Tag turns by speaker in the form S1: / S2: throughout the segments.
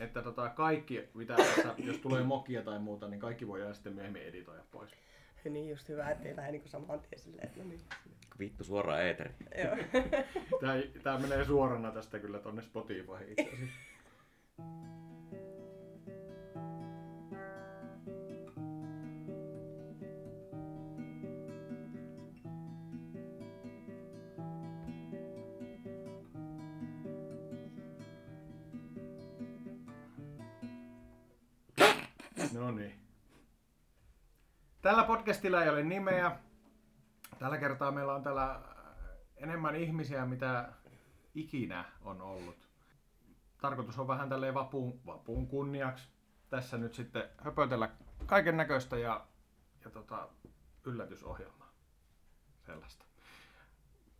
S1: että tota kaikki, mitä tässä, jos tulee mokia tai muuta, niin kaikki voidaan sitten myöhemmin editoida pois.
S2: Niin just hyvä, ettei lähde niinku saman tien silleen, että no niin.
S3: Vittu, suoraan eeteri.
S2: Joo.
S1: Tää, tää menee suorana tästä kyllä tonne Spotifyhin itse asiassa. No niin. Tällä podcastilla ei ole nimeä. Tällä kertaa meillä on täällä äh, enemmän ihmisiä, mitä ikinä on ollut. Tarkoitus on vähän tälleen vapuun, vapuun kunniaksi tässä nyt sitten höpötellä kaiken näköistä ja, ja tota, yllätysohjelmaa. Sellaista.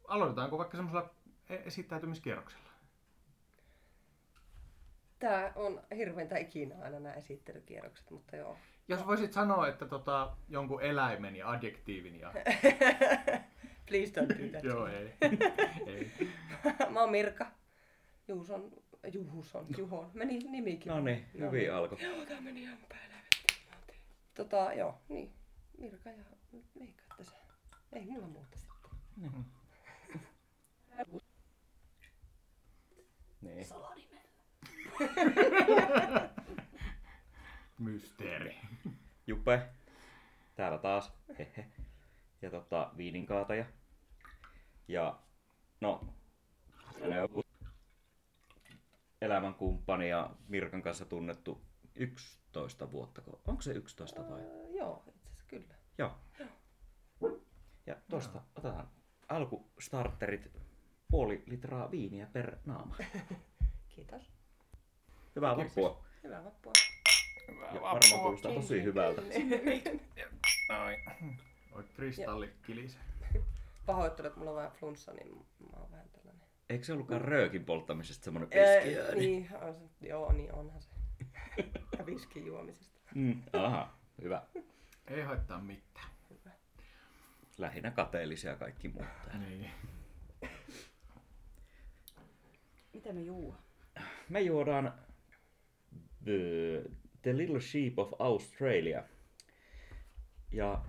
S1: Aloitetaanko vaikka semmoisella e- esittäytymiskierroksella?
S2: Tää on hirveintä ikinä aina nämä esittelykierrokset, mutta joo.
S1: Jos voisit sanoa, että tota, jonkun eläimen ja adjektiivin ja...
S2: Please don't do that.
S1: Joo, ei. ei.
S2: Mä oon Mirka. Juuson, Juuson, Juhon. Meni nimikin.
S3: No niin, hyvin alko.
S2: Joo, tää meni ihan päälle. Tota, joo, niin. Mirka ja Miikka tässä. Ei mulla muuta sitten.
S3: Niin.
S1: Mysteeri.
S3: Juppe, täällä taas. Hehe. Ja tota, viininkaataja. Ja no, ne on elämänkumppani ja Mirkan kanssa tunnettu 11 vuotta. ko- Onko se 11 vai?
S2: Öö, joo, itse asiassa kyllä.
S3: Joo. Ja tosta otetaan alkustarterit puoli litraa viiniä per naama.
S2: Kiitos.
S3: Hyvää vappua.
S2: Hyvää vappua.
S3: Ja varmaan kuulostaa tosi hyvältä.
S1: Oi kristallikilise.
S2: Pahoittelut, mulla on vähän flunssa, niin mä oon vähän tällainen.
S3: Eikö se ollutkaan röökin polttamisesta semmonen
S2: Öö,
S3: keskiöni?
S2: niin, on se, joo, niin onhan se. Ja viskin juomisesta.
S3: Mm. Aha, hyvä.
S1: Ei haittaa mitään.
S3: Lähinnä kateellisia kaikki muut.
S1: Niin.
S4: Mitä me juo?
S3: Me juodaan The, the Little Sheep of Australia. Ja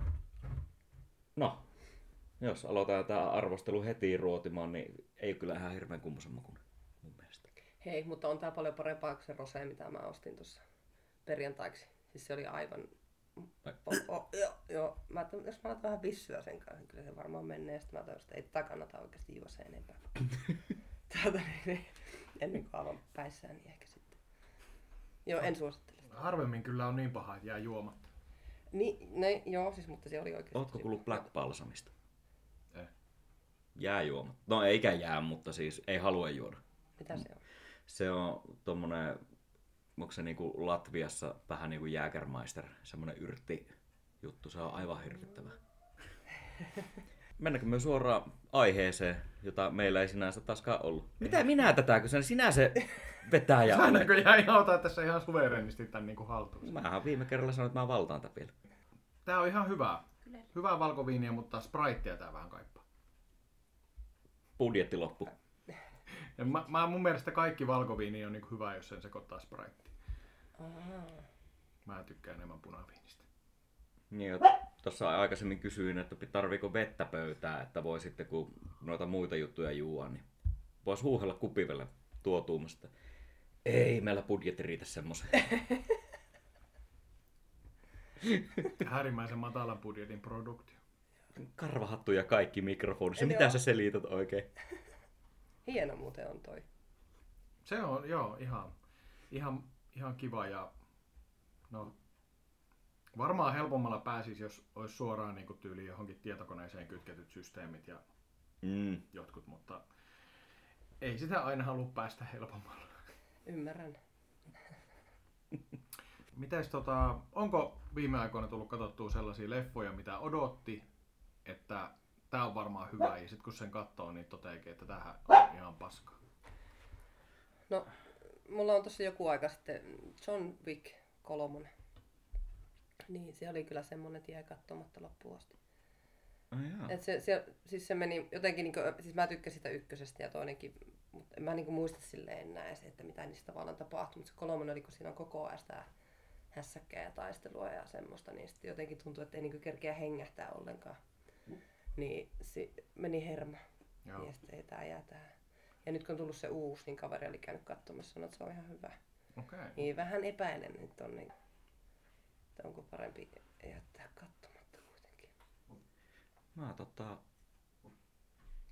S3: no, jos aloitetaan tämä arvostelu heti ruotimaan, niin ei kyllä ihan hirveän kummosen makuinen mun mielestä.
S2: Hei, mutta on tää paljon parempaa kuin se rose, mitä mä ostin tuossa perjantaiksi. Siis se oli aivan...
S3: Ai.
S2: O, o, joo, joo. Mä ajattelin, jos mä otan vähän vissyä sen kanssa, niin kyllä se varmaan menee. Sitten mä ajattelin, että ei tätä kannata oikeasti juoda sen enempää. Täältä niin, niin, ennen kuin aivan päissään, niin ehkä sitten. Joo, en suosittele.
S1: Harvemmin kyllä on niin paha, että jää juomatta.
S2: Niin, ne, joo, siis, mutta se oli oikeasti...
S3: Ootko kuullut Black Balsamista?
S1: Ei.
S3: Jääjuoma. No eikä jää, mutta siis ei halua juoda.
S2: Mitä se on?
S3: Se on tommonen, onko se niinku Latviassa vähän niinku Jägermeister, semmonen yrtti juttu, se on aivan hirvittävä. Mennäänkö me suoraan aiheeseen, jota meillä ei sinänsä taaskaan ollut? Mitä minä tätäkö sen? Sinä se vetäjä
S1: Sä
S3: olet.
S1: näköjään otat niin tässä ihan suverenisti tämän niin kuin haltuun.
S3: Mähän viime kerralla sanoin, että mä valtaan tätä vielä.
S1: Tää on ihan hyvää. Hyvää valkoviiniä, mutta spriteja tää vähän kaipaa.
S3: Budjetti loppu.
S1: Ja mä, mä, mun mielestä kaikki valkoviini on niin hyvää, jos sen sekoittaa spriteen.
S2: Ahaa.
S1: Mä tykkään enemmän punaviinistä.
S3: Niin, jo, tuossa aikaisemmin kysyin, että tarviiko vettä pöytää, että voi sitten kun noita muita juttuja juo, niin vois huuhella kupivelle tuotuumasta. Ei meillä budjetti riitä semmoiseen.
S1: Härimmäisen matalan budjetin produktio.
S3: Karvahattu ja kaikki mikrofonissa.
S2: Joo.
S3: Mitä sä selität oikein?
S2: Hieno muuten on toi.
S1: Se on, joo, ihan, ihan, ihan kiva ja no, varmaan helpommalla pääsisi, jos olisi suoraan niin tyyliin johonkin tietokoneeseen kytketyt systeemit ja
S3: Mm.
S1: jotkut, mutta ei sitä aina halua päästä helpommalla.
S2: Ymmärrän.
S1: Mites tota, onko viime aikoina tullut katsottua sellaisia leffoja, mitä odotti, että tämä on varmaan hyvä, ja sitten kun sen katsoo, niin toteekin, että tämähän on ihan paska.
S2: No, mulla on tossa joku aika sitten John Wick kolmonen. Niin, se oli kyllä semmonen, että jäi katsomatta loppuun asti.
S3: Ai No jaa. Mm.
S2: niinku, Et se, se, siis se meni jotenkin, niin kuin, siis mä tykkäsin sitä ykkösestä ja toinenkin Mutta en mä niinku muista silleen enää edes, että mitä niistä tavallaan tapahtui. Mutta se kolmonen oli, kun siinä on koko ajan sitä hässäkkää ja taistelua ja semmoista, niin sitten jotenkin tuntuu, että ei niinku kerkeä hengähtää ollenkaan. Niin si- meni hermo.
S1: Joo.
S2: Ja sitten Niin, ei tää jää tähän. Ja nyt kun on tullut se uusi, niin kaveri oli käynyt katsomassa, sanoi, että se on ihan hyvä.
S1: Okei. Okay.
S2: Niin vähän epäilen nyt on, niin, että onko parempi jättää katsomatta kuitenkin.
S3: Mä tota...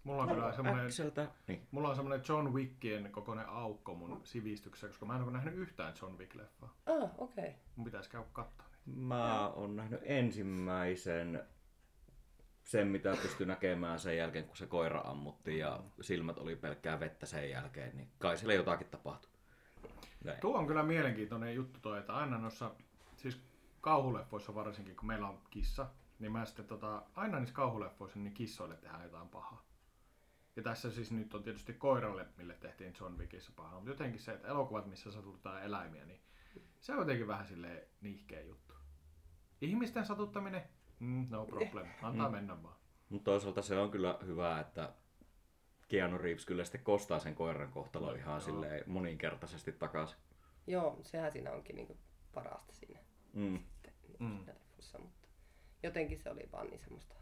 S1: Mulla on kyllä semmoinen
S3: Äkseltä... Niin.
S1: Mulla on semmoinen John Wickien kokoinen aukko mun sivistyksessä, koska mä en ole nähnyt yhtään John Wick-leffaa.
S2: Ah, okei. Okay.
S1: Mun pitäisi käydä katsoa niitä.
S3: Mä oon nähnyt ensimmäisen sen, mitä pystyi näkemään sen jälkeen, kun se koira ammuttiin ja silmät oli pelkkää vettä sen jälkeen, niin kai siellä jotakin tapahtui. Näin.
S1: Tuo on kyllä mielenkiintoinen juttu toi, että aina noissa, siis kauhuleffoissa varsinkin, kun meillä on kissa, niin mä sitten tota, aina niissä kauhuleffoissa niin kissoille tehdään jotain pahaa. Ja tässä siis nyt on tietysti koiralle, mille tehtiin John Wickissä pahaa, mutta jotenkin se, että elokuvat, missä satutetaan eläimiä, niin se on jotenkin vähän silleen niihkeä juttu. Ihmisten satuttaminen, mm, no problem, antaa
S3: Mm.
S1: mennä vaan.
S3: Mutta toisaalta se on kyllä hyvä, että Keanu Reeves kyllä sitten kostaa sen koiran kohtalo ihan
S1: Joo.
S3: silleen moninkertaisesti takaisin.
S2: Joo, sehän siinä onkin niinku parasta siinä,
S3: Mm.
S1: Mm.
S2: mm. siinä leffussa, mutta jotenkin se oli vaan niin semmoista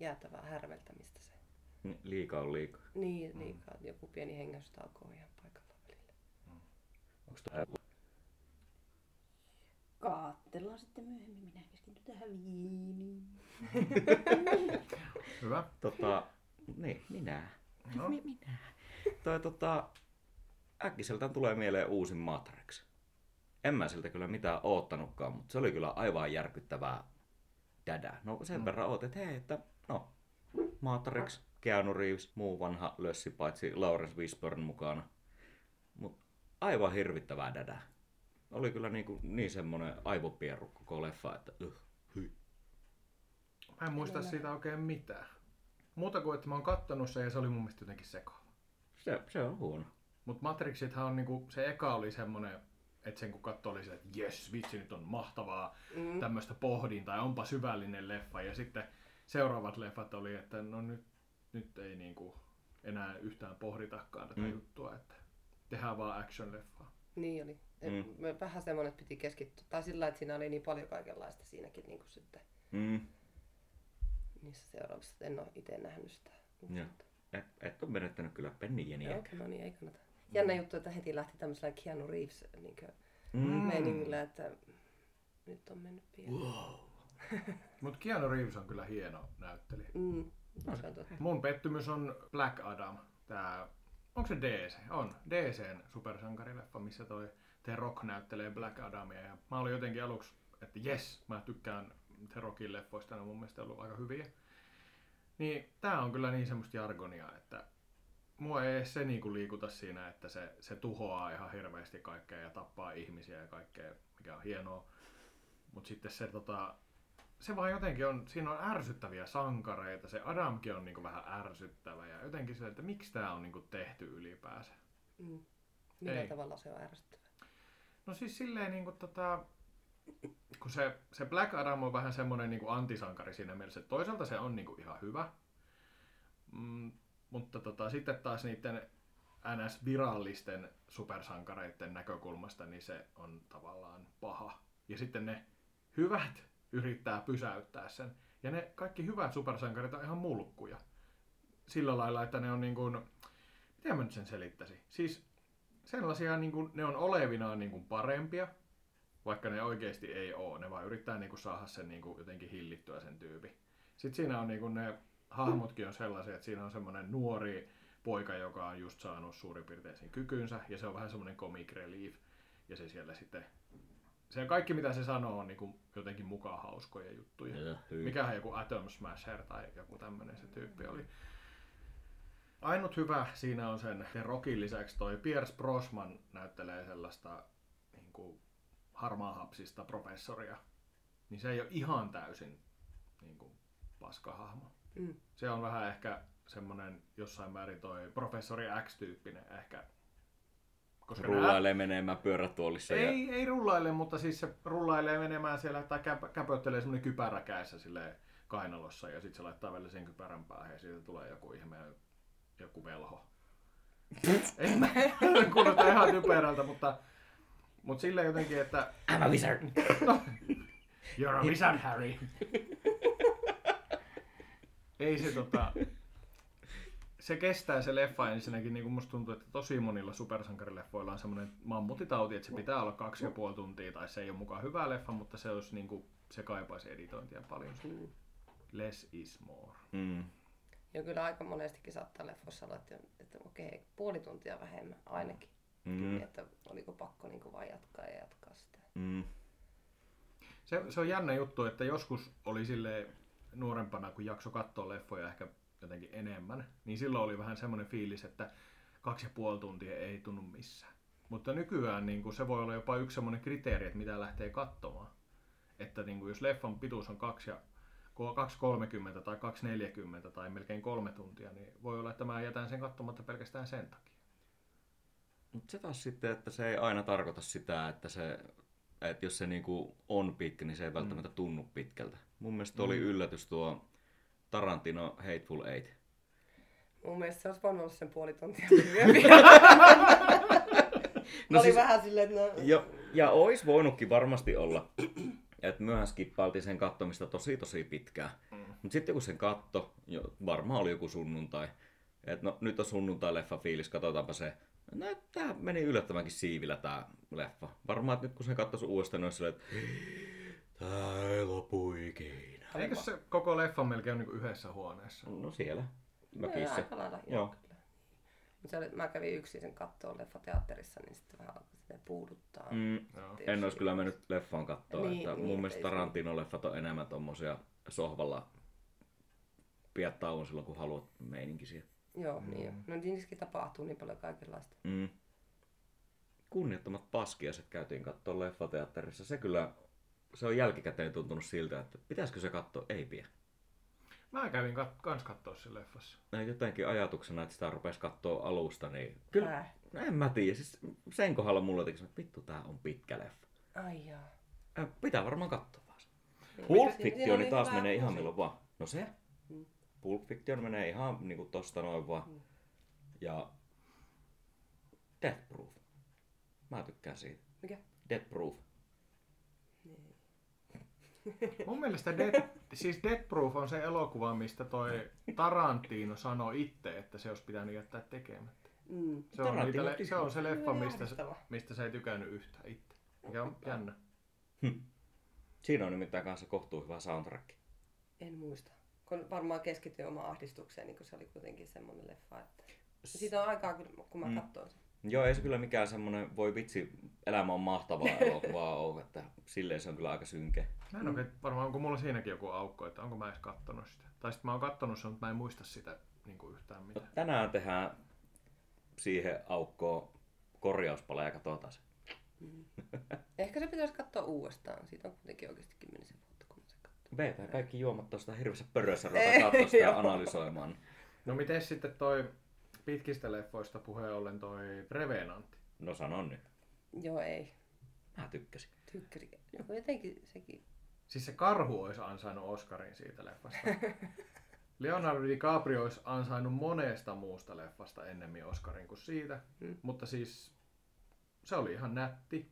S2: jäätävää härveltämistä se.
S3: Ni- Liikaa on liikaa.
S2: Niin, liikaa. Joku pieni hengästauko on ihan paikalla välillä.
S3: Onko tämä
S5: Kaattellaan sitten myöhemmin. Minä keskityn tähän viiniin.
S1: Hyvä.
S3: Tota, niin, minä.
S1: No.
S3: Mi- minä. Toi tota, äkkiseltään tulee mieleen uusi Matrix. En mä siltä kyllä mitään oottanutkaan, mutta se oli kyllä aivan järkyttävää dädää. No sen verran oot, että hei, että no, Matrix, Keanu Reeves, muu vanha lössi paitsi Lawrence Fishburne mukana. Mut aivan hirvittävää dädää. Oli kyllä niin, kuin, niin semmonen aivopierru koko leffa, että uh, hyi.
S1: Mä en muista siitä oikein mitään. Muuta kuin, että mä oon kattonut sen ja se oli mun mielestä jotenkin sekoava.
S3: Se, se on huono.
S1: Mutta Matrixithan on niinku, se eka oli semmonen, että sen kun katsoi oli se, että jes, vitsi nyt on mahtavaa, mm. tämmöistä pohdintaa, onpa syvällinen leffa. Ja sitten seuraavat leffat oli, että no nyt, nyt ei niinku enää yhtään pohditakaan tätä
S3: Mm.
S1: mm. juttua, että tehdään vaan action-leffaa.
S2: Niin oli.
S3: Mm.
S2: Mm. Vähän semmoinen, että piti keskittyä. Tai sillä lailla, että siinä oli niin paljon kaikenlaista siinäkin niin kuin sitten
S3: Mm.
S2: niissä seuraavissa. että En ole itse nähnyt sitä.
S3: Joo. Et, et on menettänyt kyllä pennieniä.
S2: Joo, okay, no niin, ei kannata. Jännä juttu, että heti lähti tämmöisellä Keanu Reeves niin
S3: Mm.
S2: mm. meiningillä, että nyt on mennyt pieleen.
S1: Mutta Keanu Reeves on kyllä hieno näyttelijä.
S2: Mm. No, se on totta.
S1: Mun pettymys on Black Adam. Tää, onko se DC? On. DCn supersankarileffa, missä toi The Rock näyttelee Black Adamia. Ja mä olin jotenkin aluksi, että jes, mä tykkään The Rockin leffoista, ne on mun mielestä ollut aika hyviä. Niin tää on kyllä niin semmoista jargonia, että mua ei edes se niinku liikuta siinä, että se, se tuhoaa ihan hirveästi kaikkea ja tappaa ihmisiä ja kaikkea, mikä on hienoa. Mutta sitten se tota, se vaan jotenkin on, siinä on ärsyttäviä sankareita, se Adamkin on niinku vähän ärsyttävä ja jotenkin se, että miksi tämä on niinku tehty ylipäänsä.
S2: Mm. Millä
S1: Ei.
S2: tavalla se on ärsyttävää?
S1: No siis silleen niinku tota, kun se, se Black Adam on vähän semmoinen niinku antisankari siinä mielessä, että toisaalta se on niinku ihan hyvä, mm, mutta tota, sitten taas niiden NS-virallisten supersankareiden näkökulmasta, niin se on tavallaan paha. Ja sitten ne hyvät yrittää pysäyttää sen. Ja ne kaikki hyvät supersankarit on ihan mulkkuja. Sillä lailla, että ne on niin kuin, miten mä nyt sen selittäisin? Siis sellaisia, niin kuin, ne on olevinaan niin kuin parempia, vaikka ne oikeasti ei ole. Ne vaan yrittää niin kuin, saada sen niin kuin, jotenkin hillittyä sen tyypin. Sitten siinä on niin kuin, ne hahmotkin on sellaisia, että siinä on semmoinen nuori poika, joka on just saanut suurin piirtein sen kykynsä, ja se on vähän semmoinen comic relief, ja se siellä sitten... Se kaikki, mitä se sanoo, on niin kuin, jotenkin mukaan hauskoja juttuja. Mikähän joku Atom Smasher tai joku tämmönen se tyyppi oli. Ainut hyvä siinä on sen The Rockin lisäksi toi Piers Brosman näyttelee sellaista niin kuin, harmaahapsista professoria. Niin se ei ole ihan täysin niin kuin, paskahahmo.
S2: Mm.
S1: Se on vähän ehkä semmonen jossain määrin toi professori X-tyyppinen ehkä. Koska nää-
S3: Rullailee menemään pyörätuolissa ja
S1: ei, ei rullaile, mutta siis se rullailee menemään siellä tai käp- käpöttelee semmoinen kypärä kädessä silleen kainalossa ja sitten se laittaa vielä sen kypärän päähän ja siitä tulee joku ihme, joku velho. Ei mä kuulosta ihan typerältä, mutta, mutta sillä jotenkin, että
S3: I'm a wizard.
S1: You're a wizard, Harry. Ei se tota... Se kestää se leffa ensinnäkin, niin kuin musta tuntuu, että tosi monilla supersankarileffoilla on semmoinen mammutitauti, että se pitää olla kaksi ja puoli tuntia, tai se ei ole mukaan hyvä leffa, mutta se, olisi, niin kuin, se kaipaisi editointia paljon. Less is more.
S3: Mm.
S2: Mm. Ja kyllä aika monestikin saattaa leffossa olla, että, että okei, puoli tuntia vähemmän ainakin. Mm.
S3: Mm.
S2: Että oliko pakko niin vaan jatkaa ja jatkaa sitä.
S3: Mm.
S1: Se, se on jännä juttu, että joskus oli sille nuorempana, kun jakso katsoa leffoja ehkä jotenkin enemmän, niin silloin oli vähän semmoinen fiilis, että kaksi ja puoli tuntia ei tunnu missään. Mutta nykyään niin kuin se voi olla jopa yksi semmoinen kriteeri, että mitä lähtee katsomaan. Että niin kuin jos leffan pituus on kaksi ja ko- 2.30 tai 2.40 tai melkein kolme tuntia, niin voi olla, että mä jätän sen katsomatta pelkästään sen takia.
S3: Mutta se taas sitten, että se ei aina tarkoita sitä, että se, että jos se niinku on pitkä, niin se ei välttämättä tunnu pitkältä. Mun mielestä oli yllätys tuo Tarantino Hateful Eight.
S2: Mun mielestä se olisi voinut olla sen puoli tuntia lyhyempi. no oli siis... vähän silleen, että no,
S3: Ja, ja ois voinutkin varmasti olla. Että myöhän skippailtiin sen kattomista tosi tosi pitkään. Mm. Mutta sitten kun sen katto, jo, varmaan oli joku sunnuntai. Että no nyt on sunnuntai leffa fiilis, katsotaanpa se. No, tää meni yllättävänkin siivillä tää leffa. Varmaan, että nyt kun sen katsoisi uudestaan, niin olisi silleen, että tää ei lopu ikinä.
S1: Eikö se koko leffa melkein ole niin kuin yhdessä huoneessa?
S3: No siellä.
S2: no,
S3: Mökissä.
S2: aika lailla
S3: Joo.
S2: joo. kyllä. Mut se oli, mä kävin yksin sen kattoon leffateatterissa, niin sitten vähän alkoi silleen puuduttaa.
S3: Mm,
S1: Joo.
S2: Että
S3: en
S2: jos-
S3: olisi kyllä mennyt leffaan kattoa. Niin,
S2: Niin,
S3: että mun
S2: niin,
S3: mielestä
S2: ei se-
S3: Tarantino-leffat on enemmän tommosia sohvalla pidä tauon silloin, kun haluat meininkisiä.
S2: Joo, niin jo. No niissäkin tapahtuu niin paljon kaikenlaista.
S3: Mm. Kunnioittamat paskiaiset käytiin katsoa leffateatterissa. Se kyllä, se on jälkikäteen tuntunut siltä, että pitäisikö se katsoa? Ei pidä.
S1: Mä kävin kat- kans katsoa sen leffassa.
S3: Näin Jotenkin ajatuksena, että sitä rupesi katsoa alusta, niin kyllä,
S2: Äh.
S3: no en mä tiedä. Siis sen kohdalla mulla teki, että vittu tää on pitkä leffa.
S2: Ai jaa.
S3: Äh, Pitää varmaan katsoa vaan. se.
S2: Niin,
S3: Pulp
S2: mitä siinä-
S3: Fiction
S2: siinä oli
S3: niin taas
S2: hyvää
S3: menee ihan
S2: musiikkia.
S3: milloin vaan. No se.
S2: Mm.
S3: Pulp Fiction menee ihan niinku tosta noin vaan.
S2: Mm.
S3: Ja Death Proof. Mä tykkään siitä.
S2: Mikä?
S3: Death Proof.
S1: Mun mielestä Dead, siis Dead Proof on se elokuva, mistä toi Tarantino sanoi itse, että se olisi pitänyt jättää tekemättä.
S2: Mm.
S1: Se on, niitä,
S3: Tarantino
S1: le- se, on se leffa,
S2: Hyvä
S1: mistä, se-
S2: järjestelmä.
S1: mistä se ei tykännyt yhtä itse. Mikä on jännä.
S3: Siinä on nimittäin kanssa kohtuu hyvä soundtrack.
S2: En muista. Kun varmaan keskityin omaan ahdistukseen, niin kun se oli kuitenkin semmoinen leffa, että... Siitä on aikaa kyllä, kun mä
S3: Mm.
S2: mm. katsoin sen.
S3: Joo, ei se kyllä mikään semmonen, voi vitsi, elämä on mahtavaa elokuvaa ole, että silleen se on kyllä aika synke.
S1: Mä en oikein, varmaan onko mulla siinäkin joku aukko, että onko mä edes kattonut sitä. Tai sitten mä oon kattonut sen, mutta mä en muista sitä niin kuin yhtään
S3: No,
S1: mitään.
S3: tänään tehdään siihen aukkoon korjauspala ja katsotaan se.
S2: Mm. Ehkä se pitäisi katsoa uudestaan. Siitä on kuitenkin oikeasti kymmenisen vuotta, kun mä sen katsoin.
S3: Veetään kaikki juomat tuosta hirveässä pörössä,
S2: Ei,
S3: ruvetaan katsoa sitä
S2: joo.
S3: analysoimaan.
S1: No miten sitten toi pitkistä leffoista puheen ollen toi Revenant?
S3: No sanon nyt.
S2: Joo, ei.
S3: Mä tykkäsin.
S2: Tykkäri. Joo. No, Jotenkin sekin.
S1: Siis se karhu olisi ansainnut Oscarin siitä leffasta. Leonardo DiCaprio olisi ansainnut monesta muusta leffasta ennemmin Oscarin kuin siitä.
S3: Hmm.
S2: Mm.
S1: Mutta siis se oli ihan nätti.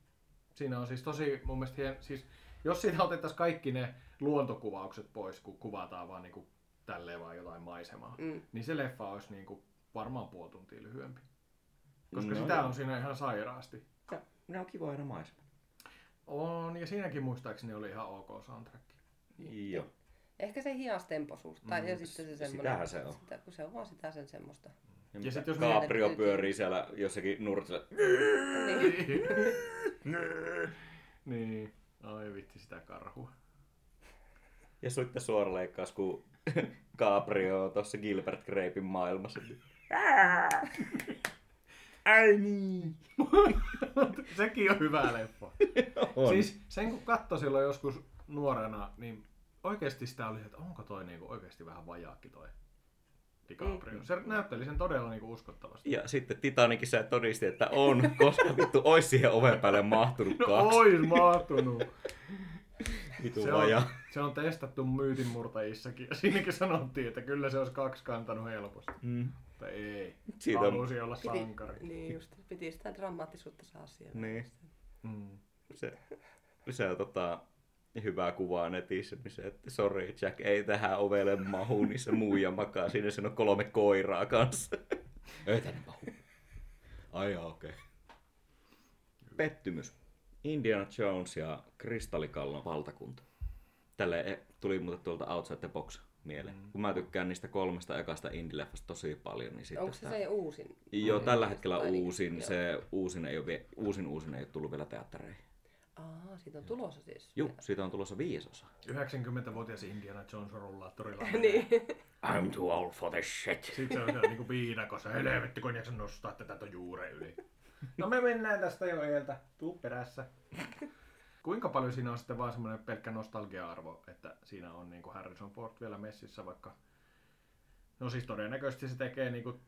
S1: Siinä on siis tosi mun mielestä hien... siis, jos siitä otettaisiin kaikki ne luontokuvaukset pois, kun kuvataan vaan niinku tälleen vaan jotain
S3: Hmm.
S1: maisemaa,
S2: Mm.
S1: niin se leffa olisi niinku varmaan puoli tuntia lyhyempi. Koska
S3: No
S1: no, sitä
S3: joo.
S1: on siinä ihan sairaasti.
S3: Ja ne on kivoja ne maisemat.
S1: On, ja siinäkin muistaakseni oli ihan ok soundtrack.
S2: Niin.
S3: Joo.
S2: Ehkä se hiastemposuus. Tai
S1: Mm,
S2: ja sitten se
S3: s-
S2: semmoinen.
S3: sitähän se on.
S2: Sitä, kun se on vaan sitä sen semmoista.
S3: Ja,
S1: Ja
S3: ja
S1: sit
S3: sitten
S1: jos
S3: jos Gabriel
S2: miettii-
S3: pyörii siellä jossakin nurtsella.
S2: Niin.
S1: niin, ai vitsi sitä karhua.
S3: Ja sitten suora leikkaus, kun Gabriel on tuossa Gilbert Grapein maailmassa. Ai niin.
S1: Sekin on hyvä leffa.
S3: On. Siis...
S1: Siis sen kun katsoi silloin joskus nuorena, niin oikeasti sitä oli, että onko toi niinku oikeasti vähän vajaakki toi DiCaprio. Se näytteli sen todella niinku uskottavasti.
S3: Ja sitten Titanikin sä todisti, että on, koska vittu ois siihen oven päälle mahtunut
S1: No
S3: kaksi.
S1: ois mahtunut.
S3: Vitu
S1: Se on,
S3: vajaa.
S1: se on testattu myytinmurtajissakin ja siinäkin sanottiin, että kyllä se olisi kaksi kantanut helposti.
S3: Mm.
S1: Mutta ei.
S3: Siitä on,
S1: Halusi olla sankari.
S2: Niin just, piti sitä dramaattisuutta saa siellä.
S3: Niin.
S1: Mm.
S3: se lisää tota, hyvää kuvaa netissä, niin se, että sorry Jack ei tähän ovelle mahu, niin se muija makaa siinä, sen on kolme koiraa kanssa. ei tänne mahu. Ai jaa, okei. Okay.
S6: Pettymys. Indiana Jones ja kristallikallon valtakunta. Tälle e- tuli muuten tuolta Outside the Box mieleen. Mm. Kun mä tykkään niistä kolmesta ekasta indie-leffasta tosi paljon, niin sitten
S2: Onko se se uusin?
S6: Joo, tällä
S2: Uusin
S6: hetkellä
S2: tai-
S6: uusin.
S2: joo.
S6: Se uusin ei ole, vie- uusin uusin ei ole tullut vielä teattereihin.
S2: Aa, siitä on tulossa siis.
S6: Juu, siitä on tulossa viisosa.
S1: 90-vuotias Indiana Jones on rullaattorilla.
S2: niin.
S6: I'm too old for this shit.
S1: Sitten se on siellä niinku viidakossa. Helvetti, kun en jaksa nostaa tätä ton juuren yli. No me mennään tästä jo edeltä. Tuu perässä. Kuinka paljon siinä on sitten vaan semmoinen pelkkä nostalgia-arvo, että siinä on niinku Harrison Ford vielä messissä, vaikka... No siis todennäköisesti se tekee niinku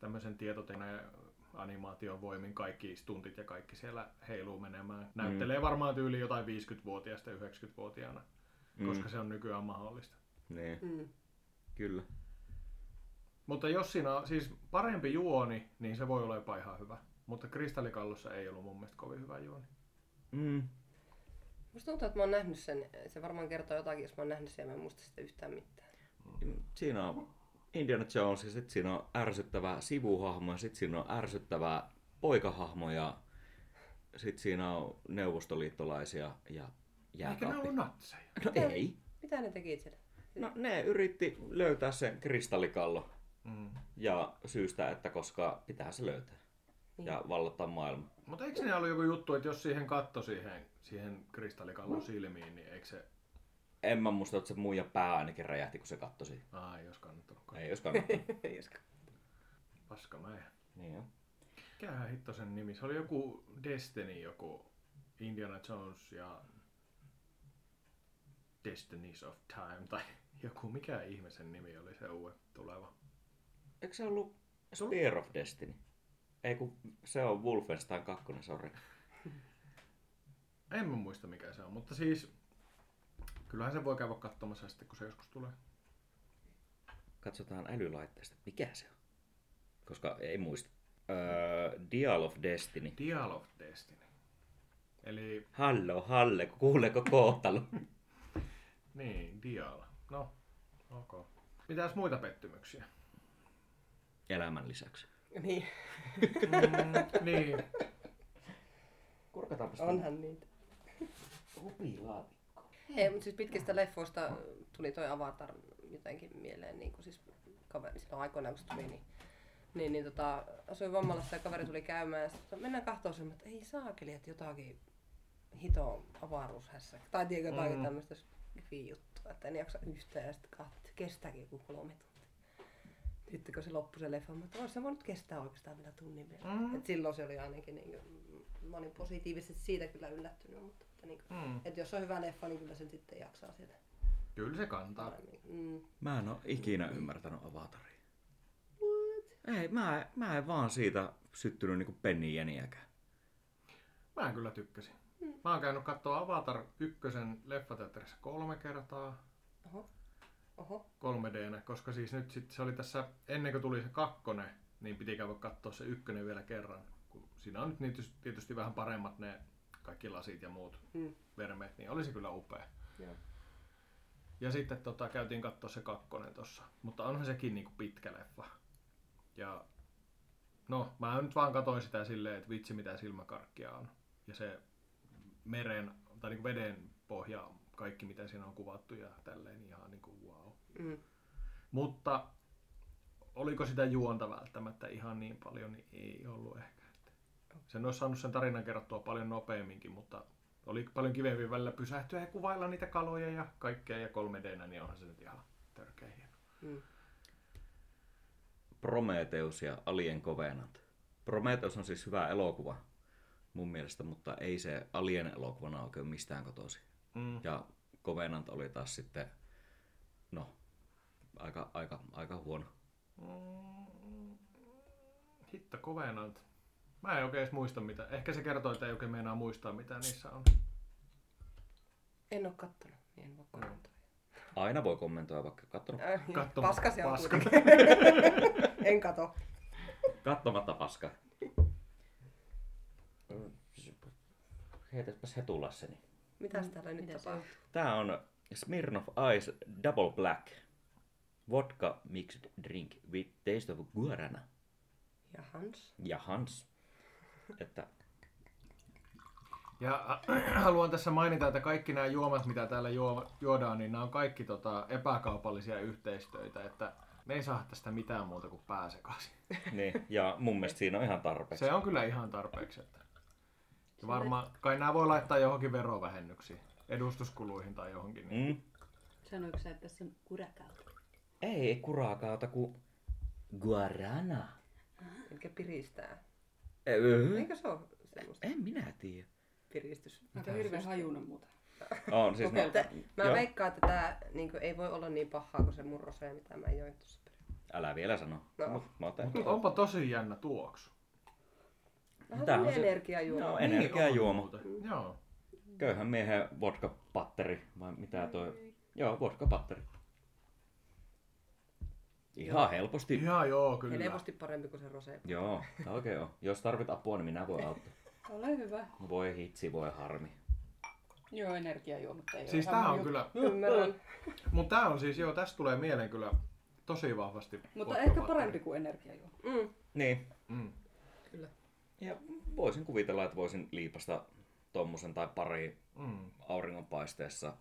S1: tämmöisen tietotekninen animaation voimin kaikki stuntit ja kaikki siellä heiluu menemään. Näyttelee varmaan tyyli jotain 50-vuotiaasta 90-vuotiaana, koska se on nykyään mahdollista.
S3: Mm, Niin,
S2: Mm.
S3: kyllä.
S1: Mutta jos siinä on siis parempi juoni, niin se voi olla jopa ihan hyvä. Mutta kristallikallossa ei ollut mun mielestä kovin hyvä juoni.
S3: Mm.
S2: Musta tuntuu, että mä oon nähnyt sen. Se varmaan kertoo jotakin, jos mä oon nähnyt sen ja mä en muista sitä yhtään mitään.
S3: Siinä on Indiana Jones ja sitten siinä on ärsyttävä sivuhahmo ja sitten siinä on ärsyttävä poikahahmo ja sitten siinä on neuvostoliittolaisia ja
S1: Eikä ne
S3: jääkaappi.
S1: ollut natseja.
S3: No ei.
S2: Mitä ne teki siellä?
S3: No ne yritti löytää sen kristallikallo
S1: Mm.
S3: ja syystä, että koska pitää se löytää
S2: Niin.
S3: ja vallottaa maailma.
S1: Mutta eikö siinä ollut joku juttu, että jos siihen katto siihen, siihen kristallikallon silmiin, niin eikö se...
S3: En mä muista, että se muija pää ainakin räjähti, kun se katsoi siitä.
S1: Aa, ei olisi kannattanut.
S3: Ei jos kannattaa.
S2: Josko.
S1: Paska mä en.
S3: niin jo.
S1: Mikähän hitto sen nimi? Se oli joku Destiny, joku Indiana Jones ja Destinies of Time tai joku. Mikä ihme sen nimi oli se uue tuleva?
S3: Eikö se ollut Spear of Destiny? Ei kun se on Wolfenstein 2, sori.
S1: En mä muista mikä se on, mutta siis kyllähän se voi käydä katsomassa sitten, kun se joskus tulee.
S3: Katsotaan älylaitteesta, mikä se on. Koska ei muista. Öö, Dial of Destiny.
S1: Dial of Destiny. Eli
S3: Hallo, Halle, kuuleeko kohtalo?
S1: niin, Dial. No, ok. Mitäs muita pettymyksiä?
S3: Elämän lisäksi.
S2: Niin,
S1: Mm, niin,
S3: Kurkataanpas
S2: onhan niitä.
S3: Kupilaatikko.
S2: Hei, mutta siis pitkistä leffoista tuli toi Avatar jotenkin mieleen, niin kuin siis kaveri, silloin aikoinaan kun se tuli, niin, niin, niin tota, asuin vammalassa ja kaveri tuli käymään ja sitten mennään katsomaan sen, että ei saakeli, että jotakin hito avaruushässä. Tai tiedätkö jotakin
S1: Mm.
S2: mm. tämmöistä juttua, että en jaksa yhtään ja sitten katsoi, että kestääkin joku kolme tuntia. Sitten kun se loppui se leffa, mutta olisi se voinut kestää oikeastaan vielä tunnin vielä.
S1: Mm.
S2: Et silloin se oli ainakin, niin kuin, mä olin positiivisesti siitä kyllä yllättynyt, mutta että niin kuin,
S1: mm.
S2: et jos on hyvä leffa, niin kyllä sen sitten jaksaa sieltä.
S1: kyllä se
S3: Ah.
S1: kantaa.
S2: paremmin. Mm.
S3: Mä en oo ikinä ymmärtänyt avataria. What? Ei, mä, mä en vaan siitä syttynyt niinku penniäniäkään.
S1: Mä kyllä tykkäsin. Mä oon käynyt katsoa Avatar 1 leffateatterissa kolme kertaa
S2: Oho. Oho.
S1: 3Dnä, koska siis nyt sit se oli tässä, ennen kuin tuli se kakkonen, niin piti käydä katsoa se ykkönen vielä kerran. Kun siinä on nyt niitys- tietysti vähän paremmat ne kaikki lasit ja muut
S2: Mm.
S1: vermeet, niin oli se kyllä upea.
S2: Joo.
S1: Ja sitten tota, käytiin katsoa se kakkonen tossa. Mutta onhan sekin niinku pitkä leffa. Ja no, mä nyt vaan katoin sitä silleen, että vitsi mitä silmäkarkkia on. Ja se meren, tai niinku veden pohja, kaikki mitä siinä on kuvattu ja tälleen niin ihan niinku wow.
S2: Mm.
S1: Mutta oliko sitä juonta välttämättä ihan niin paljon, niin ei ollut ehkä. Että Sen olisi saanut sen tarinan kerrottua paljon nopeamminkin, mutta oli paljon kivempi välillä pysähtyä ja kuvailla niitä kaloja ja kaikkea ja 3 d niin onhan se nyt ihan törkeä hieno.
S2: Mm.
S3: Prometeus ja Alien Covenant. Prometeus on siis hyvä elokuva mun mielestä, mutta ei se Alien elokuvana oikein mistään kotosi.
S1: Mm.
S3: Ja Covenant oli taas sitten, no, aika, aika, aika huono.
S1: Mm. Hitto kovenant. Mä en oikein edes muista mitä. Ehkä se kertoo, että ei oikein meinaa muistaa mitä niissä on.
S2: En oo kattonut, niin
S3: Mm.
S2: en voi kommentoida.
S3: Aina voi kommentoida, vaikka katsonut.
S2: Äh, niin,
S1: Katso,
S2: Paska se on
S1: paska.
S2: kuitenkin. En kato.
S3: Kattomatta paska. Heitäpäs hetulasseni.
S2: Mm. Mitäs täällä nyt
S7: Mitä se
S2: tapahtuu?
S3: Tää on Smirnoff Ice Double Black. Vodka mixed drink with taste of guarana
S2: Ja Hans?
S3: ja Hans. Että
S1: Ja äh, haluan tässä mainita, että kaikki nämä juomat, mitä täällä juo, juodaan, niin nämä on kaikki tota, epäkaupallisia yhteistöitä, että ne ei saa tästä mitään muuta kuin pääsekaisin.
S3: niin, ja mun mielestä siinä on ihan tarpeeksi.
S1: Se on kyllä ihan tarpeeksi. Että. Ja varmaan, kai nämä voi laittaa johonkin verovähennyksiin, edustuskuluihin tai johonkin. Niin.
S3: Mm?
S7: Sanoiko sä, että tässä on kurakauta?
S3: Ei kurakaata kuin guarana.
S2: Eli piristää.
S3: Öö,
S2: Eikö se ole semmoista
S3: En minä tiedä.
S2: piristys?
S8: Aika hirveän hajunen muuta.
S3: On siis
S8: Kokeilta.
S3: no,
S2: Mä
S3: Joo.
S2: veikkaan, että tää niin kuin, ei voi olla niin pahaa kuin se murrose, mitä mä join tuossa.
S3: Älä vielä sano.
S2: No.
S3: Mut mä otan.
S1: Mutta onpa tosi jännä tuoksu.
S2: Vähän
S3: Tää on
S2: tämmönen
S3: se-
S2: energiajuoma.
S3: No,
S2: No,
S3: energiajuoma.
S1: Niin on muuten. Joo.
S3: Köyhän miehen vodkapatteri, vai mitä toi? Joo, vodkapatteri. Ihan helposti.
S1: Ihan joo, kyllä.
S2: Helposti parempi kuin se rose.
S3: Joo, tää oikein on. Jos tarvit apua, niin minä voin auttaa.
S8: Ole hyvä.
S3: Voi hitsi, voi harmi.
S8: Joo, energiajuomat ei ole
S1: Siis tää
S8: ihan mun
S1: on
S8: juttu.
S1: kyllä,
S2: Ymmärrän.
S1: mutta tää on siis joo, tästä tulee mieleen kyllä tosi vahvasti.
S8: Mutta
S1: vodkapatteri.
S8: ehkä parempi kuin energiajuoma.
S2: Mm.
S3: Niin.
S1: Mm.
S8: Kyllä.
S3: Ja voisin kuvitella, että voisin liipasta tommosen tai pari
S1: Mm.
S3: auringonpaisteessa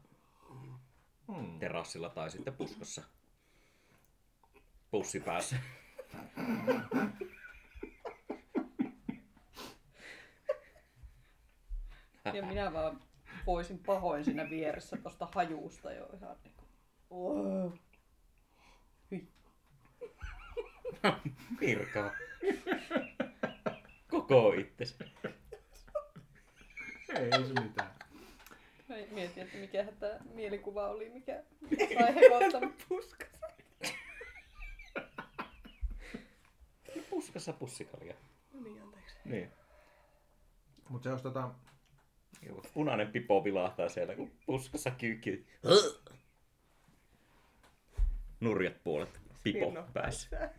S1: Mm.
S3: terassilla tai sitten puskassa. Pussi päässä.
S8: Ja minä vaan voisin pahoin siinä vieressä tosta hajuusta jo ihan niinku. Oh.
S3: Virkaa. Koko itsesi.
S1: Ei se mitään.
S8: Mä mietin, että mikä tämä mielikuva oli, mikä sai hekottaa.
S2: Puskassa.
S3: Puskassa pussikalia.
S2: No niin, anteeksi.
S3: Niin.
S1: Mutta jos tota,
S3: Joo, Punainen pipo vilahtaa siellä, kun puskassa kyykki. Nurjat puolet. Pipo
S2: Virno
S3: päässä.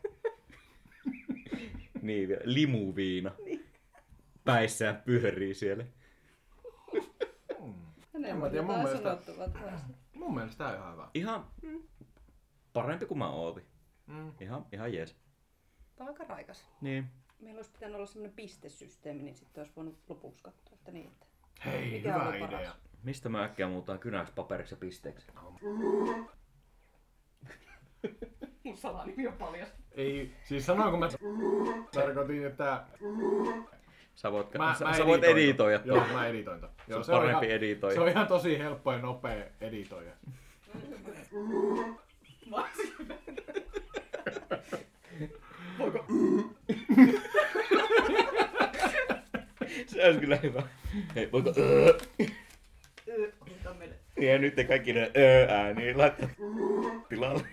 S3: Niin vielä. Limuviina. Päissään pyörii siellä.
S1: mm. En
S8: Hänellä
S1: mä
S8: oli
S1: tiedä, mun
S8: jotain
S1: mielestä-
S8: sanottavaa tästä.
S1: mun mielestä tää on ihan hyvä.
S3: Ihan parempi kuin mä ootin.
S1: Mm.
S3: Ihan, ihan jees.
S2: Tää on aika raikas.
S3: Niin.
S8: Meillä olisi pitänyt olla semmoinen pistesysteemi, niin sitten olisi voinut lopuksi katsoa, että niin, että
S1: Hei,
S8: Mikä
S1: hyvä
S8: oli paras?
S1: idea.
S3: Mistä mä äkkiä muutan kynäksi paperiksi ja pisteeksi?
S8: mun salanimi on paljastu.
S1: Ei, siis sanoinko mä... Tarkoitin, että...
S9: Sä voit,
S1: Mä,
S9: sä,
S1: mä
S9: sä voit editoida.
S1: ton. Joo, mä editoin ton. Joo,
S9: Se on parempi
S1: ihan,
S9: editoija.
S1: Se on ihan tosi helppo ja nopea editoija.
S3: Se olisi kyllä hyvä. Hei, voiko... Niin, Ja nyt te kaikki ne öö ääniä laittaa tilalle.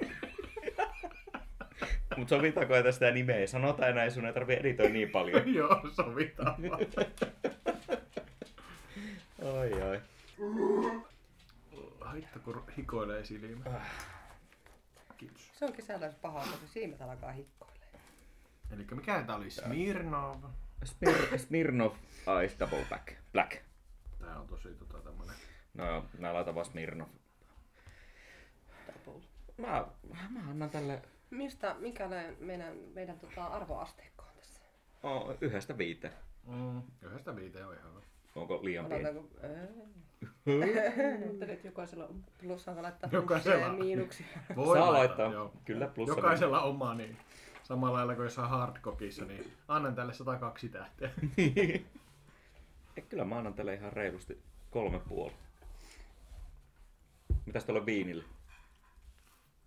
S3: Mut sovitaanko, että sitä nimeä ei sanota enää, sun ei tarvitse editoida niin paljon.
S1: Joo, sovitaan vaan.
S3: Ai ai.
S1: Haitto, kun hikoilee silmä. Kiitos.
S2: Se on kesällä jos paha, kun se siimet alkaa hikkoille.
S1: Eli mikä tää oli? Smirnov.
S3: Smir- Smirnoff Ice Double Black. Black.
S1: Tää on tosi tota tämmönen.
S3: No joo, mä laitan vaan Smirnoff.
S2: Double.
S3: Mä, mä annan tälle
S2: Mistä, minkälainen meidän, meidän tota, arvoasteikko on tässä?
S3: oh, yhdestä viiteen.
S1: Mm. Yhdestä viiteen on ihan hyvä.
S3: Onko liian pieni?
S2: Otetaanko, öö,
S8: Ajattelin, että jokaisella on.
S2: plussaanko laittaa
S1: Jokaisella.
S2: plussia ja miinuksia?
S1: Voi
S3: Saa laittaa.
S1: Joo.
S3: Kyllä plussa.
S1: Jokaisella oma, niin samalla lailla kuin jossain hardcockissa, niin annan tälle 102 tähteä.
S3: Ja Eh, kyllä mä annan tälle ihan reilusti kolme puoli. Mitäs tuolle viinille?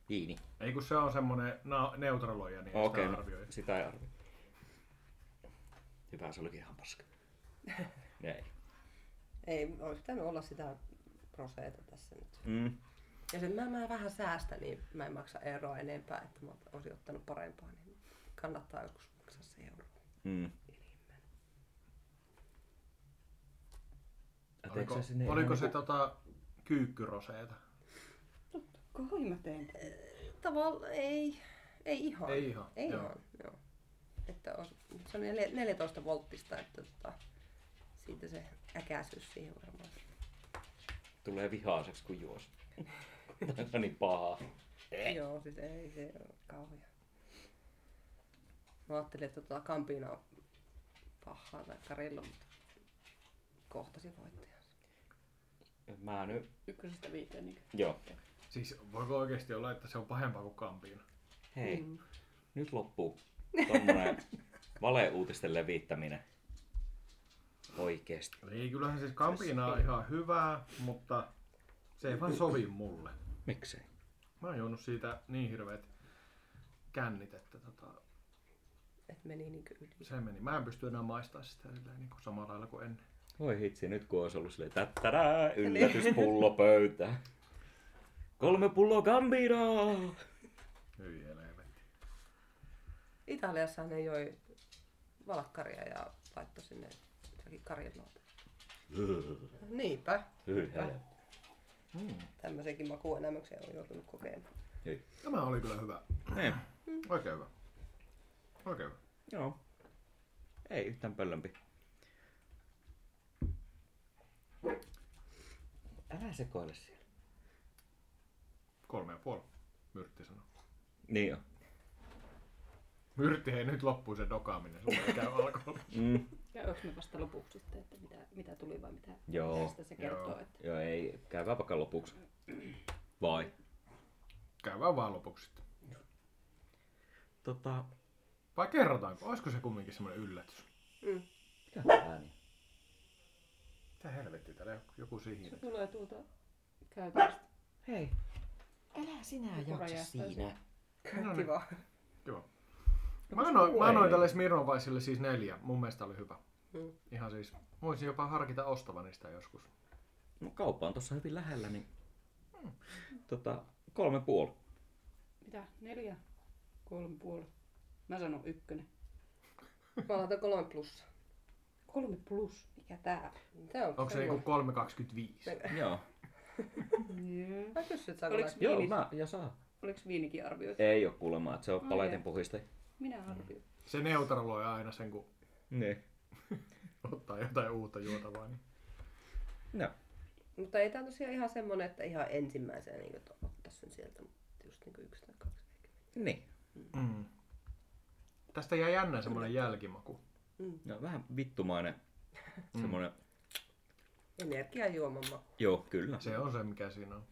S3: Viini.
S1: Ei kun se on semmonen na- neutraloija, niin
S3: Okei,
S1: okay.
S3: no,
S1: sitä arvioi.
S3: sitä ei arvioi. Hyvä, se olikin ihan paska. Ei.
S2: Ei, olisi pitänyt olla sitä proseeta tässä nyt.
S3: Mm.
S2: Ja sitten mä, mä vähän säästän, niin mä en maksa euroa enempää, että mä olisin ottanut parempaa, niin kannattaa joskus maksaa se euro.
S3: Mm. Teetkö
S1: Oliko,
S3: sä sinne
S1: oliko
S3: ihan
S1: se
S3: niinku-
S1: tota kyykkyroseeta?
S8: Kai mä tein tätä.
S2: Tavallaan ei. Ei ihan.
S1: Ei ihan,
S2: Ei
S1: joo.
S2: ihan, joo. Että on, se on neljä- 14 volttista, että tota, siitä se äkäisyys siihen varmaan.
S6: Tulee vihaiseksi, kun juos. Tämä on niin paha.
S1: Eh.
S2: Joo, siis ei se ole kauhea. Mä ajattelin, että tota Kampina on pahaa tai Karilla, mutta kohtasi voittajansa.
S6: Mä nyt...
S8: Ykkösestä viiteen niin
S6: Joo.
S1: Siis voiko oikeasti olla, että se on pahempaa kuin kampiina?
S6: Hei, mm. nyt loppuu tommonen valeuutisten levittäminen. Oikeesti.
S1: Ei, kyllähän siis kampiina on ihan hyvää, mutta se ei vaan sovi mulle.
S6: Miksei?
S1: Mä oon joudut siitä niin hirveet kännit, että tota,
S2: Et meni niinku yli.
S1: se meni. Mä en pysty enää maistaa sitä silleen, niin kuin samalla lailla kuin ennen.
S3: Voi hitsi, nyt kun olisi ollut silleen, tä-
S6: Tadaa, yllätyspullo pöytään. Kolme pulloa gambinaa!
S1: Hyi helvetti.
S2: Italiassa ne joi valakkaria ja laittoi sinne jotakin karilloota. Niinpä.
S6: Hyyhä.
S1: Mm.
S2: Tämmöisenkin makuelämyksen on joutunut kokemaan.
S1: Tämä oli kyllä hyvä.
S3: Niin.
S1: Oikein hyvä. Oikein hyvä.
S3: Joo. Ei yhtään pöllömpi.
S6: Älä sekoile siellä.
S1: Kolme ja puoli. Myrtti sanoi.
S3: Niin on.
S1: Myrtti, hei nyt loppuu se dokaaminen. Sulla ei käy alkoholi.
S3: Mm.
S8: Käykö me vasta lopuksi sitten, että mitä, mitä tuli vai mitä
S3: Joo.
S8: tästä se kertoo?
S1: Joo.
S8: Että...
S3: Joo, ei. Käydään vaikka lopuksi. Vai?
S1: Käydään vaan lopuksi sitten.
S3: Tota...
S1: Vai kerrotaanko? Olisiko se kumminkin semmoinen yllätys?
S3: Mitä ääniä?
S1: Mitä helvetti täällä on joku
S8: Se
S1: siihen?
S8: tulee tuolta käytävästä.
S6: Hei. Älä sinä
S8: Joku
S6: jaksa
S8: räjähtää
S6: siinä.
S1: No
S2: Kaikki
S1: niin.
S2: vaan.
S1: Joo.
S8: No
S1: Mä annoin, mä
S6: Ei.
S1: annoin tälle Smirnovaisille siis neljä. Mun mielestä oli hyvä.
S2: Mm.
S1: Ihan siis, voisin jopa harkita ostavani sitä joskus.
S3: No kauppa on tossa hyvin lähellä, niin... Tota, kolme puoli.
S8: Mitä? Neljä? Kolme puoli? Mä sanon ykkönen.
S2: Mä laitan kolme plussa.
S8: Kolme plus. Mikä tää?
S2: Tää on
S1: Onko se niinku 325?
S3: Joo.
S8: Yeah.
S2: Mä kysyn, että saanko
S8: Oliks-
S2: mä-
S3: Joo,
S8: Viinis.
S3: mä, ja saa.
S8: Oliks viinikin arvioitu?
S3: Ei oo kuulemma, että se on
S8: Ai
S3: paletin
S8: ei.
S3: puhiste.
S8: Minä arvioin.
S1: Se neutraloi aina sen, kun
S3: Niin.
S1: ottaa jotain uutta juotavaa. Niin.
S3: No.
S2: Mutta ei tää tosiaan ihan semmonen, että ihan ensimmäisenä niin ottaisi sen sieltä, mutta just niin yksi tai kaksi.
S3: Niin.
S1: Mm. Tästä jää jännä semmoinen jälkimaku.
S3: No, vähän vittumainen.
S1: Mm.
S3: Semmonen...
S2: Energiajuoman maku.
S3: Joo, kyllä.
S1: Se on se, mikä siinä on.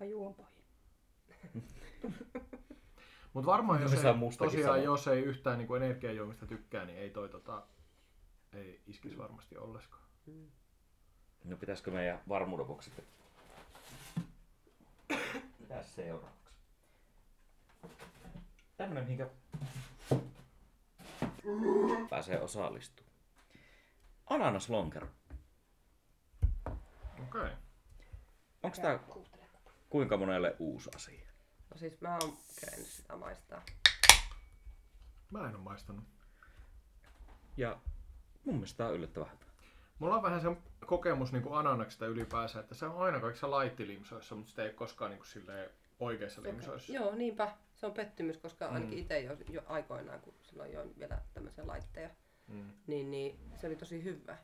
S8: Haju on pahin.
S1: Mutta varmaan, jos
S3: No, se
S1: ei,
S3: on mustakin
S1: tosiaan,
S3: sama.
S1: jos ei yhtään niin energiajuomista tykkää, niin ei toi tota, ei iskisi varmasti ollenkaan.
S3: No pitäisikö meidän varmuuden vuoksi sitten? Mitäs seuraavaksi? Tämmönen mihinkä pääsee osallistumaan. Ananaslonkero.
S1: Okei. Okay.
S3: Onks tää kuinka monelle uusi asia?
S2: No siis mä oon kerennyt sitä maistaa.
S1: Mä en ole maistanut.
S3: Ja mun mielestä tää on yllättävän hyvä.
S1: Mulla on vähän se kokemus niin kuin ananaksesta ylipäänsä, että se on aina kaikissa laittilimsoissa, mutta sitä ei ole koskaan niin kuin, silleen, oikeissa limsoissa.
S2: Joo, niinpä. Se on pettymys, koska
S3: Mm.
S2: ainakin itse jo, jo aikoinaan, kun silloin join vielä tämmöisiä laitteja,
S1: Mm.
S2: niin, niin se oli tosi hyvä.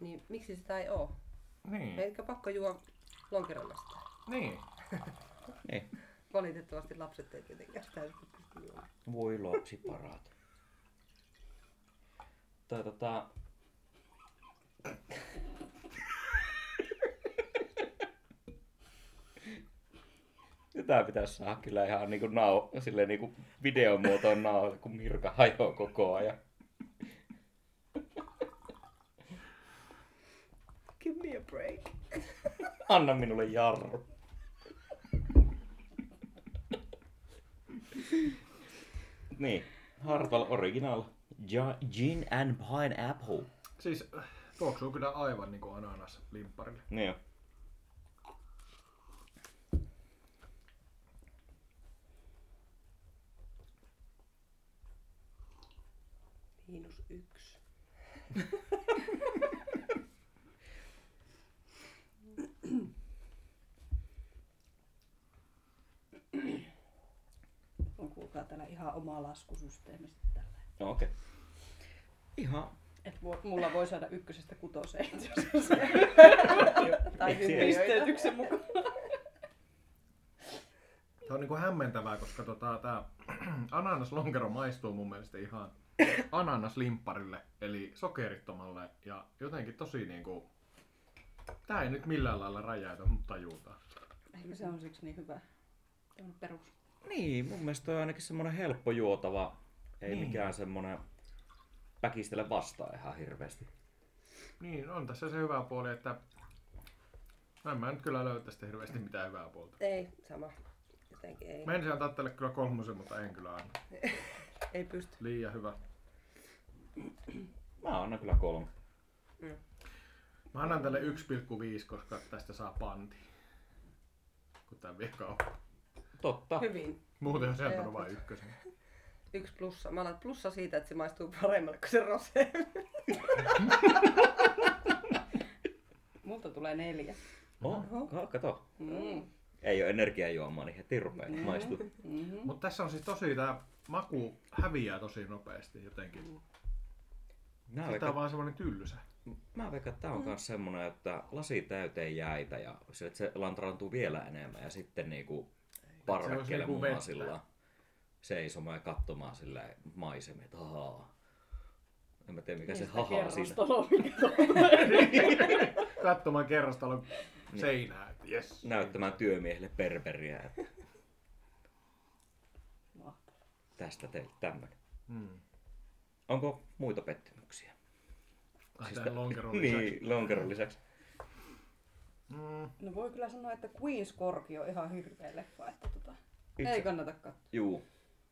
S2: Niin miksi sitä ei oo? Mm.
S1: Niin.
S2: Eikä pakko juo lonkeronnasta.
S1: niin.
S3: Niin.
S2: Valitettavasti lapset ei tietenkään sitä sitten pysty juomaan.
S3: Voi lapsi parat. tai tota... Ja Tää pitäisi saada kyllä ihan niinku nau, silleen niinku videomuotoon nauhoita, kun Mirka hajoaa koko ajan.
S2: Give me a break.
S3: Anna minulle jarru. niin, Hartwell Original. Ja, gin and Pineapple.
S1: Siis äh, tuoksuu kyllä aivan niin kuin ananas limpparille.
S3: Niin jo.
S2: Miinus yksi.
S8: Onko
S10: täällä ihan oma laskusysteemistä tällä.
S3: No okei. Okay. Ihan.
S8: Et mu- mulla voi saada ykkösestä kutoseen. jos- tai
S3: Miksi ei?
S8: pisteytyksen mukaan.
S1: Tämä on niinku hämmentävää, koska tota, tämä ananaslonkero maistuu mun mielestä ihan ananaslimpparille, eli sokerittomalle. Ja jotenkin tosi niinku... Tää ei nyt millään lailla räjäytä, mutta tajutaan.
S8: Ehkä se on siksi niin hyvä. Tämä on perus.
S3: Niin, mun mielestä on ainakin semmonen helppo juotava. Ei
S1: Niin.
S3: niin. mikään semmonen päkistele vastaan ihan hirveästi.
S1: Niin, on tässä se hyvä puoli, että en mä nyt kyllä löy tästä hirveästi mitään hyvää puolta.
S2: Ei, sama. Jotenkin ei,
S1: Mä ensin antaa tälle kyllä kolmosen, mutta en kyllä anna.
S2: ei pysty.
S1: Liian hyvä.
S3: Mä annan kyllä kolme.
S1: Mä annan tälle 1,5, koska tästä saa panti. Kun tää vie kauppaan.
S3: Totta.
S2: Hyvin.
S1: Muuten on sieltä vain ykkösen.
S2: Yksi plussa. Mä laitan plussa siitä, että se maistuu paremmalle kuin se rose.
S8: Multa tulee neljä.
S3: Oh, oh, kato.
S8: Mm.
S3: Ei ole energiajuomaa, niin heti rupeaa mm. maistuu.
S8: Mm-hmm.
S1: Mutta tässä on siis tosi tämä maku häviää tosi nopeasti
S3: Mm.
S1: jotenkin.
S3: Nää
S1: Sitten
S3: veikka,
S1: on vaan Mm. semmoinen tyllysä.
S3: Mä veikkaan, että tää on myös semmonen, että lasi täyteen jäitä ja se, että se lantraantuu vielä enemmän ja sitten niinku
S1: se olisi
S3: parvekkeelle
S1: niinku vettä.
S3: muun sillä seisomaan ja katsomaan sillä maisemia, että hahaa. En mä tiedä mikä
S1: Niin,
S3: se hahaa siinä. Niin.
S1: Katsomaan kerrostalon seinää, että jes.
S3: Näyttämään työmiehelle perperiä, että tästä teille tämmönen.
S1: Mm.
S3: Onko muita pettymyksiä?
S1: Ai
S3: Siis
S1: siis
S3: tä-
S1: lonkeron lisäksi.
S3: Niin, lonkeron lisäksi.
S1: Mm.
S8: No voi kyllä sanoa, että Queen's Corki on ihan hirveä leffa. Että tota,
S3: Itse-
S8: ei kannata katsoa.
S3: Juu,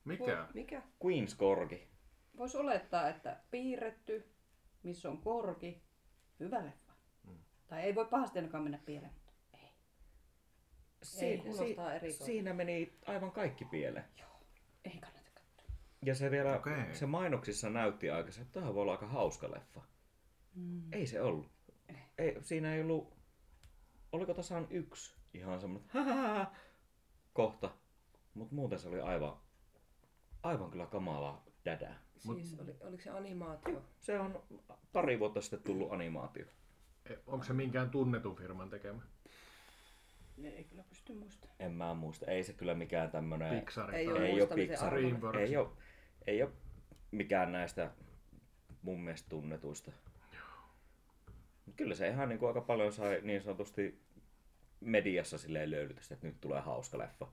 S1: Mikä?
S8: Mikä?
S3: Queen's Korki.
S8: Voisi olettaa, että piirretty, missä on korki, hyvä leffa. Tai ei voi pahasti ainakaan mennä pieleen. Ei, kuulostaa erikoiselta.
S3: Siinä meni aivan kaikki pieleen.
S8: Ei kannata katsoa.
S3: Ja se vielä, okay.
S1: Okei.
S3: se mainoksissa näytti aikaisemmin, että tämähän voi olla aika hauska leffa. Mm. Ei se ollut.
S8: Eh.
S3: Ei, siinä ei ollut, oliko tasan yksi ihan semmoinen "Hahaha" kohta. Mutta muuten se oli aivan, aivan kyllä kamalaa dädää.
S2: Siis oli, oliko se animaatio?
S3: Se on pari vuotta sitten tullut animaatio.
S1: E, Onko se minkään tunnetun firman tekemä?
S8: Ei kyllä pysty muistamaan.
S3: En mä muista, ei se kyllä mikään tämmönen...
S1: Pixar
S2: Ei oo
S1: tai
S3: ei oo
S2: muistamisen
S3: Pixar.
S2: arvoinen.
S1: DreamWorks.
S3: Ei ole, ei ole mikään näistä mun mielestä tunnetuista. Mut Kyllä se ihan niin kuin aika paljon sai niin sanotusti mediassa silleen löylytystä, että nyt tulee hauska leffa.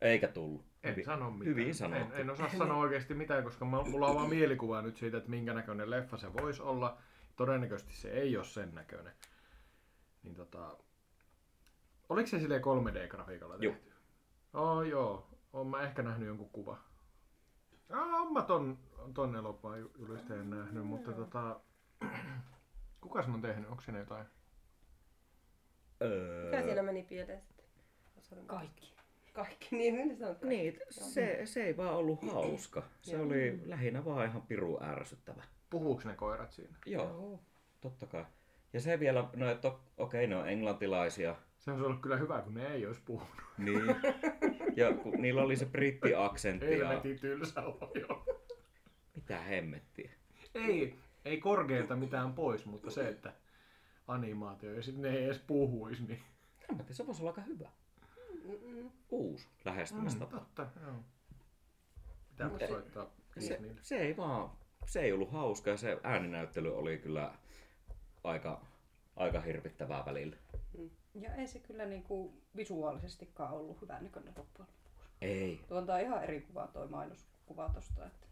S3: Eikä tullut.
S1: En
S3: Hyvin-
S1: sano mitään.
S3: Hyvin sanottu.
S1: En, en osaa sanoa oikeasti mitään, koska mä- mulla on vaan mielikuva nyt siitä, että minkä näköinen leffa se voisi olla. Todennäköisesti se ei ole sen näköinen. Niin tota... Oliko se silleen 3D-grafiikalla
S3: Joo.
S1: tehty? Oh, joo. Oon mä ehkä nähnyt jonkun kuva. Ah, on mä ton, ton elokuvan ju- julisteen nähnyt, mutta tota... Kuka sen on tehnyt? Onko siinä jotain?
S2: Mikä
S3: Öö,
S2: siinä meni pieleen sitten? Sori, mä-
S8: Kaikki.
S2: Kaikki, niin minä sanon kaikki.
S3: niin, se, se ei vaan ollut hauska. Se oli lähinnä vaan ihan piru ärsyttävä.
S1: Puhuuko ne koirat siinä?
S3: Joo, totta kai. Ja se vielä, no että okei, okay, ne on englantilaisia,
S1: Se olisi ollut kyllä hyvä, kun ne ei olisi puhunut.
S3: Niin. Ja kun niillä oli se brittiaksentti ja...
S1: Helvetin tylsä on joo.
S3: Mitä hemmettiä?
S1: Ei, ei korkeilta mitään pois, mutta se, että animaatio ja sitten ne ei edes puhuisi, niin...
S3: Hämmetti, se voisi olla aika hyvä.
S2: Mm,
S3: Uusi lähestymistapa.
S1: totta, joo. Pitää
S3: Mutta-
S1: soittaa
S3: Se,
S1: Disneylle.
S3: se ei vaan... Se ei ollut hauska ja se ääninäyttely oli kyllä aika, aika hirvittävää välillä.
S8: Ja ei se kyllä niinku visuaalisestikaan ollut niin hyvän näköinen loppujen lopuksi.
S3: Ei.
S8: Tuo antaa ihan eri kuvaa toi mainoskuva tosta. Että...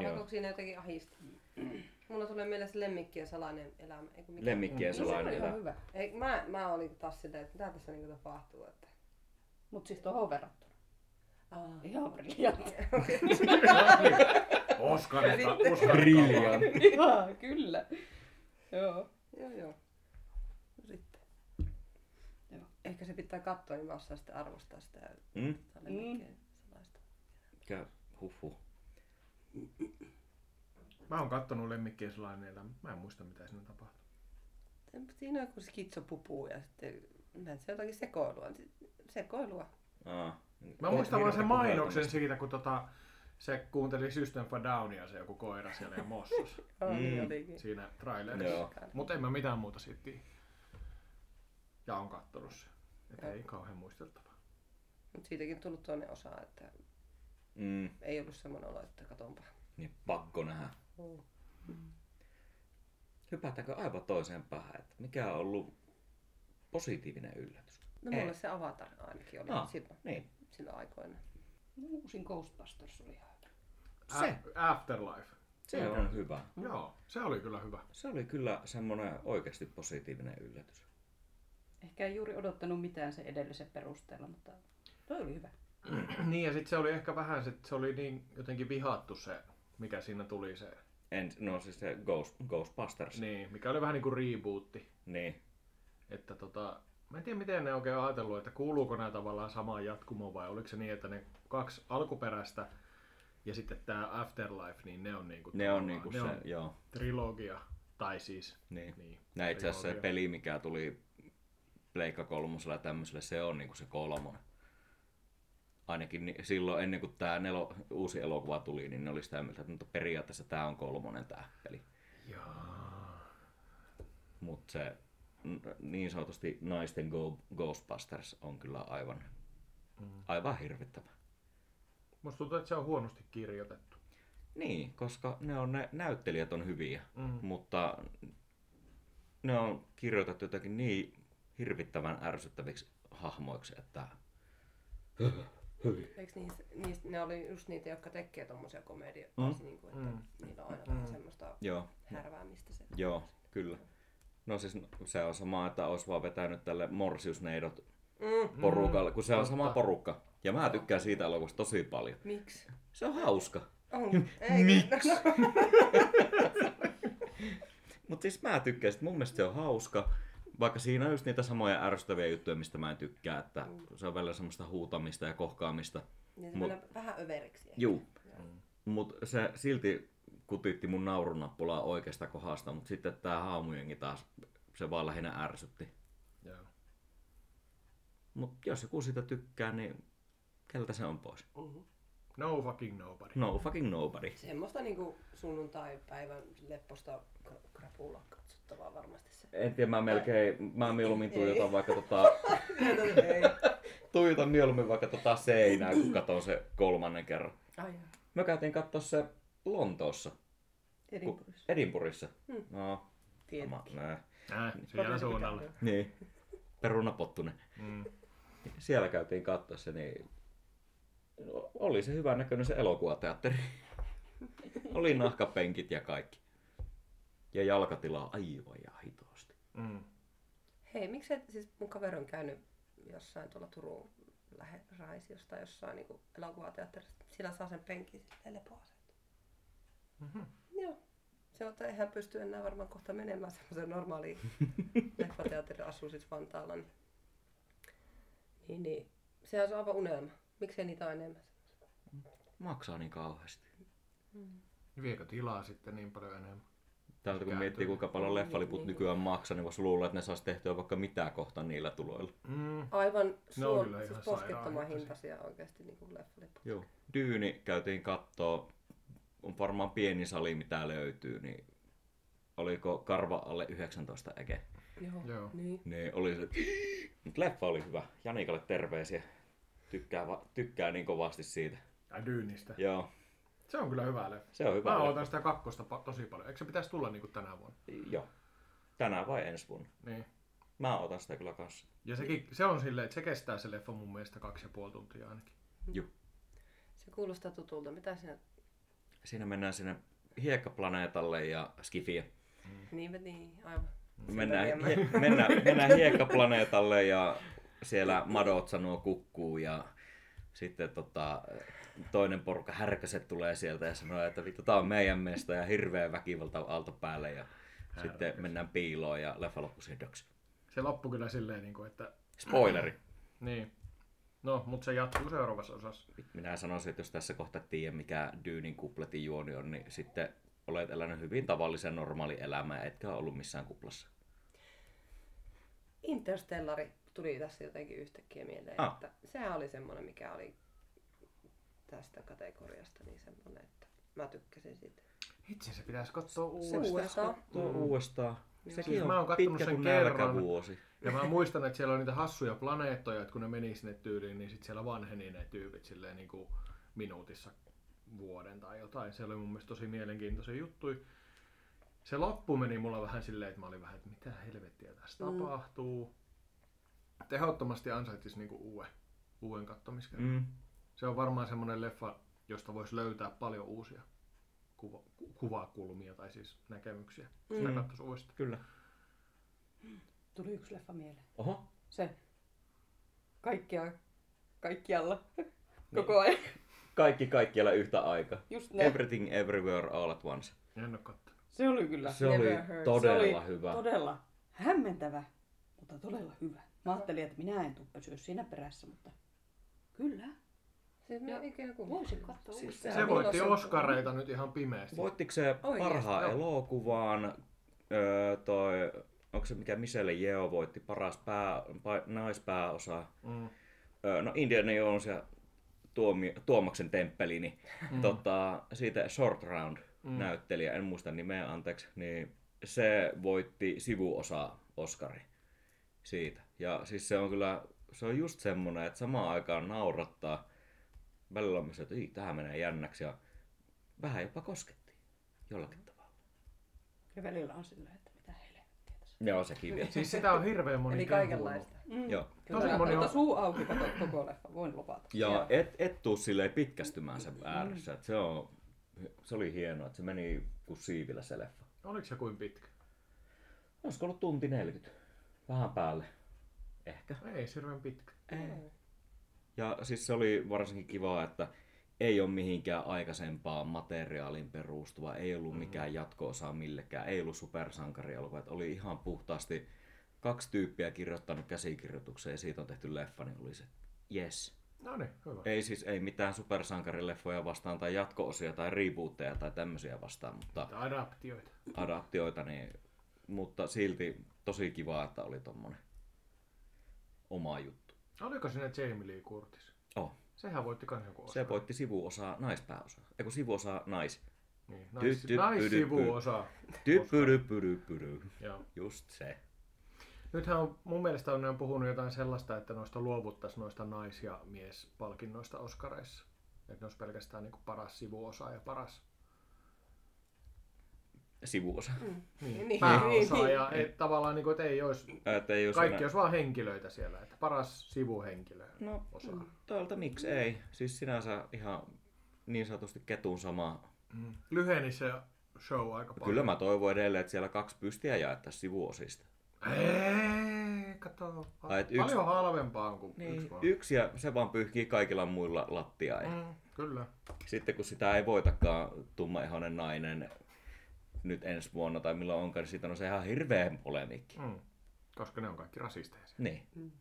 S3: Joo.
S2: Alkoiko siinä jotenkin ahista? Mulla tulee mielessä lemmikki ja salainen elämä. Ei, kun mikä-
S3: Lemmikki ja
S8: No se on
S3: salainen
S8: ihan
S3: elämä.
S8: hyvä.
S2: Ei, mä, mä olin taas sitä, että mitä tässä niinku tapahtuu. Että...
S8: Mut siis tohon verrattuna.
S2: Aa.
S8: Ihan briljantti.
S1: No, niin. Oskar,
S2: Sitten-
S1: Oskar
S3: Briljantti.
S8: ihan, kyllä. Joo.
S2: Joo, joo. Sitten.
S8: Joo.
S2: Ehkä se pitää katsoa, niin mä osaan sitten arvostaa sitä
S3: Mm?
S2: sitä lemmikkiä ja salaista.
S3: Mikä huhu.
S1: Mä oon kattonut lemmikkiä sellainen elämä. Mä en muista, mitä siinä tapahtuu.
S2: Siinä on joku skitsopupuu ja sitten näet se jotakin sekoilua. Sekoilua.
S3: Aa.
S1: Mä muistan vaan sen mainoksen siitä, kun tota, se kuunteli System for Downia se joku koira siellä ja mossos
S2: Oh, niin
S3: Mm.
S2: olikin.
S1: siinä trailerissa.
S3: Joo.
S1: Mutta en mä mitään muuta siitä tiedä. Ja on kattonut se. Et ei kauhean muisteltava.
S2: Mut siitäkin tullut toinen osa, että
S3: Mm.
S2: ei ollut semmoinen olo, että katonpa.
S3: Niin pakko nähdä.
S2: Mm.
S3: Hypätäänkö aivan toiseen päähän, että mikä on ollut positiivinen yllätys?
S2: No
S3: Ei.
S2: mulle se Avatar ainakin oli
S3: Ah,
S2: silloin,
S3: Niin.
S2: silloin aikoina.
S8: Uusin Ghostbusters oli ihan hyvä.
S3: Se.
S1: A- Afterlife.
S3: Se on hyvä.
S1: Joo, se oli kyllä hyvä.
S3: Se oli kyllä semmoinen oikeasti positiivinen yllätys.
S8: Ehkä ei juuri odottanut mitään sen edellisen perusteella, mutta toi oli hyvä.
S1: niin ja sitten se oli ehkä vähän, sit se oli niin jotenkin vihattu se, mikä siinä tuli se.
S3: En, no siis se Ghost, Ghostbusters. Niin.
S1: Niin, mikä oli vähän niin kuin rebootti.
S3: niin.
S1: Että tota, mä en tiedä miten ne oikein on ajatellut, että kuuluuko nämä tavallaan samaan jatkumoon vai oliko se niin, että ne kaksi alkuperäistä ja sitten tämä Afterlife, niin ne on niinku,
S3: Ne on
S1: tavallaan-
S3: niinku
S1: ne
S3: se,
S1: on
S3: joo.
S1: trilogia, tai siis
S3: Niin.
S1: niin,
S3: Nää itse asiassa se
S1: trilogia.
S3: peli, mikä tuli Pleikka kolmosella ja tämmöiselle, se on niinku se kolmonen. Ainakin ni- silloin ennen kuin tämä nelo, uusi elokuva tuli, niin ne oli sitä mieltä, että mutta periaatteessa tämä on kolmonen tämä peli.
S1: Jaa.
S3: Mutta se n- niin sanotusti naisten go- Ghostbusters on kyllä aivan, aivan hirvittävä.
S1: Mm. Musta tuntuu, että se on huonosti kirjoitettu.
S3: Niin, koska ne on, ne näyttelijät on hyviä,
S1: Mm.
S3: mutta ne on kirjoitettu jotenkin niin hirvittävän ärsyttäviksi hahmoiksi, että
S2: Eikö niistä, niistä, ne oli just niitä, jotka tekee tommosia komedioita, mm. niin kuin, että mm. niillä on aina vähän semmoista
S3: joo,
S2: härväämistä se.
S3: joo, kyllä. No siis se on sama, että olisi vaan vetänyt tälle morsiusneidot
S2: Mm.
S3: porukalle, kun se on sama porukka. Ja mä tykkään siitä elokuvasta tosi paljon.
S2: Miksi?
S3: Se on hauska.
S2: On. Oh, Ei, Miksi? No,
S3: Mutta siis mä tykkään sitä, mun mielestä se on hauska. Vaikka siinä on just niitä samoja ärsyttäviä juttuja, mistä mä en tykkää, että se on välillä semmoista huutamista ja kohkaamista.
S2: niin se
S3: Mut-
S2: menee vähän överiksi. ehkä.
S3: Juu. Mutta se silti kutitti mun naurunappulaa oikeasta kohdasta, mutta sitten tää haamujengi taas, se vaan lähinnä ärsytti.
S1: Joo.
S3: Mutta jos joku sitä tykkää, niin keltä se on pois?
S1: No fucking nobody.
S3: No fucking nobody.
S2: Semmoista niinku sunnuntai-päivän lepposta kra- krapulaa katsottavaa varmasti se.
S3: En tiedä, mä melkein, mä mieluummin tuijotan vaikka tota,
S2: Ei.
S3: tuijotan mieluummin vaikka tota seinää, kun katon se kolmannen kerran.
S2: Ai jaa.
S3: Mä käytiin katsoa se Lontoossa, ku-
S8: Edinburghissa.
S3: Edinburghissa. No,
S2: Tiedä.
S3: sama, nää.
S1: Äh, siellä suunnalla.
S3: Niin, perunapottune.
S1: Mm.
S3: Siellä käytiin katsoa se, niin o- oli se hyvän näköinen se elokuvateatteri. oli nahkapenkit ja kaikki. Ja jalkatilaa aivan ja hitosti.
S1: Mm.
S2: Hei, miksi et, siis mun kaveri on käynyt jossain tuolla Turun lähe, Raisiossa tai jossain niin elokuvateatterissa. Sillä saa sen penkin silleen lepoaset.
S1: mhm.
S2: Mm-hmm. Joo. Se on, että eihän pysty enää varmaan kohta menemään semmoiseen normaaliin leffateatteriin, asuu siis Vantaalla. Niin, niin, niin. Sehän on aivan unelma. Miksei niitä ole enemmän?
S3: Maksaa niin kauheasti.
S1: Viekö tilaa sitten niin paljon enemmän?
S3: Täältä kun
S1: Kääntyy.
S3: miettii kuinka paljon leffaliput nykyään maksaa, niin voisi luulla, että ne saisi tehtyä vaikka mitä kohta niillä tuloilla.
S1: Mm.
S2: Aivan
S1: on
S2: suor,
S1: kyllä ihan
S2: siis poskettoman
S1: sairaan hintaisia.
S2: hintaisia oikeasti niin kuin leffaliput.
S3: Joo. Dyyni käytiin kattoo. On varmaan pieni sali mitä löytyy, niin oliko karva alle 19 eke?
S2: Joo.
S1: Joo.
S2: Niin.
S3: Niin oli se. Mut leffa oli hyvä. Janikalle terveisiä. Tykkää, va- tykkää niin kovasti siitä.
S1: Ja dyynistä.
S3: Joo,
S1: Se on kyllä hyvä leffa.
S3: se on hyvä.
S1: Mä
S3: leffa.
S1: odotan sitä kakkosta pa- tosi paljon. Eikö se pitäisi tulla niinku tänä vuonna?
S3: Joo. Tänään vai ensi vuonna?
S1: Niin.
S3: Mä otan sitä kyllä kanssa.
S1: Ja sekin, se on silleen, että se kestää se leffa mun mielestä kaksi ja puoli tuntia ainakin.
S3: Joo.
S2: Se kuulostaa tutulta. Mitä sinä...
S3: Siinä mennään sinne hiekkaplaneetalle ja skifiä.
S2: Niinpä niin, aivan.
S3: Mennään,
S2: viemään.
S3: hie- mennään, mennään hiekkaplaneetalle ja siellä madot sanoo kukkuu ja sitten tota, toinen porukka härkäset tulee sieltä ja sanoo, että vittu tää on meidän mesta ja hirveä väkivalta on alta päälle ja sitten mennään piiloon ja leffa loppuu hidoksi.
S1: Se loppui kyllä silleen, niinku, että
S3: Spoileri!
S1: niin. No, mutta se jatkuu seuraavassa osassa.
S3: Minä sanoisin, että jos tässä kohta et tiedä mikä Dyynin kupletin juoni on, niin sitten olet elänyt hyvin tavallisen normaali elämää, etkä ole ollut missään kuplassa.
S2: Interstellari tuli tässä jotenkin yhtäkkiä mieleen,
S3: Ah.
S2: ah. että sehän oli semmoinen, mikä oli tästä kategoriasta niin semmoinen, että mä tykkäsin siitä.
S1: Itse se pitäisi katsoa
S2: Se
S1: uudestaan.
S2: uudestaan.
S6: Tuo
S1: Mm.
S6: uudestaan.
S2: Joo.
S6: Sekin
S1: Siis
S6: on
S1: mä oon kattonut
S6: pitkä
S1: sen
S6: kuin
S1: kerran.
S6: nälkävuosi.
S1: Ja mä muistan, että siellä oli niitä hassuja planeettoja, että kun ne meni sinne tyyliin, niin sit siellä vanheni ne tyypit silleen niin kuin minuutissa vuoden tai jotain. Se oli mun mielestä tosi mielenkiintoisia juttuja. Se loppu meni mulla vähän silleen, että mä olin vähän, että mitä helvettiä tässä
S2: Mm.
S1: tapahtuu. Tehottomasti ansaitsisi niinku uuden, uuden kattomiskerran.
S6: Mm.
S1: Se on varmaan semmoinen leffa, josta voisi löytää paljon uusia kuva, ku- kuvakulmia tai siis näkemyksiä. Sitä
S6: Mm.
S1: mm. katsoisi uudestaan.
S6: Kyllä.
S8: Tuli yksi leffa mieleen.
S6: Oho.
S8: Se. Kaikkea, kaikkialla.
S3: Niin.
S8: Koko ajan.
S3: Kaikki kaikkialla yhtä aikaa.
S8: Just näin.
S3: Everything Everywhere All at Once.
S1: En ole kattonut.
S8: Se oli kyllä.
S6: Se oli
S2: Never heard.
S6: todella
S8: Se oli
S6: hyvä.
S8: Todella hämmentävä, mutta todella hyvä. Mä ajattelin, että minä en tule pysyä siinä perässä, mutta kyllä.
S2: Siis mä
S8: Ja
S2: ikään kuin...
S4: Voisin katsoa
S2: Siis
S4: uudestaan.
S2: Tää
S1: Se
S2: on
S1: voitti
S2: iloisen-
S1: Oskareita nyt ihan pimeästi.
S3: Voittiko se
S8: Oh,
S2: Oikeesti,
S3: parhaan
S1: joo.
S3: elokuvaan? Öö, toi, onko se mikä Michelle Yeoh voitti paras pää, pa, naispääosa?
S1: Mm.
S3: Öö, no Indiana Jones ja Tuomi, Tuomaksen temppeli, niin mm. tota, siitä Short Round mm. näyttelijä, en muista nimeä, anteeksi, niin se voitti sivuosa Oscari siitä. Ja siis se on kyllä, se on just semmonen, että samaan aikaan naurattaa. Välillä on myös, että "Ii, tähän menee jännäksi ja vähän jopa koskettiin jollakin tavalla.
S8: Ja välillä on silleen, että mitä helvettiä tässä.
S3: Joo, sekin vielä.
S1: Siis sitä on hirveän moni
S2: Eli
S1: kehunut.
S2: kaikenlaista.
S8: Mm.
S3: Joo.
S1: Tosi
S8: Kyllä,
S1: moni
S8: mutta
S1: on-
S8: suu auki kato koko leffa, voin lopata.
S3: Ja et, et tuu silleen pitkästymään sen ääressä. Et se, on, se oli hienoa, että se meni kuin siivillä se leffa.
S1: Oliko se kuin pitkä?
S3: Olisiko ollut tunti 40? Vähän päälle. Ehkä.
S1: Ei, se hirveän pitkä.
S3: Ja siis se oli varsinkin kivaa, että ei ole mihinkään aikaisempaan materiaaliin perustuva, ei ollut mikään jatko-osa millekään, ei ollut supersankarielokuva, että oli ihan puhtaasti kaksi tyyppiä kirjoittanut käsikirjoituksen ja siitä on tehty leffa, niin oli se, yes.
S1: No niin, hyvä.
S3: Ei siis ei mitään supersankarileffoja vastaan tai jatko-osia tai rebooteja tai tämmöisiä vastaan, mutta
S1: Adaptioita.
S3: adaptioita, niin, mutta silti tosi kivaa, että oli tommonen oma juttu.
S1: Oliko siinä Jamie Lee Curtis?
S3: Oh.
S1: Sehän voitti kans joku
S3: Se voitti sivuosaa naispääosaa. Eiku sivuosaa nais.
S1: Niin,
S3: Tyt, tyt,
S1: naissivuosa.
S3: Typyrypyrypyry.
S1: Joo.
S3: Just se.
S1: Nythän on, mun mielestä on ne on puhunut jotain sellaista, että noista luovuttaisiin noista nais- ja miespalkinnoista Oskareissa. Että ne olisi pelkästään niin paras sivuosa ja paras
S3: Sivuosa.
S1: niin,
S2: Niin,
S1: pääosa.
S2: niin,
S1: Ja ei, tavallaan, niin kuin, että ei olisi,
S3: Ää, Että ei oo
S1: kaikki
S3: siinä-
S1: olisi vaan henkilöitä siellä. Että paras sivuhenkilö
S3: No,
S1: osa.
S3: toilta miksi ei. Siis sinänsä ihan niin sanotusti ketun sama.
S1: Mm. Lyheni se show aika paljon.
S3: Kyllä mä toivon edelleen, että siellä kaksi pystiä jaettaisiin sivuosista.
S1: Ei, kato.
S3: Ai, et
S1: Paljon
S3: yksi-
S1: halvempaa on kuin yksi
S3: Niin.
S1: vaan.
S3: Yksi ja se vaan pyyhkii kaikilla muilla lattiaa. Ja
S1: Mm, kyllä.
S3: Sitten kun sitä ei voitakaan tummaihoinen nainen nyt ensi vuonna tai milloin onkaan, niin siitä on se ihan hirveä polemikki.
S1: Mm. Koska ne on kaikki rasisteja. siellä.
S3: Niin,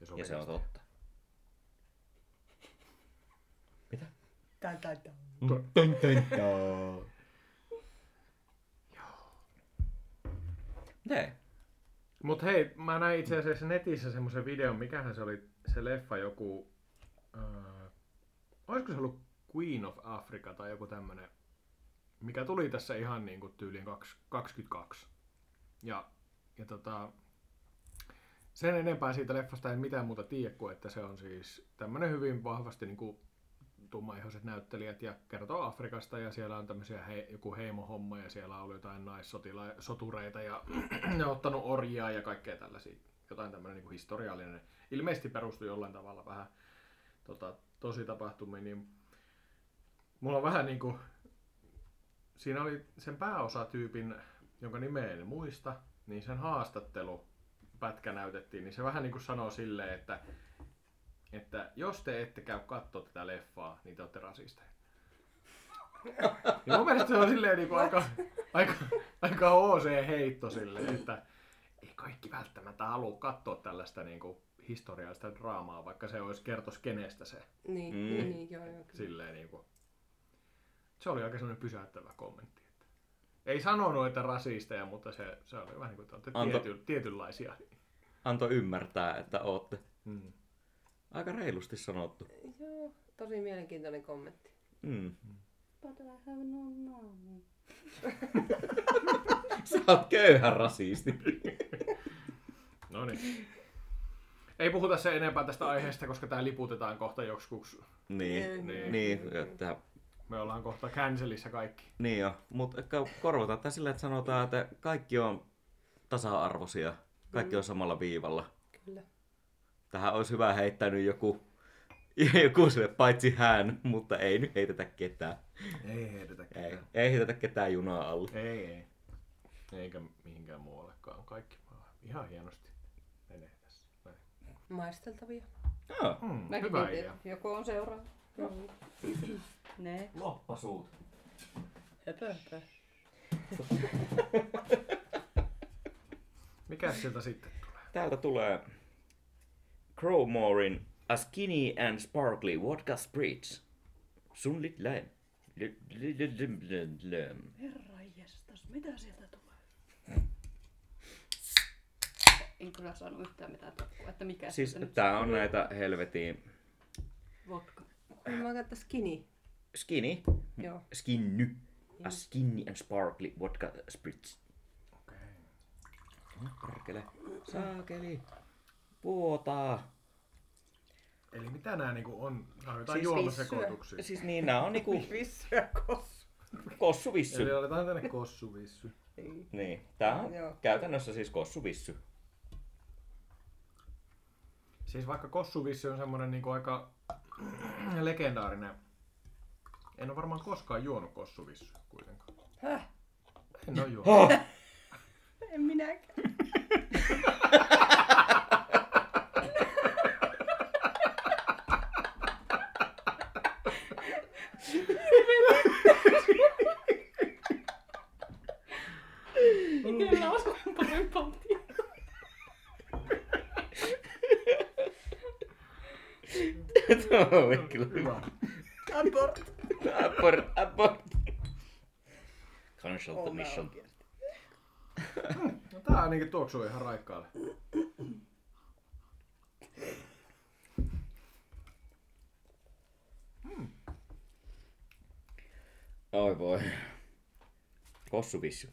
S1: Ja se on,
S3: ja se on totta.
S2: Tai, tai, tai.
S3: Ne.
S1: Mutta hei, mä näin itse asiassa netissä semmoisen videon, mikähän se oli se leffa joku... Äh, olisiko se ollut Queen of Africa tai joku tämmönen, mikä tuli tässä ihan niin kuin tyyliin kaks- 22. Ja, ja tota, sen enempää siitä leffasta en mitään muuta tiedä kuin, että se on siis tämmönen hyvin vahvasti niin kuin tummaihoiset näyttelijät ja kertoo Afrikasta ja siellä on tämmöisiä he, joku heimohomma ja siellä on ollut jotain naissotureita ja ne on ottanut orjia ja kaikkea tällaisia. Jotain tämmöinen niin historiallinen. Ilmeisesti perustui jollain tavalla vähän tota, tosi tapahtumiin. Niin mulla on vähän niin kuin, siinä oli sen pääosatyypin, jonka nimeä en muista, niin sen haastattelu pätkä näytettiin, niin se vähän niin kuin sanoo silleen, että että jos te ette käy katsoa tätä leffaa, niin te olette rasisteja. Ja mun mielestä se on silleen niin kuin aika, aika, aika OC heitto silleen, että ei kaikki välttämättä halua katsoa tällaista niin kuin historiallista draamaa, vaikka se olisi kertos kenestä se
S2: Niin,
S3: Mm.
S2: niin, niin, joo, joo. kyllä.
S1: silleen niin kuin. Se oli aika sellainen pysäyttävä kommentti. Että. Ei sanonut, että rasisteja, mutta se, se oli vähän niin kuin, että te olette
S3: Anto-
S1: tiety, tietynlaisia.
S3: antoi ymmärtää, että ootte.
S1: Mm.
S3: Aika reilusti sanottu.
S2: Joo, tosi mielenkiintoinen kommentti.
S3: Mm.
S4: But I have no money.
S3: Sä oot köyhä rasisti.
S1: No niin. Ei puhuta sen enempää tästä aiheesta, koska tämä liputetaan kohta joksikuksi.
S3: niin,
S1: Niin.
S3: niin, niin, että,
S1: Me ollaan kohta cancelissä kaikki.
S3: niin jo. Mutta korvataan tämä sillä, että sanotaan, että kaikki on tasa-arvoisia. Kaikki on samalla viivalla.
S2: Kyllä.
S3: Tähän olisi hyvä heittänyt joku, joku sille paitsi hän, mutta ei nyt heitetä ketään.
S1: Ei heitetä ketään.
S3: Ei, ei heitetä ketään junaa alle.
S1: Ei, ei. Eikä mihinkään muuallekaan. Kaikki vaan ihan hienosti menee tässä. Näin.
S2: Maisteltavia.
S3: Joo.
S1: Mm,
S8: Mäkin
S1: hyvä
S8: mietin,
S1: idea.
S8: että Joko on seuraava.
S2: No.
S8: Ne.
S3: Loppasuut.
S2: Höpö, höpö.
S1: Mikäs sieltä sitten tulee?
S3: Täältä tulee Crowmorein A Skinny and Sparkly Vodka Spritz. Sunlit lime.
S8: Herra jestas, mitä sieltä tulee? En kyllä saanut yhtään mitään tokua, että mikä
S3: Siis
S8: sieltä nyt
S3: tää on näitä helvetin
S8: vodka.
S2: Mä katsoin skinny.
S3: skinny,
S2: Joo.
S3: skinny, a skinny and sparkly vodka spritz.
S1: Okei.
S3: No, Perkele. Saakeli. Vuotaa.
S1: Eli mitä nämä niinku on? Nämä on jotain
S3: Siis
S1: juomasekoituksia.
S3: Siis niin, nää on niinku
S2: Vissyä kossu.
S3: kossuvissu.
S1: Eli otetaan tänne kossuvissy.
S3: Niin, tää on
S2: Joo.
S3: käytännössä siis kossuvissu.
S1: Siis vaikka kossuvissi on semmoinen niinku aika legendaarinen. En ole varmaan koskaan juonut kossuvissyä kuitenkaan.
S2: Häh?
S1: En ole juonut.
S2: En minäkään.
S8: Kyllä olisi parempi pantia.
S3: Tää on kyllä hyvä.
S2: Abort.
S3: Abort, abort. Cancel the mission.
S1: No, tää ainakin tuoksuu ihan raikkaalle.
S3: Oi voi. Kossuvissu.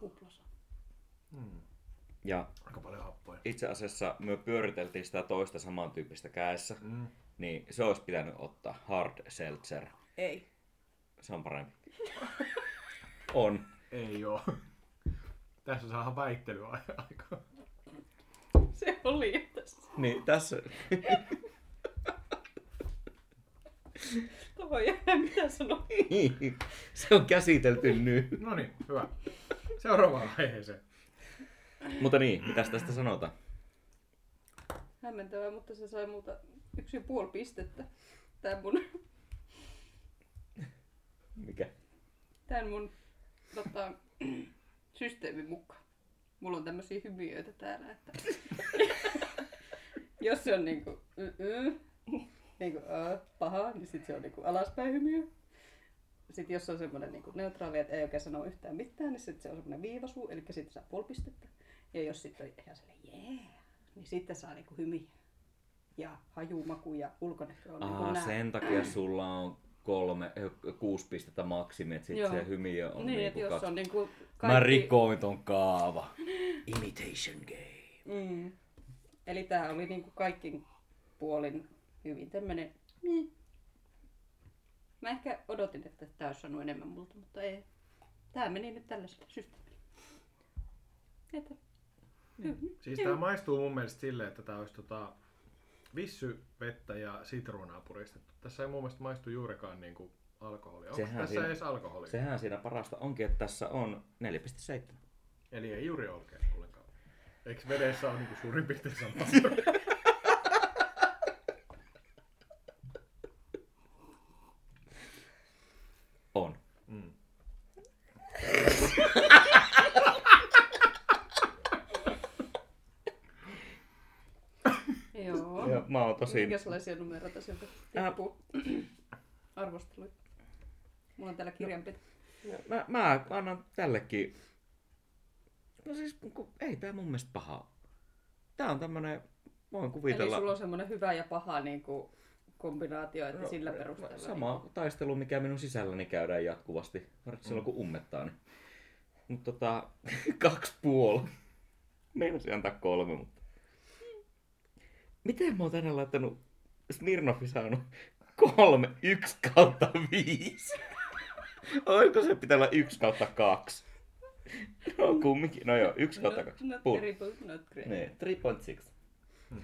S8: Kuplassa.
S3: Ja
S1: Aika paljon happoja.
S3: itse asiassa me pyöriteltiin sitä toista samantyyppistä kädessä,
S1: Mm.
S3: niin se olisi pitänyt ottaa hard seltzer.
S2: Ei.
S3: Se on parempi. On.
S1: Ei oo. Tässä saadaan väittelyä aikaa.
S8: Se oli tässä.
S3: Niin tässä
S8: Voi jää, mitä sanoa.
S3: se on käsitelty nyt.
S1: No niin, hyvä. Seuraavaan aiheeseen.
S3: Mutta niin, mitäs tästä sanotaan?
S8: Hämmentävää, mutta se sai multa yksi ja puoli pistettä. Tän mun,
S3: Mikä?
S8: tän mun tota, systeemin mukaan. Mulla on tämmöisiä hymiöitä täällä, että jos se on niinku y-y, niinku ö, paha, niin sit se on niinku alaspäin hymiö. Sitten jos se on semmoinen niinku neutraali, että ei oikein sano yhtään mitään, niin sit se on semmoinen viivasuu, eli sitten saa puoli pistettä. Ja jos sitten on ihan sellainen jee, niin sitten saa niinku hymiä. Ja hajumaku ja ulkonäkö on niinku
S3: Aa,
S8: nää.
S3: sen takuun. takia sulla on kolme, ö, kuusi pistettä maksimi, että sit
S8: Joo.
S3: se hymiö on
S8: niin,
S3: niinku
S8: että jos
S3: kaksi.
S8: on niinku
S3: Mä rikoin ton kaava. Imitation game.
S8: Mm. Eli tää oli niinku kaikin puolin hyvin tämmönen... Niin. Mä ehkä odotin, että tää olisi saanut enemmän multa, mutta ei. Tää meni nyt tällaisella systeemillä. Että
S1: Siis tää maistuu mun mielestä silleen, että tää olisi tota vissy, vettä ja sitruunaa puristettu. Tässä ei mun mielestä maistu juurikaan niinku alkoholia. Onko
S3: Sehän
S1: tässä
S3: siinä-
S1: edes alkoholia?
S3: Sehän siinä parasta onkin, että tässä on 4,7.
S1: Eli ei juuri oikein ollenkaan. Eikö vedessä ole niinku suurin piirtein sama?
S3: On.
S1: Mm.
S8: joo.
S3: Ja mä oon tosi...
S8: Minkälaisia numeroita sieltä
S3: Äh.
S8: tippuu? Arvosteluita.
S3: No,
S8: Mulla on täällä kirjanpito.
S3: Mä, mä, mä annan tällekin No siis ku- ei tää mun mielestä paha ole. Tää on tämmönen, voin
S8: Eli
S3: kuvitella...
S8: sulla on semmoinen hyvä ja paha niin kuin, kombinaatio,
S3: No,
S8: että sillä perusteella. niin
S6: Sama taistelu, mikä minun sisälläni käydään jatkuvasti, varsinkin silloin kun ummettaa. Niin. Mutta tota,
S3: Kaksi puoli. Meinasin antaa kolme, mutta... Miten mä oon tänään laittanut Smirnoffi saanut kolme, yksi kautta viisi? Olisiko se pitää olla yksi kautta kaksi? No kumminkin, no joo, yksi kautta
S8: Not,
S3: kaksi.
S8: not
S3: Pull.
S8: terrible, not great.
S3: Niin, 3.6.
S1: Mm.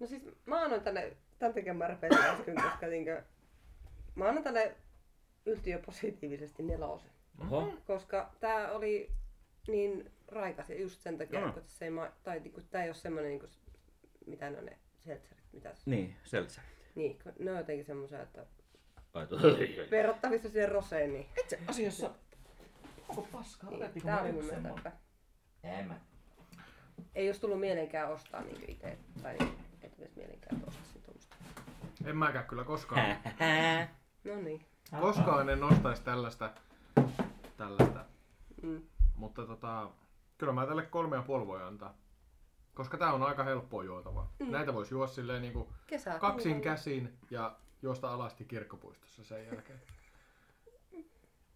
S2: No siis mä annoin tänne, tämän takia mä repetin äsken, koska niinkö, mä annan tälle yltiöpositiivisesti nelosen.
S6: oho,
S2: Mm-hmm. Koska tää oli niin raikas ja just sen takia, no. kun se ei, ma- tai niinku, tää ei ole semmonen niinku, s- mitä ne on ne seltserit, mitä se,
S3: Niin, seltsä.
S2: niin, kun ne on jotenkin semmoisia, että
S6: Ai,
S2: verrattavissa siihen roseen, niin,
S3: Itse asiassa... Onko paskaa?
S2: niin tää oli mun mielestä. hyvä. Ei olisi tullut mielenkään ostaa niinku itse, tai niinku, et olisi mielenkään ostaa sitä tuommoista.
S1: En mäkään kyllä koskaan.
S2: No niin.
S1: Ah. koskaan en nostaisi tällaista. tällaista.
S2: Mm.
S1: Mutta tota, kyllä mä tälle kolme ja puoli voi antaa. Koska tää on aika helppoa juotavaa. Mm. Näitä voisi juoda silleen niinku
S2: Kesä.
S1: kaksin käsin ja juosta alasti kirkkopuistossa sen jälkeen.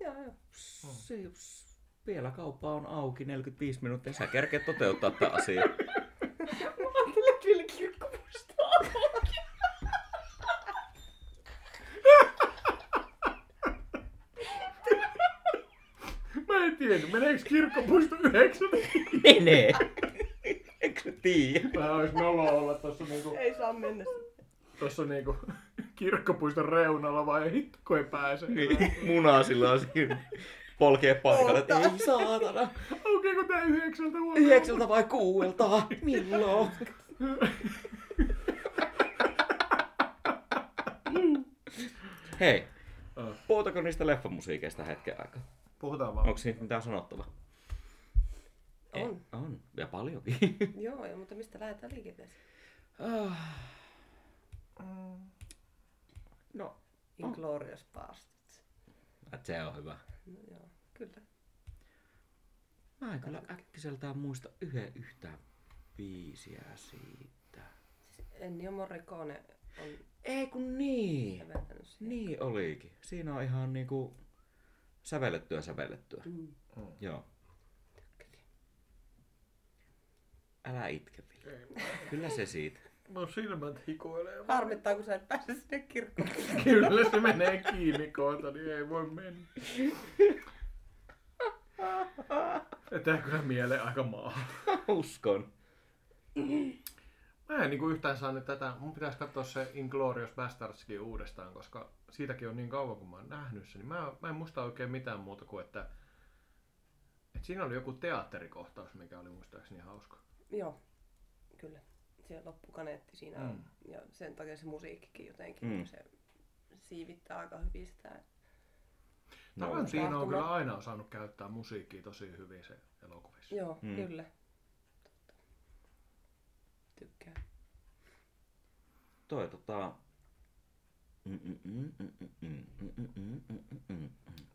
S2: Joo, joo.
S3: Se jos vielä kauppa on auki 45 minuuttia, sä kerkeet toteuttaa tää asia.
S8: Kyllä kirkkopuisto on auki.
S1: Mä en tiedä, meneekö kirkkopuisto yhdeksän?
S3: Menee! Eikö sä tiedä?
S1: Vähän olisi noloa olla tossa niinku,
S2: Ei saa mennä.
S1: tossa niinku kirkkopuiston reunalla vai hitto kun ei pääse.
S3: Munaa sillä on siinä. Polkee paikalle, että ei saatana.
S1: Aukeeko tää yhdeksältä huomenna?
S3: Yhdeksältä vai kuuelta? Milloin? Hei, puhutako niistä leffamusiikeista hetken aikaa?
S1: Puhutaan vaan.
S3: Onko niitä mitään sanottavaa?
S2: On.
S3: Eh, on, ja paljonkin.
S2: Joo, joo, mutta mistä lähdetään liikenteeseen?
S3: Ah. Mm. no,
S2: Inglorious Bastards.
S3: se on hyvä.
S2: No joo, kyllä.
S3: Mä en kyllä äkkiseltään muista yhden yhtään biisiä siitä.
S2: Siis Ennio Morricone on
S3: Ei kun niin.
S2: vetänyt siihen.
S3: Niin olikin. Siinä on ihan niinku sävellettyä sävellettyä. Mm. Joo. Älä itke Ville. Kyllä se siitä.
S1: Mun silmät hikoilee.
S2: Harmittaa, kun sä et pääse sinne kirkkoon.
S1: Kyllä se menee kiinni kohta, niin ei voi mennä. Tää kyllä mieleen aika maa.
S3: Uskon.
S1: Mä en niinku yhtään saa nyt tätä. Mun pitäisi katsoa se Inglorious Bastardskin uudestaan, koska siitäkin on niin kauan kun mä oon nähnyt sen. Niin mä, mä en muista oikein mitään muuta kuin, että, että siinä oli joku teatterikohtaus, mikä oli muistaakseni hauska.
S2: joo, kyllä. Se loppukaneetti siinä on. Ja sen takia se musiikkikin jotenkin,
S3: Mm.
S2: mm. se siivittää aika hyvin sitä.
S1: No,
S3: No,
S1: siinä on
S2: tapahtuma.
S1: kyllä aina osannut käyttää musiikkia tosi hyvin se elokuvissa.
S2: Joo,
S3: Mm.
S2: mm. kyllä. Totta. Tykkää.
S3: toi tota... Mm, mm, mm, mm, mm, mm, mm, mm, mm, mm, mm, mm.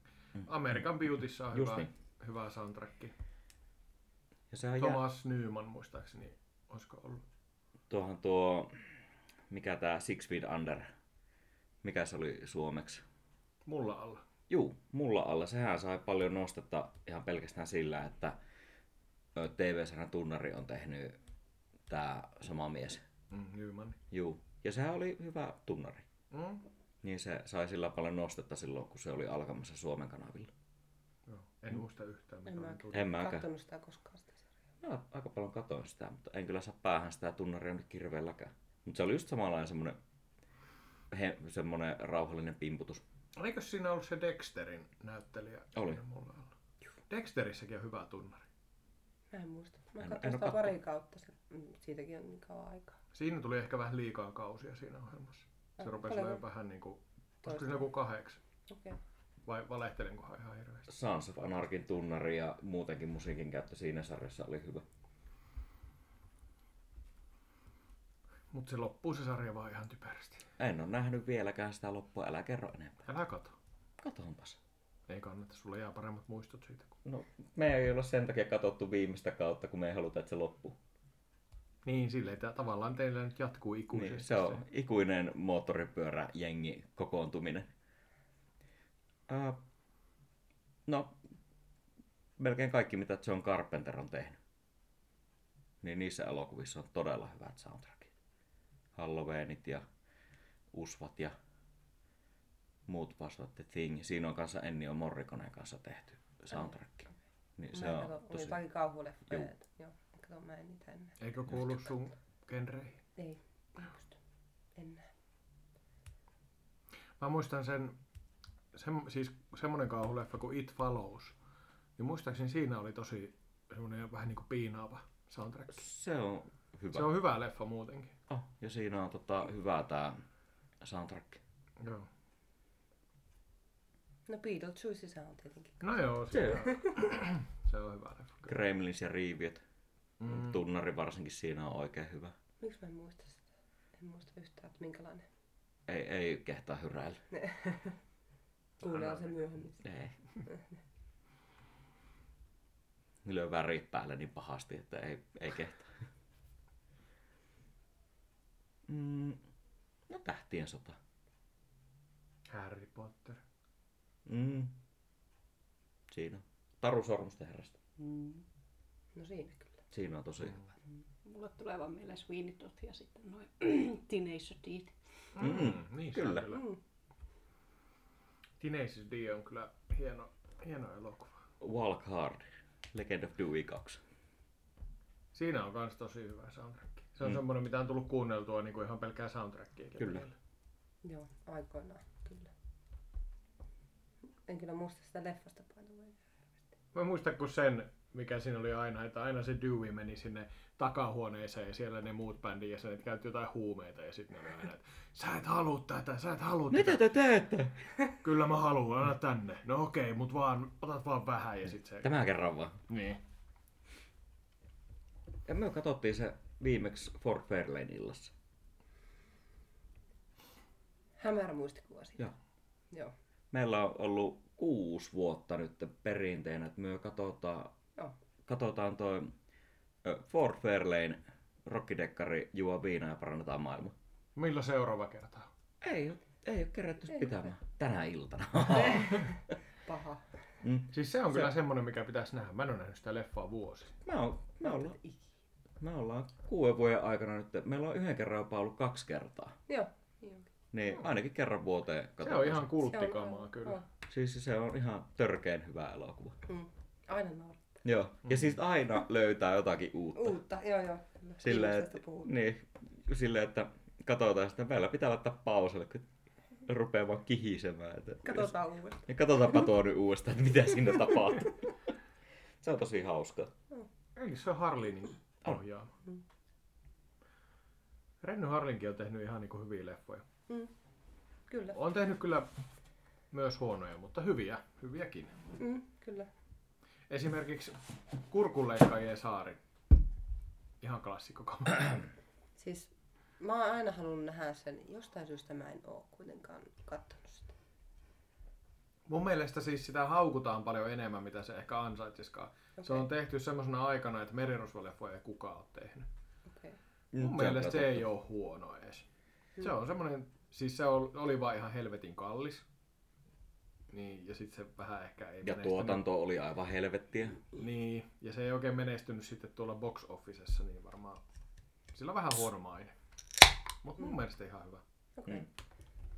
S1: Amerikan Beautyssä on
S3: Just
S1: hyvä,
S3: niin.
S1: hyvä soundtrack.
S3: Ja sehän jää...
S1: Thomas Nyman muistaakseni, olisiko ollut?
S3: Tuohan tuo... Mikä tää Six Feet Under? Mikä se oli suomeksi?
S1: Mulla alla.
S3: Juu, mulla alla. Sehän sai paljon nostetta ihan pelkästään sillä, että ö, TV-sarjan tunnari on tehnyt tämä sama mies.
S1: Mm, Nyman.
S3: Juu. Ja sehän oli hyvä tunnari.
S1: Mm?
S3: Niin se sai sillä paljon nostetta silloin, kun se oli alkamassa Suomen kanavilla.
S1: Joo. En muista yhtään, mikä
S2: En
S1: on
S2: mäkään.
S1: tullut.
S3: En mäkään.
S2: Kattonut sitä koskaan sitä sarjaa.
S3: Mä aika paljon katoin sitä, mutta en kyllä saa päähän sitä tunnaria nyt kirveelläkään. Mutta se oli just samanlainen semmonen, he, semmonen rauhallinen pimputus.
S1: Oliko siinä ollut se Dexterin näyttelijä?
S3: Oli.
S1: siinä Mulla alla? Dexterissäkin on hyvä tunnari.
S2: Mä en muista. Mä
S3: En-
S2: katsoin
S3: en oo
S2: sitä pari kautta. Se, mm, siitäkin on niin kauan aikaa.
S1: Siinä tuli ehkä vähän liikaa kausia siinä ohjelmassa. Se
S2: Aika
S1: rupesi
S2: paljon.
S1: olemaan vähän niinku, olisiko
S2: Toista.
S1: siinä joku kahdeksan?
S2: Okei. Okay.
S1: Vai valehtelinkohan ihan hirveästi?
S3: Sons of Anarkin tunnari ja muutenkin musiikin käyttö siinä sarjassa oli hyvä.
S1: Mut se loppuu se sarja vaan ihan typerästi.
S3: En ole nähnyt vieläkään sitä loppua, älä kerro enempää.
S1: Älä kato.
S3: Katoonpas.
S1: Ei kannata, sulle jää paremmat muistot siitä. Kun...
S3: No, me ei olla sen takia katsottu viimeistä kautta, kun me ei haluta, että se loppuu.
S1: Niin, silleen että tavallaan teillä nyt jatkuu ikuisesti.
S3: Niin, se on ikuinen moottoripyöräjengi kokoontuminen. Uh, no, melkein kaikki mitä John Carpenter on tehnyt, niin niissä elokuvissa on todella hyvät soundtrackit. Halloweenit ja Usvat ja muut vastaavat The Thing. Siinä on kanssa Ennio Morriconeen kanssa tehty soundtrack. Niin se
S2: Mä en
S3: on
S2: kato-
S3: tosi...
S2: Oli pari kauhuleffoja.
S3: Juu.
S2: et- Joo. Kato, mä en niitä enää.
S1: Eikö kuulu sun genreihin?
S2: Ei, ei pysty. En näe.
S1: Mä muistan sen, se, siis semmonen kauhuleffa kuin It Follows. Niin muistaakseni siinä oli tosi semmonen vähän niinku piinaava soundtrack.
S3: Se on hyvä.
S1: Se on hyvä leffa muutenkin.
S3: Oh, ja siinä on tota, hyvä tää soundtrack.
S1: Joo.
S2: No Beetlejuice on tietenkin.
S1: No joo, se, se on hyvä leffa. kyllä.
S3: Gremlins ja Riiviöt.
S1: Mm.
S3: Mm. Tunnari varsinkin siinä on oikein hyvä.
S2: Miksi mä en muista sitä? En muista yhtään, että minkälainen.
S3: Ei, ei kehtaa hyräillä.
S2: Kuunnellaan se myöhemmin.
S3: Ei. Lyö värit päälle niin pahasti, että ei, ei kehtaa. Mm, no tähtien sota.
S1: Harry Potter.
S3: Mm. Siinä. on. Taru Sormusten herrasta.
S8: Mm.
S2: No siinä kyllä.
S3: Siinä on tosi hyvä.
S8: Mulle tulee vaan mieleen Sweeney Todd ja sitten noin Teenage Deed.
S1: Mm. Mm. Niin, se on
S3: Kyllä.
S1: kyllä.
S2: Mm.
S1: Teenage D on kyllä hieno, hieno elokuva.
S3: Walk Hard. Legend of Dewey 2.
S1: Siinä on myös tosi hyvä soundtrack. Se on
S3: Mm.
S1: mm. semmoinen, mitä on tullut kuunneltua niin kuin ihan pelkkää soundtrackia.
S3: Kyllä.
S2: Joo, aikoinaan kyllä. En kyllä muista sitä leffasta by the way.
S1: Mä muistan kun sen, mikä siinä oli aina, että aina se Dewey meni sinne takahuoneeseen ja siellä ne muut bändin jäsenet käytti jotain huumeita ja sitten ne oli aina, että sä et halua tätä, sä et halua tätä.
S3: te teette?
S1: Kyllä mä haluan, anna tänne. No okei, mut vaan, otat vaan vähän ja sit se...
S3: Tämä kerran vaan.
S1: Niin.
S3: Ja me katsottiin se viimeksi Fort Fairlane illassa.
S2: Hämärä muistikuva siitä.
S3: Joo.
S2: Joo.
S3: Meillä on ollut kuusi vuotta nyt perinteenä, että me katsotaan,
S2: Joo.
S3: katsotaan toi ö, Fort Fairlane rockidekkari juo viinaa ja parannetaan maailma.
S1: Milloin seuraava kerta?
S3: Ei, oo- ei ole kerätty
S2: Ei
S3: pitämään. Tänä iltana.
S2: Paha.
S3: Mm.
S1: Siis se on
S3: Se-
S1: kyllä semmonen, mikä pitäisi nähdä. Mä en ole nähnyt sitä leffaa vuosi.
S3: me, on, me, ollaan, me ollaan kuuden vuoden aikana nyt, meillä on yhden kerran jopa ollut kaksi kertaa.
S2: Joo. Joo.
S3: Niin ainakin kerran vuoteen
S1: Se
S3: katsotaan
S1: on ihan kulttikamaa
S2: joo,
S1: kyllä.
S2: joo.
S3: Siis se on ihan törkeen hyvä elokuva.
S2: Mm. Aina naurattaa.
S3: Joo, ja siis aina löytää jotakin uutta.
S2: Uutta, joo joo. kyllä.
S3: Silleen,
S2: Viimeisestä
S3: että,
S2: puhutaan.
S3: niin, silleen, että katsotaan sitten, meillä pitää laittaa pauselle, kun rupeaa vaan kihisemään. Että,
S2: Katsotaan uudestaan.
S3: Ja katsotaanpa tuo nyt uudestaan, että mitä siinä tapahtuu. se on tosi hauska.
S1: Eikö se ole Harlinin ohjaama?
S2: Mm.
S1: Renny Harlinkin on tehnyt ihan niinku hyviä leffoja.
S2: Mm. Kyllä.
S1: On tehnyt kyllä myös huonoja, mutta hyviä, hyviäkin.
S2: Mm, kyllä.
S1: Esimerkiksi Kurkunleikkaajien saari. Ihan klassikko. komedia.
S2: Siis mä oon aina halunnut nähdä sen. Jostain syystä mä en oo kuitenkaan kattonut sitä.
S1: Mun mielestä siis sitä haukutaan paljon enemmän, mitä se ehkä ansaitsisikaan. Okay. Se on tehty semmoisena aikana, että merirosvoleffoja ei kukaan ole tehnyt.
S2: Okei.
S1: Mun
S2: Okay.
S3: Mm,
S1: se
S3: se on
S1: mielestä
S3: kyllä
S1: se
S3: totta.
S1: ei ole huono edes. Mm. Se on semmoinen, siis se oli, oli vaan ihan helvetin kallis. Niin, ja sitten se vähän ehkä ei
S3: Ja
S1: menestynyt.
S3: tuotanto oli aivan helvettiä.
S1: Niin, ja se ei oikein menestynyt sitten tuolla box officessa, niin varmaan sillä on vähän huono maine. Mutta
S2: Mm.
S1: mun mielestä ihan hyvä.
S2: Okay.
S3: Mm.
S2: Mm.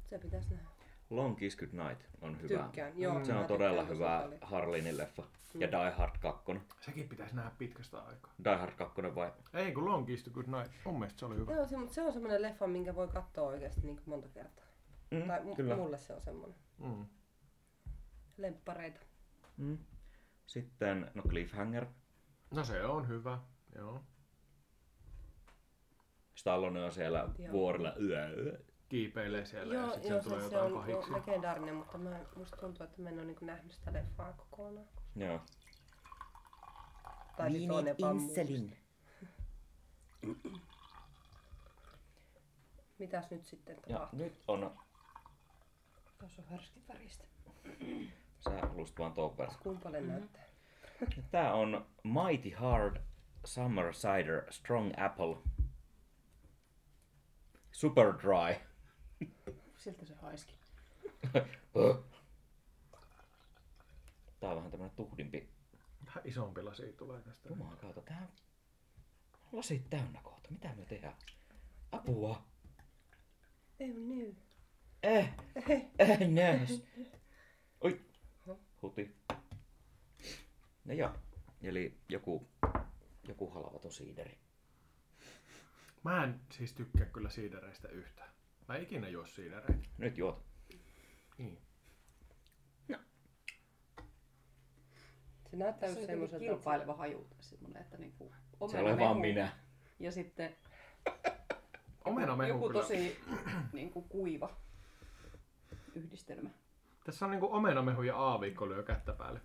S2: Se pitäis nähdä.
S3: Long Kiss Good Night on hyvä.
S2: Tykkään, joo,
S3: se
S2: mä
S3: on
S2: tykkään
S3: todella
S2: tosi
S3: hyvä
S2: paljon. Mm.
S3: Harlinin leffa. Ja Die Hard 2.
S1: Sekin pitäisi nähdä pitkästä aikaa.
S3: Die Hard 2 vai?
S1: Ei kun Long Kiss to Good Night. Mun mielestä se oli hyvä.
S2: Joo, se, mutta se on semmoinen leffa, minkä voi katsoa oikeasti niin monta kertaa.
S3: Mm,
S2: Tai m-
S3: kyllä.
S2: mulle se on semmoinen.
S1: Mm.
S2: Lemppareita.
S3: Mm. Sitten, no Cliffhanger.
S1: No se on hyvä. Joo.
S3: Stallone on siellä
S2: Joo.
S3: vuorilla yö.
S1: Kiipeilee siellä
S2: joo,
S1: ja sitten
S2: joo,
S1: tulee
S2: se, se
S1: jotain
S2: on
S1: pahiksi.
S2: niinku legendaarinen, mutta mä, musta tuntuu, että mä en ole niinku nähnyt sitä leffaa kokonaan.
S3: Joo.
S2: Tai sit on ne vaan muisti. Mitäs nyt sitten
S3: Ja
S2: tapahtuu?
S3: nyt on
S8: Tuossa on värskin väristä.
S3: Sä halusit vaan tuon verran.
S2: Kumpalle näyttää?
S3: Tää on Mighty Hard Summer Cider Strong Apple. Super dry.
S8: Siltä se haiski.
S3: Tää on vähän tämmönen tuhdimpi.
S1: Vähän isompi lasi tulee tästä.
S3: Jumalan kautta, tää on lasit täynnä kohta. Mitä me tehdään? Apua.
S2: Ei niin.
S3: Eh, eh, nääs. Oi, huti. No joo, eli joku, joku halvaton siideri.
S1: Mä en siis tykkää kyllä siidereistä yhtään. Mä en ikinä juo siidereitä.
S3: Nyt juot.
S1: Niin.
S2: Se näyttää just
S8: Se on jotenkin
S2: semmoiselta.
S8: kilpaileva haju tai semmoinen, että niinku
S3: Se olen vaan
S8: omenamehu
S3: minä.
S8: Ja sitten
S1: Omena mehu
S8: joku
S1: kyllä.
S8: tosi niinku kuiva yhdistelmä.
S1: Tässä on niinku omenamehu ja aavikko lyö kättä päälle.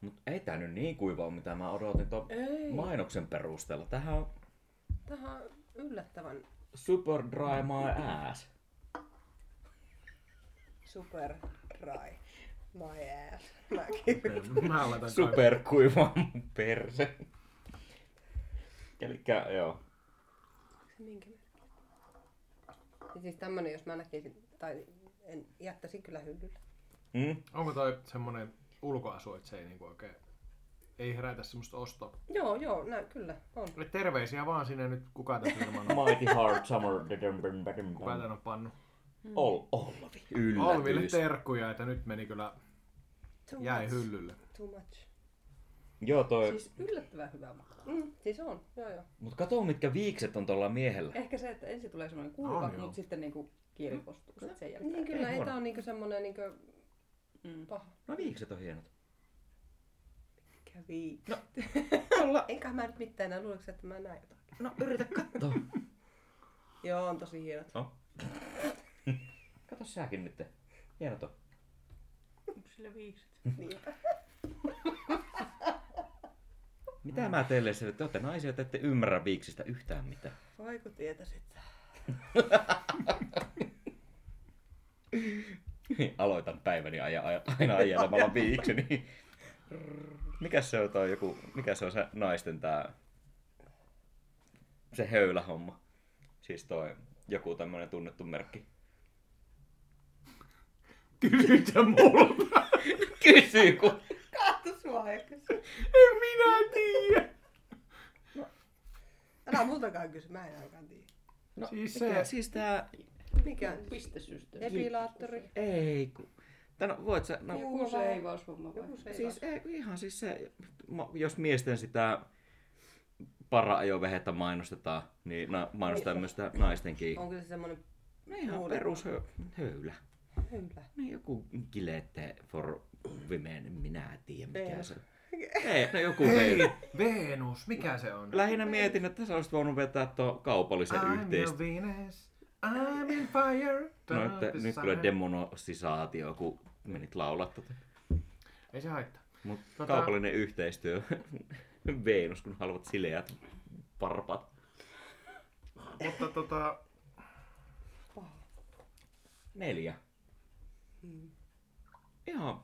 S3: Mut ei tää nyt niin kuiva oo, mitä mä odotin tuon
S2: Ei.
S3: mainoksen perusteella. Tähän on
S2: Tähän on yllättävän
S3: super dry my ass.
S2: super dry. My ass. Mäkin.
S1: Mä laitan Super.
S3: Superkuiva mun perse. Elikkä joo.
S2: Se minkä merkki? Ja siis tämmönen, jos mä näkisin, tai en jättäisi kyllä hyllylle.
S3: Mm?
S1: Onko toi semmonen ulkoasu, että se ei niinku oikein ei herätä semmoista ostoa.
S2: Joo, joo, nä, kyllä, on.
S1: Eli terveisiä vaan sinne nyt, kuka tässä ilman on.
S3: Mighty hard summer.
S1: Kuka tän on pannu.
S3: Ol, Olvi.
S1: Olville
S3: Yllätys.
S1: terkkuja, että nyt meni kyllä,
S2: Too
S1: jäi
S2: much.
S1: hyllylle.
S2: Too much.
S3: Joo toi.
S8: Siis yllättävän hyvä maku.
S2: Mm, siis on, joo joo.
S3: Mut kato mitkä viikset on tuolla miehellä.
S8: Ehkä se, että ensin tulee semmoinen kuiva,
S1: On joo.
S8: mutta sitten niinku kieli kostuu sit sen jälkeen.
S2: Mm. Niin kyllä,
S3: ei
S2: ei
S3: huono.
S2: tää on niinku semmonen niinku
S8: Mm.
S2: paha.
S3: No viikset on hienot.
S2: Kävi.
S3: No.
S2: Enkä mä nyt mitään enää, luuleeko sä, että mä näen jotain?
S3: No yritä katsoa.
S2: Joo, on tosi hienot.
S3: Kato säkin nyt. Hienot on.
S8: Onko sillä viikset?
S3: Mitä mä teille sille? Te ootte naisia, te ette ymmärrä viiksistä yhtään mitään.
S2: Voi kun tietäisit.
S3: Aloitan päiväni aja, aja, aina ajelemalla viikseni. Mikäs se on toi joku, mikä se on se naisten tää, se höylähomma? Siis toi joku tämmönen tunnettu merkki.
S1: Kysytä multa!
S3: Kysy kun...
S2: Kaattu sua aikaisemmin.
S1: En minä tiedä!
S2: Älä multakaan kysy, mä en ainakaan tiedä.
S3: No,
S1: Siis se-
S3: siis tää...
S2: Mikä?
S8: Pistesysteemi.
S2: Epilaattori.
S3: Ei ku... Tää no, voit sä... No,
S8: Joku seivaus homma vai?
S2: Joku se
S3: siis ei, ihan siis se... ma- Jos miesten sitä para-ajovehettä mainostetaan, niin na, mainostetaan myös sitä naistenkin.
S2: Onko se semmonen
S3: No ihan
S2: Muuten.
S3: perus hö, höylä.
S2: höylä?
S3: Niin joku gilette for women, minä en tiedä mikä
S2: Ei.
S3: se on. Ei, no joku höylä.
S1: Venus, mikä se on?
S3: Lähinnä mietin, että sä olisit voinut vetää tuon kaupallisen
S1: I'm your
S3: yhteistyön.
S1: Venus, I'm in fire.
S3: No, että
S1: Don't
S3: nyt
S1: be
S3: tulee
S1: silent.
S3: demonosisaatio, kun menit laulaa tota.
S1: Ei se haittaa.
S3: Mut
S1: Tota-
S3: kaupallinen yhteistyö, Venus, kun haluat sileät varpat.
S1: Mutta tota,
S3: Neljä. Ihan,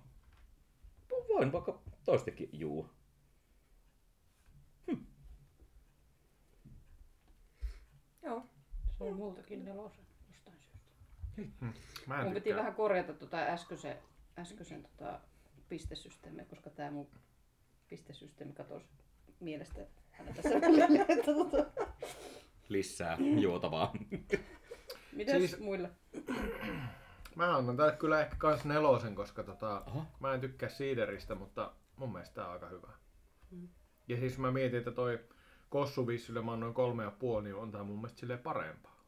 S3: voin vaikka toistakin juu.
S2: Joo.
S8: Se on multakin nelosen jostain syystä.
S1: hmm, mä en
S8: Mun piti
S1: tykkää.
S8: vähän korjata tuota äskeisen, äskeisen tota pistesysteemiä, koska tämä mun pistesysteemi katosi mielestä aina tässä välillä. Että tota,
S3: Lisää juotavaa.
S8: Mitäs
S1: Siis-
S8: siis... muilla?
S1: Mä annan tälle kyllä ehkä kans nelosen, koska tota,
S3: Aha.
S1: mä en tykkää siideristä, mutta mun mielestä tää on aika hyvä.
S2: Mm.
S1: Ja siis mä mietin, että toi kossuvissille mä annoin kolme ja puoli, niin on tää mun mielestä silleen parempaa.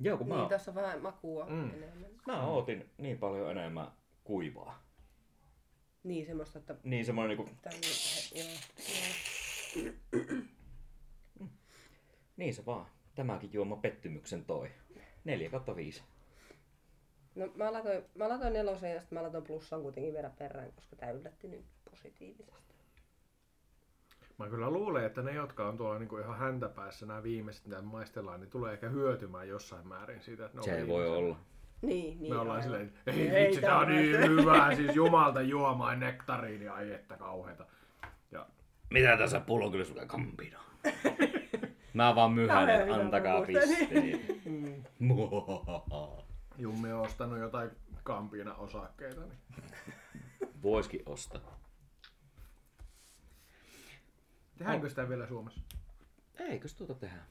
S3: Joo, kun mä,
S2: Niin, tässä on vähän makua
S1: Mm.
S2: enemmän.
S3: mä ootin niin paljon enemmän kuivaa.
S2: Niin, semmoista, että
S3: Niin semmoinen niinku,
S2: tää on niin, joo.
S3: niin se vaan. Tämäkin juoma pettymyksen toi. 4 kautta 5.
S2: No mä laitoin, mä laitoin nelosen ja sitten mä laitoin plussan kuitenkin vielä perään, koska tää yllätti nyt positiivisesti.
S1: Mä kyllä luulen, että ne, jotka on tuolla niinku ihan häntäpäässä, nämä viimeiset, mitä maistellaan, niin tulee ehkä hyötymään jossain määrin siitä, että ne on
S3: Se ei voi
S1: viimeisenä.
S3: olla.
S2: Niin, niin.
S1: Me ollaan
S2: aivan.
S1: silleen, että ei,
S2: Ei
S1: vitsi, tää on niin
S2: tämmöistä.
S1: hyvää, siis jumalta juomaan nektariini, ai että kauheeta. Ja
S3: Mitä tässä pullo kyllä sulle kampina? Mä vaan
S2: Kauhean
S3: myhänen,
S2: hyvä
S3: antakaa
S2: muuten.
S3: pisteen.
S1: Jummi on ostanut jotain kampina osakkeita. Niin.
S3: Voiskin ostaa.
S1: Tehdäänkö sitä vielä Suomessa?
S3: Eikös tuota tehdä?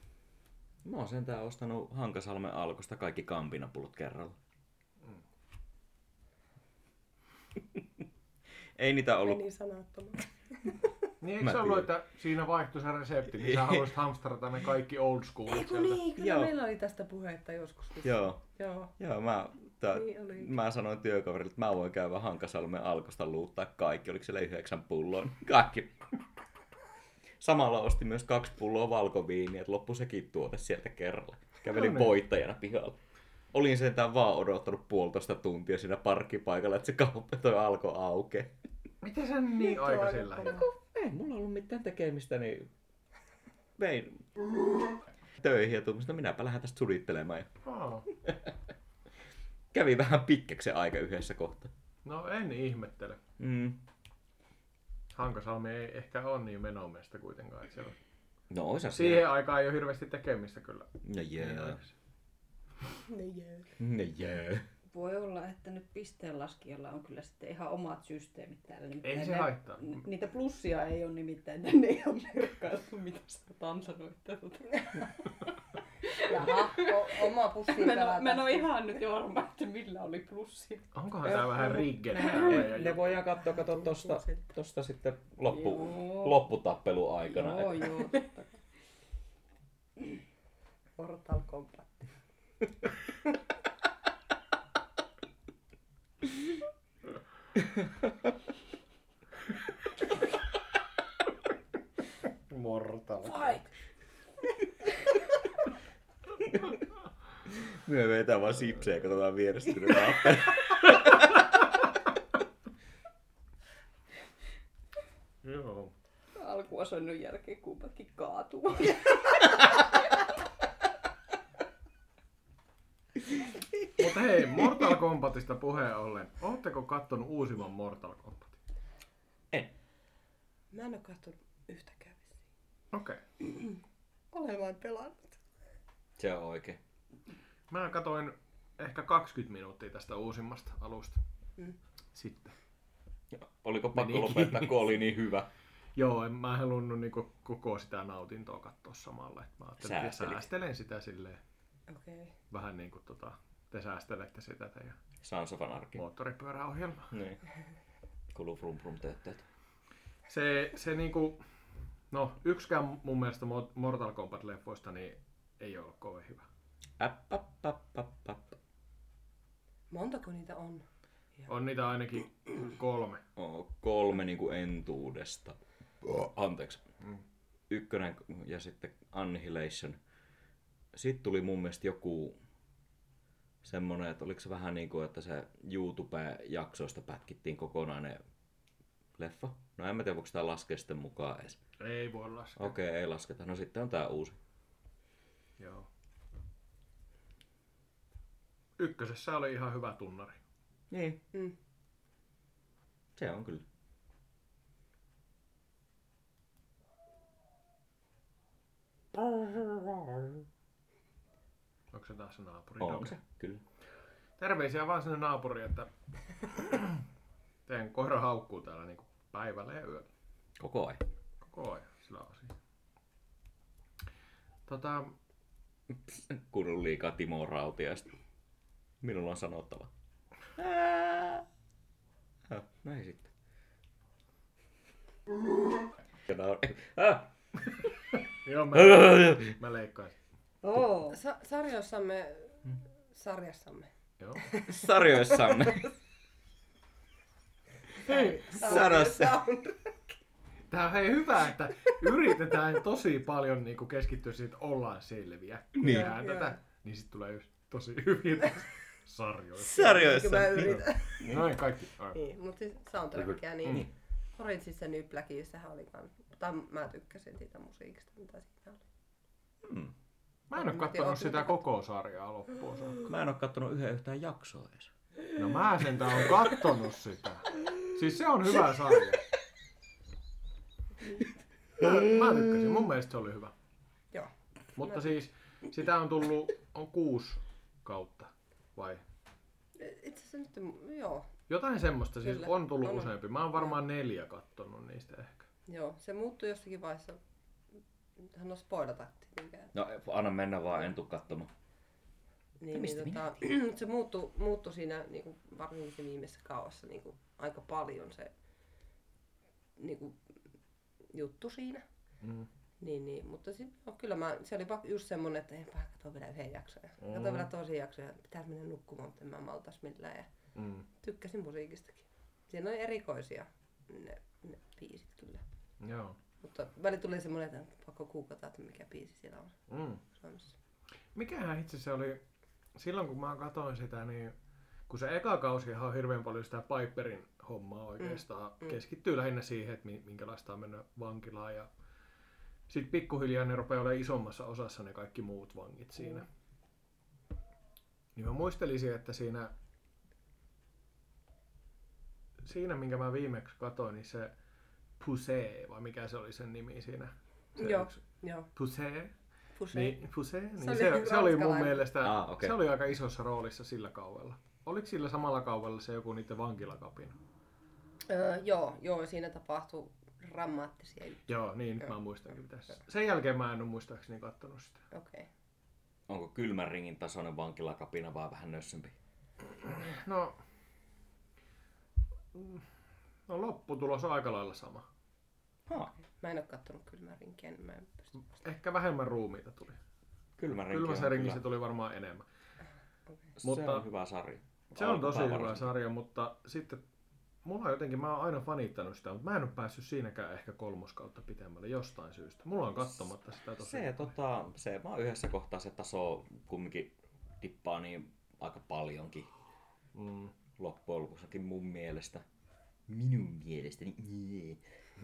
S3: Mä oon sentään ostanut Hankasalmen alkosta kaikki kampinapullot kerralla. Ei niitä ollut
S2: Meni sanattomaan.
S1: Niin eikö
S3: Mä
S1: se
S3: en
S1: ollut,
S3: tiedä.
S1: että siinä vaihtui se resepti, niin sä haluaisit hamstrata ne kaikki old schoolit
S2: Eiku
S1: sieltä.
S2: niin, kyllä
S3: Joo.
S2: meillä oli tästä puhetta joskus. vissi.
S3: Joo,
S2: Joo.
S3: joo mä, tää,
S2: Niin oli.
S3: mä sanoin työkaverille, että mä voin käydä Hankasalmen alkosta luuttaa kaikki. Oliko siellä yhdeksän pulloa? Kaikki. Samalla ostin myös kaksi pulloa valkoviiniä, että loppu sekin tuote sieltä kerralla. Kävelin
S1: No niin.
S3: voittajana pihalle. Olin sentään vaan odottanut puolitoista tuntia siinä parkkipaikalla, että se kauppa toi alko auke.
S1: Miten sä niin aikaisin lähdit?
S3: Ei mulla ollut mitään tekemistä, niin vein töihin ja tuumista, minäpä lähden tästä sudittelemaan. Ja
S1: Aa,
S3: kävi vähän pitkäksi se aika yhdessä kohtaa.
S1: No en ihmettele.
S3: Mm.
S1: Hankasalmi ei ehkä ole niin menomesta kuitenkaan. Että siellä...
S3: No ois asia.
S1: Siihen aikaan ei ole hirveästi tekemistä kyllä.
S3: No jee.
S1: Niin
S2: No jee.
S3: No jee.
S8: Voi olla, että nyt pisteenlaskijalla on kyllä sitten ihan omat systeemit täällä. nimittäin
S1: Ei se
S8: ne-
S1: haittaa.
S8: n- Niitä plussia ei ole nimittäin, ne ei ole merkattu, mitä sä oot ansainnut. että tota.
S2: Jaha, o- oma pussi
S8: Mä en oo- Mä en ole ihan nyt varma, että millä oli plussia.
S1: Onkohan tää vähän rigge?
S3: Ne, ne voidaan katsoa, kato tosta, tosta sitten loppu,
S8: Joo.
S3: lopputappelun aikana.
S8: Joo, joo. totta.
S2: Portal Combat.
S1: Mortal.
S3: Me vetää vaan sipsejä ja katsotaan vierestä, kun ne tappelee.
S1: Joo.
S8: Alkuasennon jälkeen kummatkin kaatuu.
S1: Mutta hei, Mortal Kombatista puheen ollen. Ootteko kattonut uusimman Mortal Kombatin?
S2: Mä en oo kattonut yhtäkään vissiin.
S1: Okei. Okay.
S2: Olen vaan pelannut.
S3: Se on oikein.
S1: Mä katoin ehkä 20 minuuttia tästä uusimmasta alusta.
S2: Mm.
S1: Sitten.
S3: Oliko pakko
S1: Menikin.
S3: lopettaa, kun oli niin hyvä?
S1: Joo, en mä halunnut niinku koko sitä nautintoa katsoa samalla. Et mä ajattelin, että
S3: Säästelit.
S1: säästelen sitä silleen.
S2: Okei. Okay.
S1: Vähän niin kuin tota, te säästelette sitä teidän
S3: Sons of Anarchy.
S1: moottoripyöräohjelmaa.
S3: Niin. Kuuluu frum frum töötteet.
S1: Se, se niinku, no yksikään mun mielestä Mo- Mortal Kombat-leffoista niin ei ole kovin hyvä.
S3: Äpp, äpp, äpp, äpp, äpp.
S2: Montako niitä on?
S1: On niitä ainakin kolme.
S3: Oo, kolme niinku entuudesta. Anteeksi.
S1: Mm.
S3: Ykkönen ja sitten Annihilation. Sitten tuli mun mielestä joku semmonen, että oliko se vähän niinku, että se YouTube-jaksoista pätkittiin kokonainen leffa. No en mä tiedä, voiko sitä laskea sitten mukaan edes.
S1: Ei voi laskea.
S3: Okei, okay, ei lasketa. No sitten on tää uusi.
S1: Joo. Ykkösessä oli ihan hyvä tunnari.
S3: Niin.
S2: Mm.
S3: Se on kyllä.
S1: Onko se taas se naapuri?
S3: On
S1: Dogs?
S3: Niin se, kyllä.
S1: Terveisiä vaan sinne naapuriin, että teidän koira haukkuu täällä niinku päivällä ja yöllä.
S3: Koko ajan.
S1: Koko ajan sillä osin. Tota,
S3: Kuulun liikaa Timo Rautiaista. Minulla on sanottava. Häh, No ei sitten. Ja nauri. Häh?
S1: joo, mä, mä leikkaan. sen.
S8: Oo.
S2: Sa- sarjossamme... Sarjassamme.
S1: Joo.
S3: Sarjoissamme.
S1: Hei,
S3: Sarjassa.
S1: tää on hei hyvä, että yritetään tosi paljon niinku keskittyä siihen, että ollaan selviä.
S3: Niin.
S1: Tehdään
S2: Joo,
S1: tätä,
S2: joo.
S1: niin sit tulee just tosi hyviä sarjoja.
S2: Eikö mä
S3: Sarjoissamme.
S2: yritän?
S1: Noin kaikki. Ai.
S2: Niin, mutta siis soundtrackia, niin mm. Orangeissa New Blackissähän oli kans, tai mä tykkäsin siitä musiikista, mitä siinä oli.
S3: Mm.
S1: Mä en ole
S11: Mä tiedän,
S1: kattonut
S11: ootko
S1: sitä
S11: mitä
S1: koko sarjaa loppuun saakka.
S3: Mä en oo kattonut yhden yhtään jaksoa edes.
S1: No mä sentään on kattonut sitä. Siis se on hyvä sarja. Mä, mä tykkäsin, mun mielestä se oli hyvä.
S2: Joo.
S1: Mutta siis sitä on tullut, on kuusi kautta vai?
S2: Itse asiassa nyt, joo,
S1: Jotain semmoista siis
S2: Kyllä.
S1: on tullut
S2: On, on.
S1: useampi. Mä oon varmaan neljä kattonut niistä ehkä.
S2: joo. Se muuttui jossakin vaiheessa. no Hän on spoilata tietenkään.
S3: No anna mennä vaan, en tuu kattomaan.
S2: Niin,
S3: mistä
S2: niin, tota, se muuttui, muuttui siinä niin kuin, varsinkin siinä viimeisessä kaossa niin kuin, aika paljon se niin kuin, juttu siinä.
S1: Mm.
S2: Niin, niin, mutta sit, no, kyllä mä, se oli vaan just semmonen, että enpä katso vielä yhden jakson. Mm. Katso vielä toisen jakson ja pitää mennä nukkumaan, mutta en mä maltas millään. Ja
S1: Mm.
S2: tykkäsin musiikistakin. Siinä oli erikoisia ne, ne biisit kyllä.
S1: Joo.
S2: Mutta väli tuli semmoinen, että pakko googata, että mikä biisi siellä on
S1: Mm.
S2: Suomessa.
S1: Mikähän itse se oli, silloin kun mä katsoin sitä, niin kun se eka kausihan on hirveän paljon sitä Piperin hommaa oikeastaan. Mm,
S2: mm.
S1: Keskittyy lähinnä siihen, että mi- minkälaista on mennä vankilaan ja sitten pikkuhiljaa ne rupeaa olemaan isommassa osassa ne kaikki muut vangit siinä. Mm. Niin mä muistelisin, että siinä, siinä minkä mä viimeksi katsoin, niin se Pusee, vai mikä se oli sen nimi siinä? Se
S2: Joo.
S1: yksi
S2: Joo,
S1: Pusee,
S2: Pushe.
S1: niin, Fuse, niin
S2: oli
S1: se, se oli mun
S2: ranskalainen.
S1: mielestä,
S3: Aa, okei.
S1: se oli aika isossa roolissa sillä kaudella. Oliko sillä samalla kaudella se joku niiden vankilakapina?
S2: Öö, joo, joo, siinä tapahtui dramaattisia juttuja.
S1: Joo, niin nyt
S2: Joo.
S1: mä muistankin tässä. Sen jälkeen mä en ole muistaakseni kattonut sitä.
S2: Okei.
S3: Onko kylmän ringin tasoinen vankilakapina vai vähän nössömpi?
S1: No, mm, no lopputulos on aika lailla sama.
S3: Ha,
S2: Mä en oo kattonut kylmää rinkiä, niin mä en pysty.
S1: Ehkä vähemmän ruumiita tuli.
S3: kylmä rinki
S1: Kylmässä
S3: on
S1: ringissä
S3: kyllä-
S1: tuli varmaan enemmän.
S3: se
S1: mutta-
S3: on hyvä sarja.
S1: Se on tosi
S3: Alkupää
S1: hyvä
S3: varsinkin.
S1: sarja, mutta sitten mulla on jotenkin, mä oon aina fanittanut sitä, mutta mä en ole päässyt siinäkään ehkä kolmoskautta pitemmälle jostain syystä. Mulla on katsomatta sitä tosi.
S3: Se, tota, se vaan yhdessä kohtaa se taso kumminkin tippaa niin aika paljonkin
S1: Mm.
S3: loppujen lopuksikin mun mielestä. Minun mielestäni. Niin,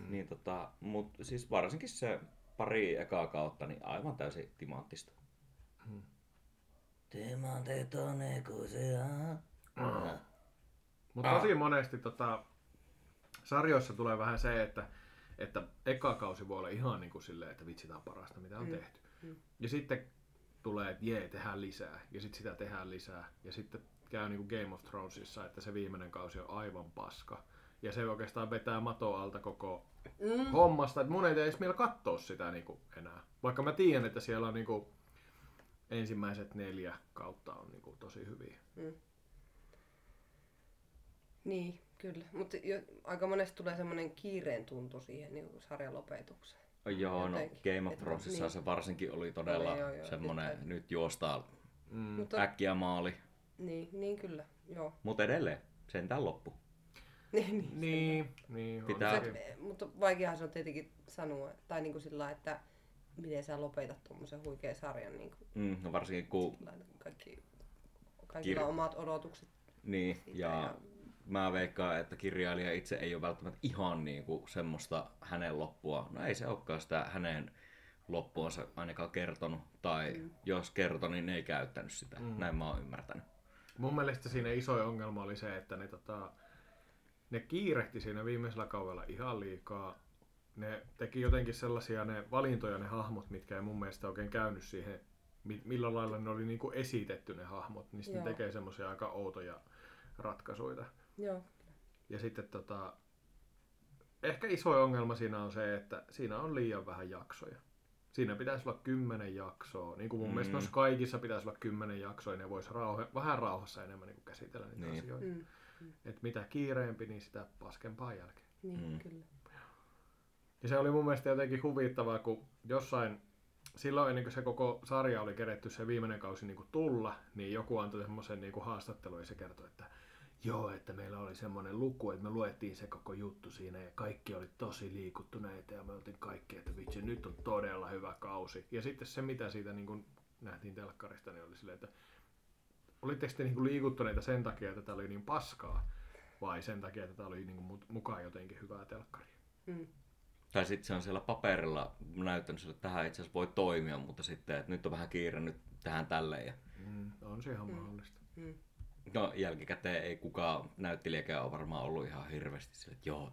S3: niin tota, mut siis varsinkin se pari ekaa kautta, niin aivan täysin timanttista.
S1: Mm.
S3: Timantit on ikuisia.
S1: Mm. Mutta tosi monesti tota, sarjoissa tulee vähän se, että, että eka kausi voi olla ihan niin kuin silleen, että vitsi tämä on parasta mitä on
S2: Mm.
S1: tehty.
S2: Mm.
S1: Ja sitten tulee, että jee, tehdään lisää. Ja sitten sitä tehdään lisää. Ja sitten käy niin kuin Game of Thronesissa, että se viimeinen kausi on aivan paska. Ja se oikeastaan vetää matoa alta koko
S2: Mm.
S1: hommasta, että mun ei edes vielä katsoa sitä niinku enää. Vaikka mä tiedän, että siellä on niinku ensimmäiset neljä kautta on niinku tosi hyviä.
S2: Niin, kyllä. Mutta jo, aika monesti tulee semmoinen kiireen tuntu siihen niin sarjan lopetukseen.
S3: Joo, no
S2: Jotenkin.
S3: Game of
S2: Et-
S3: Thronesissa
S2: niin.
S3: se varsinkin oli todella
S2: Oli, joo, joo, nyt
S3: semmonen,
S2: täytyy.
S3: nyt juostaan
S1: Mm.
S2: Mutta,
S3: äkkiä maali.
S2: niin, niin kyllä, joo.
S3: Mutta edelleen, sentään loppu.
S2: Niin, niin.
S1: Niin, niin. on
S3: Pitää-
S1: sekin.
S2: Se, mutta vaikeahan se on tietenkin sanoa, tai niin kuin sillä lailla, että miten sä lopetat tuommoisen huikean sarjan. Niin kuin,
S3: Mm, no varsinkin kun,
S2: sillä lailla, kaikki, kaikilla
S3: Kir-
S2: on omat odotukset.
S3: niin,
S2: Siitä
S3: ja
S2: ja-
S3: mä veikkaan, että kirjailija itse ei ole välttämättä ihan niinku semmoista hänen loppua. No ei se olekaan sitä hänen loppuansa ainakaan kertonut, tai mm. jos kertoi, niin ei käyttänyt sitä. Mm. Näin mä oon ymmärtänyt.
S1: Mun mielestä siinä iso ongelma oli se, että ne, tota, ne kiirehti siinä viimeisellä kaudella ihan liikaa. Ne teki jotenkin sellaisia ne valintoja, ne hahmot, mitkä ei mun mielestä oikein käynyt siihen, mi- millä lailla ne oli niinku esitetty ne hahmot. Niistä ne
S2: Joo.
S1: tekee semmoisia aika outoja ratkaisuja.
S2: Joo,
S1: Ja sitten tota, ehkä iso ongelma siinä on se, että siinä on liian vähän jaksoja. Siinä pitäisi olla kymmenen jaksoa. Niin kuin mun mm. mielestä
S3: Mm.
S1: noissa kaikissa pitäisi olla kymmenen jaksoa, ja ne voisi rauhe, vähän rauhassa enemmän niin käsitellä niitä niin.
S3: Niin.
S1: asioita.
S2: mm,
S1: Et mitä kiireempi, niin sitä paskempaa jälkeen.
S2: niin
S3: Mm.
S2: mm. kyllä.
S1: Ja se oli mun mielestä jotenkin huvittavaa, kun jossain, silloin ennen kuin se koko sarja oli keretty se viimeinen kausi niin kuin tulla, niin joku antoi semmoisen niin kuin haastattelun ja se kertoi, että joo, että meillä oli semmoinen luku, että me luettiin se koko juttu siinä ja kaikki oli tosi liikuttuneita ja me oltiin kaikki, että vitsi, nyt on todella hyvä kausi. Ja sitten se, mitä siitä niin kuin nähtiin telkkarista, niin oli silleen, että olitteko te niin kuin liikuttuneita sen takia, että tämä oli niin niinku paskaa vai sen takia, että tämä oli niin kuin mukaan jotenkin hyvää telkkaria.
S2: Mm.
S3: Tai sitten se on siellä paperilla näyttänyt sille, että tähän itse asiassa voi toimia, mutta sitten, että nyt on vähän kiire, nyt tähän tälleen. Ja...
S1: Mm, on se ihan mahdollista.
S2: Mm.
S3: No jälkikäteen ei kukaan näyttelijäkään ole varmaan ollut ihan hirveästi sille, että joo,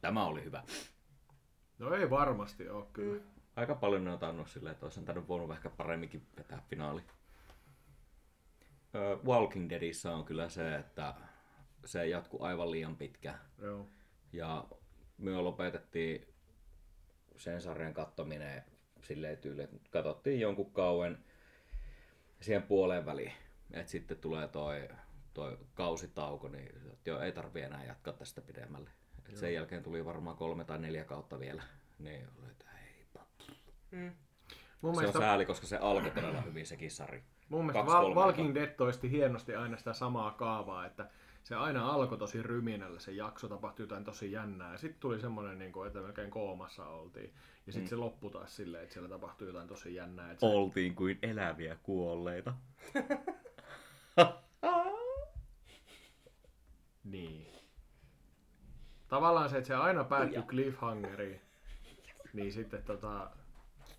S3: tämä oli hyvä.
S1: No ei varmasti ole kyllä. Mm.
S3: Aika paljon ne on tainnut silleen, että olisi antanut voinut ehkä paremminkin vetää finaali. Ö, Walking Deadissä on kyllä se, että se jatkuu aivan liian pitkään.
S1: Joo.
S3: Ja me lopetettiin sen sarjan kattominen silleen tyyliin, että katsottiin jonkun kauen siihen puoleen väliin. Et sitten tulee toi, toi kausitauko, niin että joo, ei tarvi enää jatkaa tästä pidemmälle. Et sen jälkeen tuli varmaan kolme tai neljä kautta vielä. Niin oli, että ei.
S2: Mm.
S1: Mun
S3: Se on
S1: mielestä,
S3: sääli, koska se alkoi todella hyvin sekin sari.
S1: mun mielestä
S3: kaksi,
S1: Val-
S3: kolme
S1: Walking Dead toisti hienosti aina sitä samaa kaavaa, että se aina alkoi tosi ryminällä, se jakso tapahtui jotain tosi jännää. Sitten tuli semmoinen, niin kuin, että melkein koomassa oltiin. Ja sitten mm. se loppui taas silleen, että siellä tapahtui jotain tosi jännää. Että se,
S3: Oltiin kuin eläviä kuolleita.
S1: Niin. Tavallaan se, että se aina päättyi cliffhangeriin, niin sitten tota,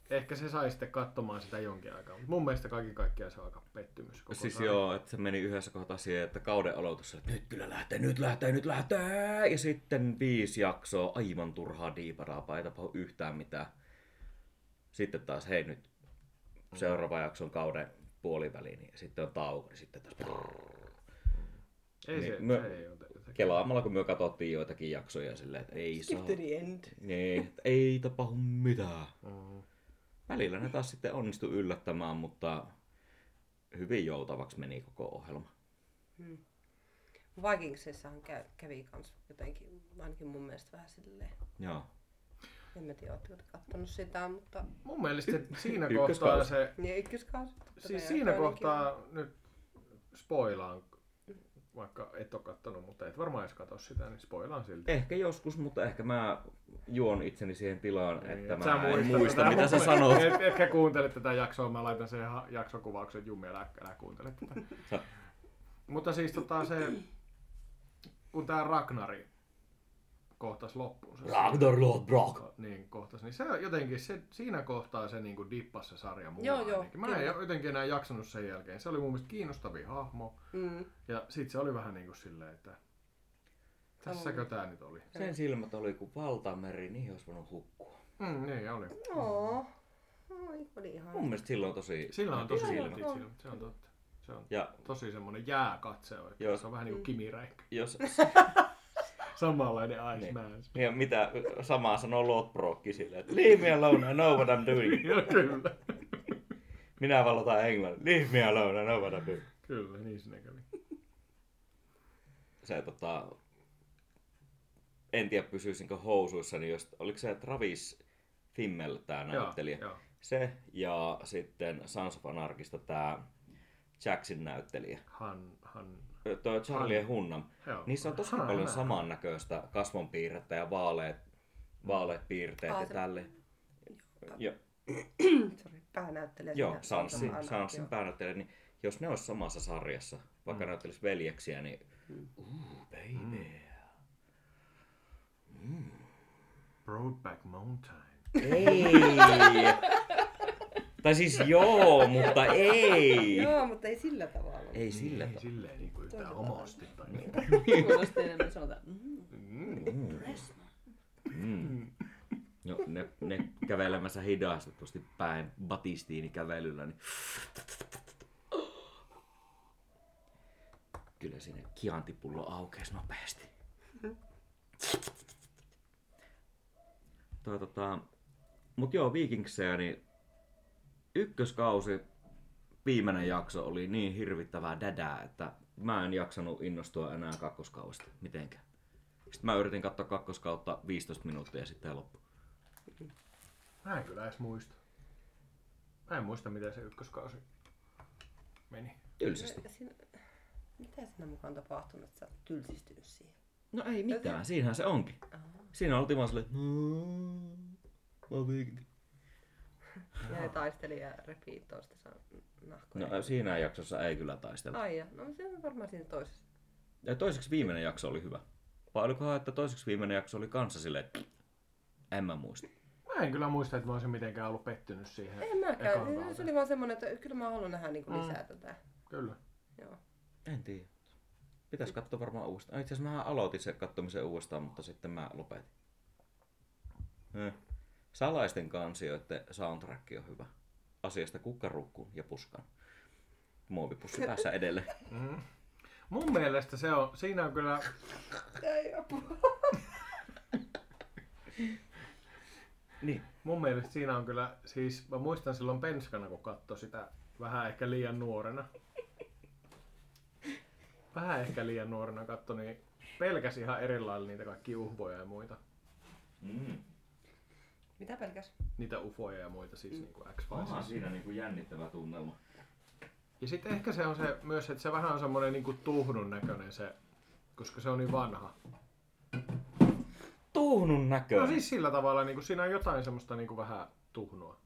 S1: ehkä se sai sitten katsomaan sitä jonkin aikaa. Mut mun mielestä kaikki kaikkiaan se on aika pettymys. Koko
S3: Siis
S1: sarja.
S3: joo, että se meni yhdessä kohtaa siihen, että kauden aloitus, että nyt kyllä lähtee, nyt lähtee, nyt lähtee. Ja sitten viisi jaksoa aivan turhaa diiparaapaa, ei tapahdu yhtään mitään. Sitten taas, hei nyt seuraava jakso on kauden puoliväli, niin sitten on tauko, niin sitten taas
S1: Ei se,
S3: niin, mä-
S1: se ei ole jotenkin.
S3: kelaamalla, kun me katsottiin joitakin jaksoja silleen, että ei saa,
S2: Skip to the end.
S3: niin, että ei tapahdu mitään.
S1: Mm.
S3: Välillä ne taas sitten onnistu yllättämään, mutta hyvin joutavaksi meni koko ohjelma.
S2: Vikingsissahan käy, kävi kans jotenkin, ainakin mun mielestä vähän silleen.
S3: Joo.
S2: En mä tiedä, ootteko te kattonut sitä, mutta...
S1: Mun mielestä se, siinä
S3: Ykköskausi.
S1: kohtaa se,
S2: Niin ykköskausi. totta
S1: siis
S2: kai,
S1: siinä
S2: toinenkin.
S1: kohtaa nyt spoilaan, vaikka et ole kattonut, mutta et varmaan edes katso sitä, niin spoilaan silti.
S3: Ehkä joskus, mutta ehkä mä juon itseni siihen tilaan, että
S1: Niin, Sä
S3: mä en
S1: muistat
S3: muista,
S1: tätä.
S3: mitä sä sanoit.
S1: Et, etkä kuuntele tätä jaksoa, mä laitan sen ha- jaksokuvauksen Jumi, älä, älä kuuntele tätä. Mutta siis tota se, kun tää Ragnari kohtas loppuun. Se,
S3: Ragnar Lodbrok.
S1: Niin kohtas, niin se jotenkin se, siinä kohtaa se niinku dippas se sarja mulla
S2: Joo, joo,
S1: ainakin. Mä en
S2: kyllä.
S1: jotenkin enää jaksanut sen jälkeen. Se oli mun mielestä kiinnostavin hahmo.
S2: Mm.
S1: Ja sit se oli vähän niinku silleen, että tässäkö tää nyt oli?
S3: Sen silmät oli kuin valtameri, niihin olisi voinut hukkua.
S1: Mm, niin oli.
S2: Oo. Oi, oli ihan.
S3: Mun mielestä silloin on tosi...
S1: Sillä on tosi
S3: silmät.
S1: silmät. silmät. Se on totta. Se on
S3: Ja
S1: tosi semmoinen jääkatse oikein.
S3: Joo.
S1: Se on vähän
S2: Mm.
S1: niin kuin Kimi Räikkönen.
S3: jos...
S1: Samanlainen
S3: Niin.
S1: Iceman.
S3: Ja mitä samaa sanoo Lodbrokki silleen, että Leave me alone, I know what I'm doing.
S1: Joo, kyllä.
S3: Minä valotan englannin. Leave me alone, I know what I'm doing.
S1: Kyllä, niin sinne kävi.
S3: se tota, en tiedä pysyisinkö housuissa, niin jos, oliko se Travis Fimmel tämä näyttelijä?
S1: Joo, joo.
S3: Se ja sitten Sons of Anarchista tämä Jackson näyttelijä.
S1: Han, han,
S3: Ö, Tuo Charlie Hunnam.
S1: joo.
S3: Niissä Niin on tosi
S1: Han-
S3: paljon
S1: Han-
S3: samannäköistä kasvonpiirrettä ja vaaleet, vaaleet piirteet
S2: Aa,
S3: ja
S2: se-
S3: tälle. Jo,
S2: Sori, päänäyttelijä.
S3: joo,
S2: siinä
S3: Sansin,
S2: Sansan
S3: Sansin
S2: joo.
S3: päänäyttelijä. Niin jos ne olisi samassa sarjassa, vaikka mm. näyttelisi veljeksiä, niin
S1: Mm.
S3: uu, baby.
S1: Broadback Mountain.
S3: Ei. tai siis joo, mutta ei.
S2: Joo, mutta ei sillä tavalla.
S3: Ei sillä
S1: Ei
S3: tavalla.
S1: silleen niin kuin yhtään homosti tai niin.
S8: Kuulosti enemmän sanota. Mm.
S3: Mm. No, ne, ne kävelemässä hidastetusti päin batistiini kävelyllä, niin... Kyllä sinne kiantipullo aukeisi nopeasti. Toi, tota, mut joo, Vikingsejä, niin ykköskausi, viimeinen jakso oli niin hirvittävää dädää, että mä en jaksanut innostua enää kakkoskaudesta mitenkään. Sitten mä yritin katsoa kakkoskautta 15 minuuttia ja sitten loppu.
S1: Mä en kyllä edes muista. Mä en muista, miten se ykköskausi meni.
S3: Tylsästi.
S2: Siinä, mitä siinä mukaan on tapahtunut, että sä oot tylsistynyt siihen?
S3: No ei mitään, siinähän se onkin. Siinä oltiin vaan silleen, "Mm, mä oon viikinki."
S2: Ja ne taisteli ja repii toista sa- nahkoja.
S3: No siinä jaksossa ei kyllä taistella.
S2: Ai ja, no se on varmaan siinä toisessa.
S3: Ja toiseksi viimeinen jakso oli hyvä. Vai olikohan, että toiseksi viimeinen jakso oli kanssa silleen, että En mä muista.
S1: Mä en kyllä muista, että mä olisin mitenkään ollut pettynyt siihen.
S2: En
S1: ekaan
S2: mäkään. Se
S1: kauteen.
S2: oli vaan semmonen, että kyllä mä haluan nähdä niinku
S1: Mm.
S2: lisää tätä.
S1: Kyllä.
S2: Joo.
S3: En tiedä. Pitäis katsoa varmaan uudestaan. Itse asiassa mä aloitin sen katsomisen uudestaan, mutta sitten mä lopetin. Eh. Salaisten kansioiden soundtrack on hyvä. Asiasta kukkarukkuun ja puskaan. Muovipussi päässä edelleen.
S1: Mm. Mun mielestä se on, siinä on kyllä,
S2: Ei apua.
S3: Niin.
S1: mun mielestä siinä on kyllä, siis mä muistan silloin penskana, kun katsoi sitä vähän ehkä liian nuorena. Vähän ehkä liian nuorena katsoi, niin pelkäsi ihan eri lailla niitä kaikki uhvoja ja muita.
S3: Mm.
S2: Mitä pelkäs?
S1: Niitä ufoja ja muita siis niin kuin x
S3: siinä niinku jännittävä tunnelma.
S1: Ja sitten ehkä se on se myös, että se vähän on semmoinen niinku tuhnun näköinen se, koska se on niin vanha.
S3: Tuhnun näköinen.
S1: No siis sillä tavalla, niinku, siinä on jotain semmoista niinku vähän tuhnua.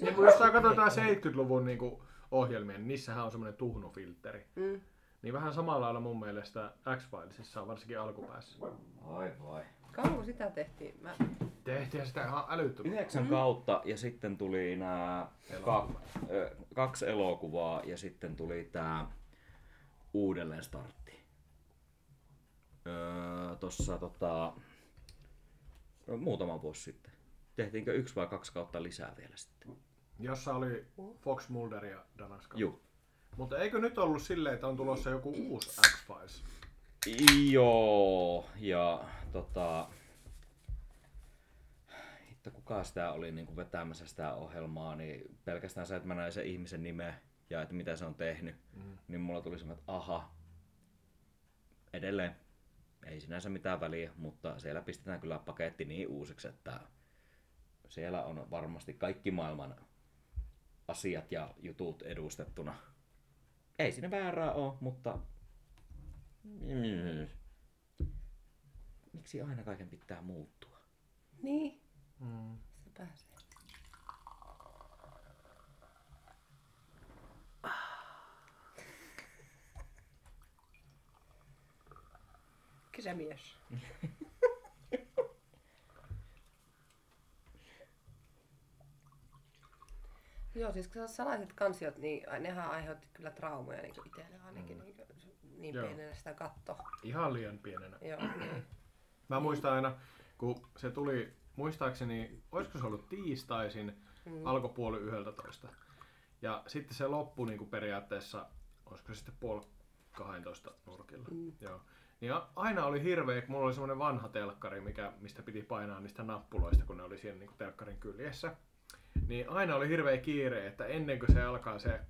S1: Niinku, jos sä katsotaan 70-luvun niinku, ohjelmia, niin niissähän on semmoinen tuhnufilteri.
S2: Mm.
S1: Niin vähän samalla lailla mun mielestä X-Filesissa on varsinkin alkupäässä.
S3: Ai vai.
S2: Kauanko sitä tehtiin? Mä...
S1: Tehtiin sitä ihan älyttömästi.
S3: Yhdeksän kautta ja sitten tuli nämä ka- ö, kaksi elokuvaa ja sitten tuli tämä uudelleen startti. Öö, tossa tota, no, muutama vuosi sitten. Tehtiinkö yksi vai kaksi kautta lisää vielä sitten?
S1: Jossa oli Fox Mulder ja Danaska.
S3: Juu.
S1: Mutta eikö nyt ollut silleen, että on tulossa joku uusi X-Files?
S3: Joo, ja tota... Hitto, kuka sitä oli niin kuin vetämässä sitä ohjelmaa, niin pelkästään se, että mä näin sen ihmisen nimeä ja että mitä se on tehnyt, mm. niin mulla tuli semmoinen, että aha, edelleen ei sinänsä mitään väliä, mutta siellä pistetään kyllä paketti niin uusiksi, että siellä on varmasti kaikki maailman asiat ja jutut edustettuna. Ei siinä väärää ole, mutta Mm. Miksi aina kaiken pitää muuttua?
S2: Niin.
S1: Mm.
S2: Se pääsee. Kesämies. Joo, siis kun salaiset kansiot, niin nehän aiheutti kyllä traumoja niin itselle ainakin, niin, niin
S1: Joo.
S2: pienenä sitä katto.
S1: Ihan liian pienenä.
S2: Joo, niin.
S1: Mä muistan aina, kun se tuli, muistaakseni, olisiko se ollut tiistaisin, mm. alkoi puoli 11. Ja sitten se loppui niin kuin periaatteessa, olisiko se sitten puoli 12 nurkilla. Mm. Joo. Niin a- aina oli hirveä, kun mulla oli semmoinen vanha telkkari, mikä, mistä piti painaa niistä nappuloista, kun ne oli siinä niin kuin telkkarin kyljessä. Niin aina oli hirveä kiire, että ennen kuin se alkaa se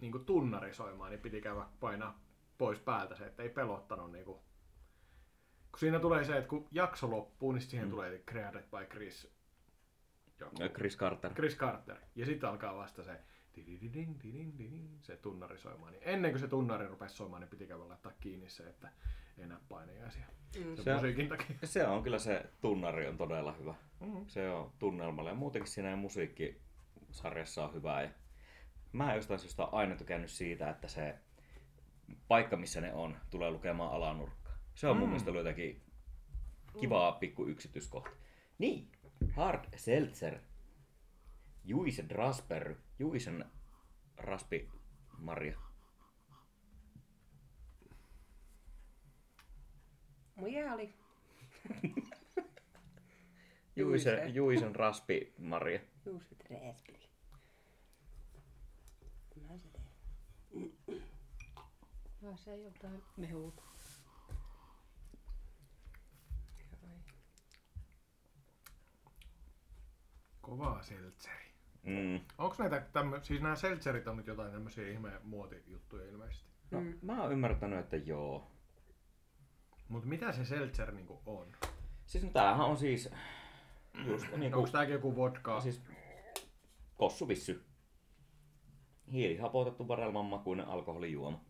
S1: niin kuin tunnari soimaan, niin piti käydä painaa pois päältä se, että ei pelottanut niin kuin kun siinä tulee se, että kun jakso loppuu, niin sit siihen mm. tulee Created by Chris, joku.
S3: No, Chris Carter.
S1: Chris Carter. Ja sitten alkaa vasta se tidididin, didin, didin, se tunnari soimaan. Niin ennen kuin se tunnari rupesi soimaan, niin piti käydä laittaa kiinni se, että ei näe painajaisia.
S2: Mm.
S1: Mm. Se
S3: Se-
S1: musiikin takia.
S3: Se on kyllä se tunnari on todella hyvä.
S1: Mm.
S3: Se on tunnelmalla ja muutenkin siinä musiikkisarjassa on hyvää. Ja mä jostain syystä oon aina tykännyt siitä, että se paikka missä ne on tulee lukemaan alanurkkaa. Se on mm. mun mielestä ollut jotakin kivaa pikku yksityiskohta. Niin, Hard Seltzer, Juisen Rasper, Juisen Raspi Marja.
S2: Mun jää oli
S3: Juisen,
S2: Juise.
S3: Juisen raspi Maria.
S2: Juuso Träspiri. Mä se teen.
S8: No se ei jotain mehuuta.
S1: Kovaa seltseri.
S3: Mm.
S1: Onks näitä tämmö... siis nämä seltserit on nyt jotain tämmöisiä ihme muotijuttuja ilmeisesti.
S3: No, mm. Mä oon ymmärtänyt, että joo.
S1: Mut mitä se seltser niinku on?
S3: Siis no, tämähän on siis just niin
S1: Onko
S3: kuin,
S1: tääkin joku vodkaa?
S3: siis kossuvissy. Hiilihapotettu varelman makuinen alkoholijuoma.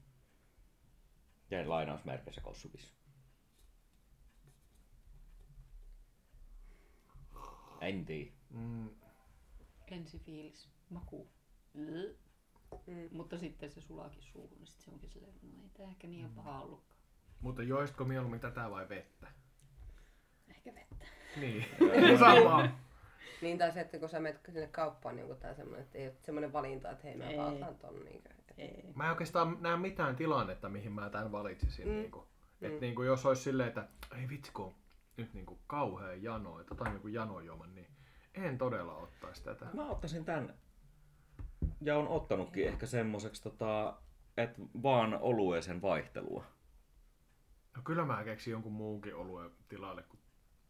S3: Ja lainausmerkeissä kossuvissy. En tiedä.
S1: Mm.
S8: Ensi fiilis, maku.
S2: Mm.
S8: Mm. Mutta sitten se sulaakin suuhun, niin sitten se onkin silleen, no ei tää ehkä niin paha ollutkaan.
S1: Mutta joistko mieluummin tätä vai vettä?
S8: Ehkä vettä.
S1: Niin. Sama.
S2: Niin tai se, että kun sä menet sinne kauppaan, niin onko tää semmoinen, että ei ole semmoinen valinta, että hei mä
S8: Ei.
S2: vaan otan ton. Niin
S8: Ei.
S1: Mä en oikeastaan näe mitään tilannetta, mihin mä tämän valitsisin.
S2: Mm.
S1: Mm. Niin kuin. Et
S2: Mm.
S1: mm. niin kuin, jos olisi silleen, että ei vitsi kun on nyt niin kuin kauhea jano, että otan joku janojuoman, niin en todella ottaisi tätä.
S3: Mä ottaisin tän, ja on ottanutkin ehkä semmoiseksi, tota, että vaan olueeseen vaihtelua.
S1: No kyllä mä keksin jonkun muunkin oluen tilalle kuin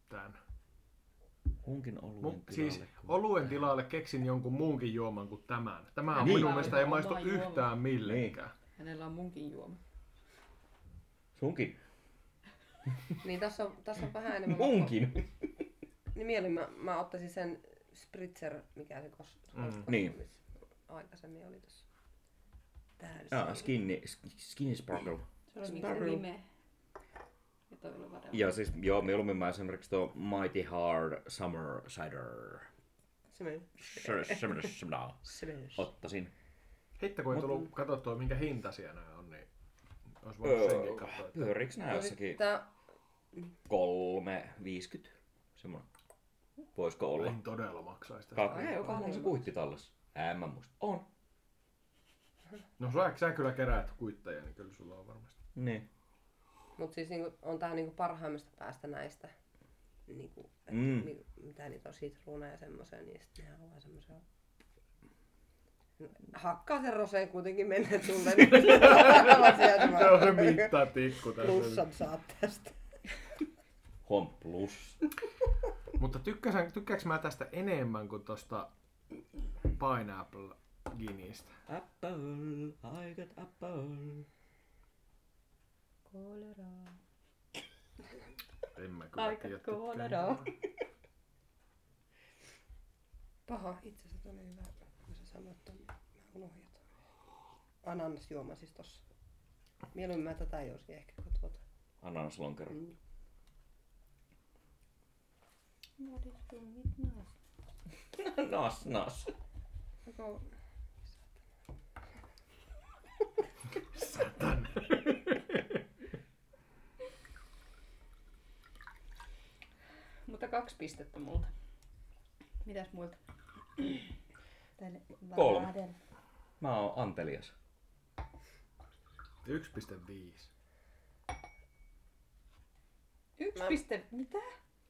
S1: tämän.
S3: Kunkin oluen
S1: Mu-
S3: tilalle.
S1: siis
S3: kun-
S1: oluen tilalle keksin jonkun muunkin juoman kuin tämän. Tämä on
S8: Niin.
S1: minun mielestä ei
S8: Oma
S1: maistu
S8: juoma.
S1: yhtään millekään.
S8: Hänellä on munkin juoma.
S3: Sunkin.
S2: niin tässä on, tässä on vähän enemmän...
S3: Munkin.
S2: Niin mielin mä, mä ottaisin sen Spritzer, mikä se kos, mm,
S3: niin.
S2: aikaisemmin oli tuossa.
S3: Jaa,
S2: Täysin.
S3: skinny, sk- skinny sparkle.
S8: Se oli
S3: Sparrow.
S8: niiden nime. Ja toi oli varmaan.
S3: Ja siis, joo, mieluummin mä esimerkiksi tuo Mighty Hard Summer Cider.
S2: Se meni.
S3: Summer- summer- summer.
S2: Se meni.
S3: Ottaisin.
S1: Hitto kun ei
S3: Niin. Mut-
S1: tullut katsottua minkä hintaisia nämä on, niin olisi
S3: Öö.
S1: voinut senkin katsoa. että-
S3: Pyöriks nää jossakin
S2: No niin, Tää,
S3: kolme, viisikymmentä? Semmoinen. Voisiko olla?
S1: En todella maksaisi tästä.
S3: Ka- Hei, onko mulla se kuitti tallessa? En mä muista. On.
S1: No sä, sä kyllä keräät kuitteja, niin kyllä sulla on varmasti.
S3: Niin.
S2: mut siis niinku, on tää niinku parhaimmista päästä näistä. Niinku, et,
S3: Mm.
S2: mi, mitä niitä on sitruuna ja semmoisia, niin sit ne haluaa semmoisia. Hakkaa sen roseen kuitenkin mennä sulle. niin haluat sieltä vaan.
S1: Se on se mittatikku tässä.
S2: Plussat saat tästä.
S3: Huom, plus.
S1: Mutta tykkäsin, tykkääks mä tästä enemmän kuin tosta Pineapple Ginistä?
S3: Apple, I got apple.
S8: Koleraa.
S1: En mä kyllä
S8: Aika
S1: tiedä. tykkäänkö.
S8: koleraa.
S2: Paha, itse asiassa oli hyvä, kun sä sanoit, että mä unohdin jotain. Ananasjuoma siis tossa. Mieluummin mä tätä jousin ehkä kuin tuota.
S3: Ananaslonkero.
S2: Mm.
S12: What is wrong with nice?
S3: Nas, nas.
S2: Joko...
S1: Satan.
S8: Mutta kaksi pistettä multa. Mitäs muilta?
S12: Tänne
S3: Kolme.
S12: Varaden.
S3: Mä oon antelias.
S1: 1,5.
S8: Yksi
S2: Mä-
S8: piste. Mitä?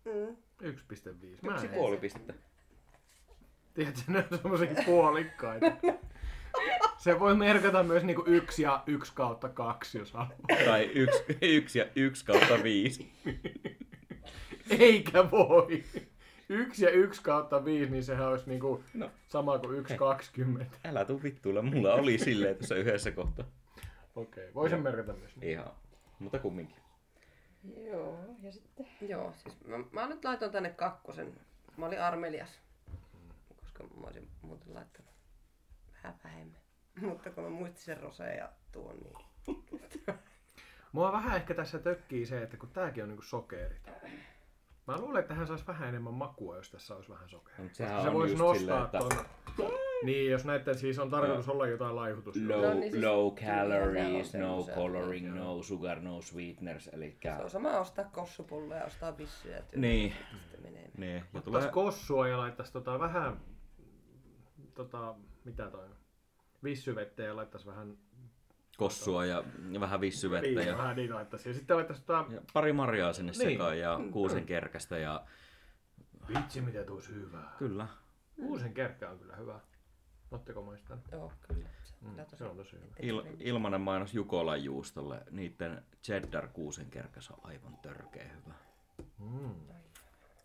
S2: Mm.
S1: 1,5. Mä
S3: Yksi
S1: en.
S3: puoli pistettä.
S1: Tiedätkö, ne on semmoisia puolikkaita. Se voi merkata myös niinku yksi ja yksi kautta kaksi, jos haluaa.
S3: Tai yksi, yksi ja yksi kautta viisi.
S1: Eikä voi. Yksi ja yksi kautta viisi, niin sehän olisi niinku
S3: No.
S1: sama kuin yksi kaksikymmentä.
S3: Älä tuu vittuilla, mulla oli silleen tässä yhdessä kohtaa.
S1: Okei, okay. voi sen
S3: Joo.
S1: merkitä myös. Niin.
S3: Ihan. No, Mutta kumminkin.
S8: Joo, ja sitten.
S2: Joo, siis mä, mä nyt laitoin tänne kakkosen. Mä olin armelias, koska mä olisin muuten laittanut vähän vähemmän. Mutta kun mä muistin sen roseen ja tuon, niin
S1: Mua vähän ehkä tässä tökkii se, että kun tääkin on niinku sokerit. Mä luulen, että hän saisi vähän enemmän makua, jos tässä olisi vähän sokeria.
S3: Mut sehän
S1: Koska se
S3: Mm. on
S1: voisi
S3: just
S1: nostaa
S3: silleen,
S1: ton... Niin, jos näiden siis on tarkoitus olla jotain laihutusta.
S3: Low,
S2: No niin, siis-
S3: low
S2: Kyllä,
S3: calories,
S2: se on
S3: no
S2: se.
S3: coloring, no sugar, no sweeteners, eli
S2: se on sama ostaa kossupullo ja ostaa bissyjä tyyliin.
S3: Niin.
S2: Sitten menee.
S3: Niin, ja
S1: Ottaisi
S3: tulee...
S1: kossua ja laittaisi tota vähän... Tota, mitä toi? on? Vissyvettä ja laittaisi vähän...
S3: kossua ja vähän vissyvettä
S1: Niin,
S3: ja,
S1: vähän niin laittaisi. Ja sitten laittaisi tota...
S3: ja pari marjaa sinne
S1: Niin.
S3: sekaan ja kuusen kerkästä ja
S1: Vitsi, mitä tuossa hyvää.
S3: kyllä.
S1: Uusen kerkkä on kyllä hyvä. Oletteko maistanut?
S2: Joo, kyllä. Se on kyllä tosi...
S1: Se on tosi hyvä.
S3: Il, ilmanen mainos Jukolan juustolle, niiden cheddar kuusen kerkäs on aivan törkeä hyvä.
S1: Mm.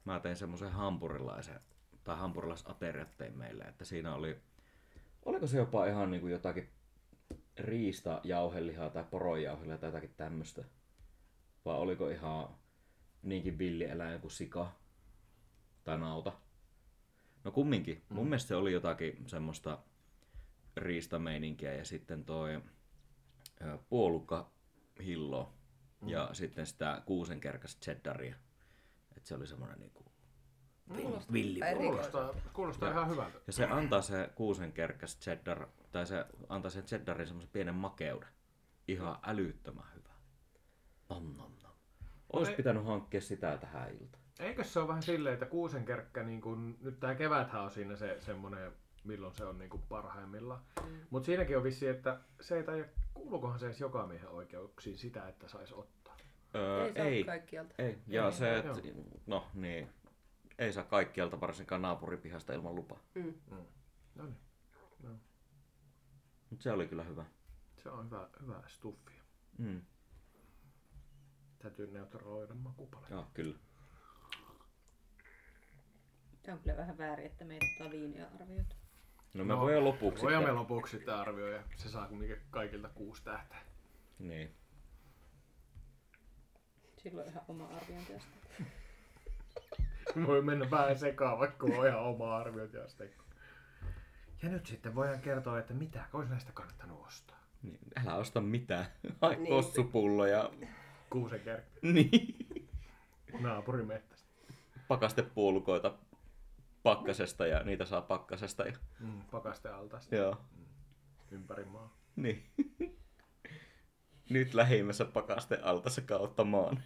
S3: Mä tein semmoisen hampurilaisen, tai hampurilaisateriat tein meille, että siinä oli, oliko se jopa ihan niinku jotakin riista, jauhelihaa tai porojauhelihaa tai jotakin tämmöstä? Vai oliko ihan niinkin villieläin kuin sika tai nauta? No kumminkin. Mm. Mun mielestä se oli jotakin semmoista riistameininkiä ja sitten toi ö, puolukka hillo mm. ja sitten sitä kuusenkerkästä cheddaria. Et se oli semmoinen niinku villi, villi
S1: Kuulostaa, kuulostaa
S3: Joo.
S1: ihan hyvältä.
S3: ja se antaa se kuusenkerkäs cheddar, tai se antaa sen cheddarin semmoisen pienen makeuden. Ihan älyttömän hyvä. Nom, nom, nom. Ois
S1: Ei-
S3: pitänyt hankkia sitä tähän iltaan.
S1: Eikö se ole vähän silleen, että kuusenkerkkä, niin kun, nyt tämä keväthän on siinä se, semmoinen, milloin se on niin kun parhaimmillaan. Mm. Mutta siinäkin on vissi, että se ei tajua, kuuluukohan se edes joka miehen oikeuksiin sitä, että saisi ottaa.
S3: Öö,
S2: Ei saa ei. kaikkialta.
S3: Ei, ja
S1: Ei,
S3: ei, se, että,
S1: joo.
S3: no niin, ei saa kaikkialta varsinkaan naapuripihasta ilman lupaa.
S2: Mm.
S1: No niin,
S3: Mut se oli kyllä hyvä.
S1: se on hyvä, hyvä stuffia.
S3: Mm.
S1: Täytyy neutraloida makupale.
S3: Joo, kyllä.
S4: Tämä on kyllä vähän väärin, että me ei tota viiniä arvioitu.
S3: No me no, voidaan lopuksi.
S1: Voidaan me
S3: sitten-
S1: lopuksi sitten arvioida. Se saa kumminkin kaikilta kuusi tähteä.
S3: Niin.
S4: Silloin ihan oma arviointi tästä.
S1: Voi mennä vähän sekaan, vaikka on ihan oma arviot ja asteikko. Ja nyt sitten voidaan kertoa, että mitä olisi näistä kannattanut ostaa.
S3: niin. Älä osta mitään. Hae
S2: Niin.
S3: niin. kossupullo ja
S1: Kuusen kerkkä
S3: niin.
S1: naapurimettästä.
S3: pakastepuolukoita pakkasesta ja niitä saa pakkasesta. Ja...
S1: Mm, pakastealtaasta
S3: Joo.
S1: ympäri maa.
S3: Niin. Nyt lähimmässä pakastealtassa kautta maan.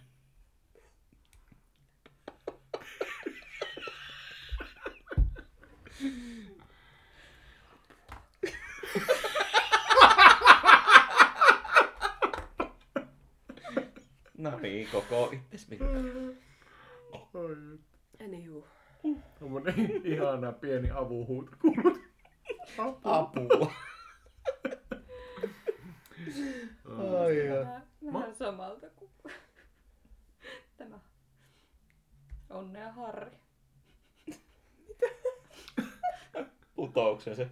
S3: No niin, koko itses Mikko.
S1: Oi,
S2: Anywho.
S1: tommonen niin ihana pieni avuhuuto kuulut.
S3: Apua.
S1: Ai,
S8: Vähän, vähän samalta kuin tämä. Onnea Harri.
S3: Putouksen se.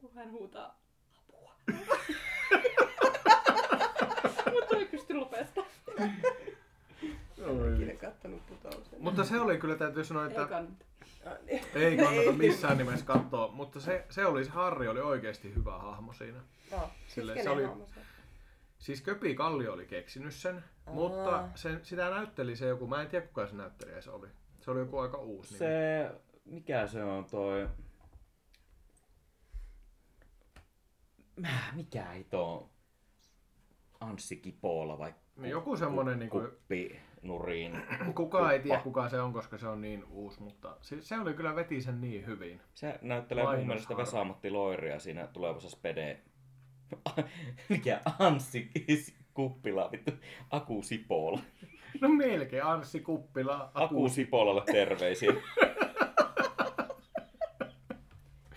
S8: kun hän huutaa apua. Mutta ei pysty lopettaa.
S2: Ikinä kattonut putousen.
S1: Mutta se oli kyllä, täytyy sanoa,
S8: Ei
S1: että
S8: kannata.
S2: niin.
S1: ei kannata missään nimessä katsoa, mutta se, se oli, se Harri oli oikeasti hyvä hahmo siinä.
S2: No,
S1: Sille
S2: siis
S1: se
S2: kenen
S1: oli-
S2: homma se on?
S1: Siis Köpi Kalli oli keksinyt sen, Aa. mutta sen, sitä näytteli se joku, mä en tiedä kuka se näyttelijä se oli. Se oli joku aika uusi nimi.
S3: Se, mikä se on toi... Mä, mikä ei tuo... Anssi Kipola vai
S1: No joku semmonen niinku-
S3: kuppi nuriin.
S1: Kukaan ei tiedä kuka se on, koska se on niin uusi, mutta se, se oli kyllä veti sen niin hyvin.
S3: Se näyttelee mun
S1: Mainos
S3: mielestä
S1: harva.
S3: Vesamatti Loiria siinä tulevassa spede. mikä Anssi Kuppila, vittu. Aku Sipola.
S1: No melkein Anssi Kuppila.
S3: Aku Sipolalle terveisiä.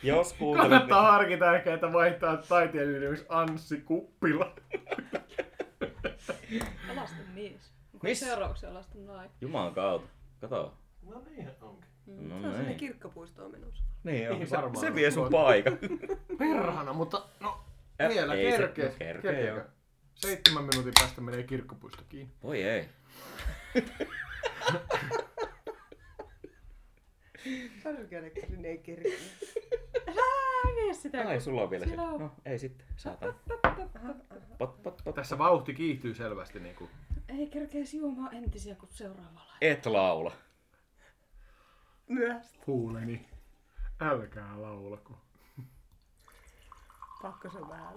S3: Jos kuuntelet,
S1: Kannattaa harkita ehkä, että vaihtaa taiteilijan nimeksi Anssi Kuppila.
S8: Alaston mies. Onko
S3: Miss?
S8: seuraavaksi alaston nainen?
S3: Juman kautta. Kato.
S1: No niinhän onkin.
S3: No
S2: Se on sinne
S3: niin.
S2: kirkkopuistoon menossa.
S3: Niin on.
S1: Niin
S3: Se,
S1: varmaan
S3: se
S1: on.
S3: vie sun paikan.
S1: Perhana, mutta no
S3: Ä-
S1: vielä
S3: ei se-
S1: kerkees.
S3: no kerkee
S1: Kerkeekö?
S3: joo.
S1: Seitsemän minuutin päästä menee kirkkopuisto kiinni.
S3: Voi ei.
S2: Sarkianeksi sinne ei kirjoita.
S8: Ei vie sitä.
S3: Ai, sulla on vielä se.
S8: Siellä on.
S3: No, ei sitten. Saatan. Pot, pot, pot.
S1: Tässä vauhti kiihtyy selvästi. Niin kuin.
S8: Ei kerkeä juomaan entisiä kuin seuraavalla.
S3: Et laula.
S2: Myöhäistä.
S1: Huuleni. Älkää laulako.
S2: Pakko se on vähän.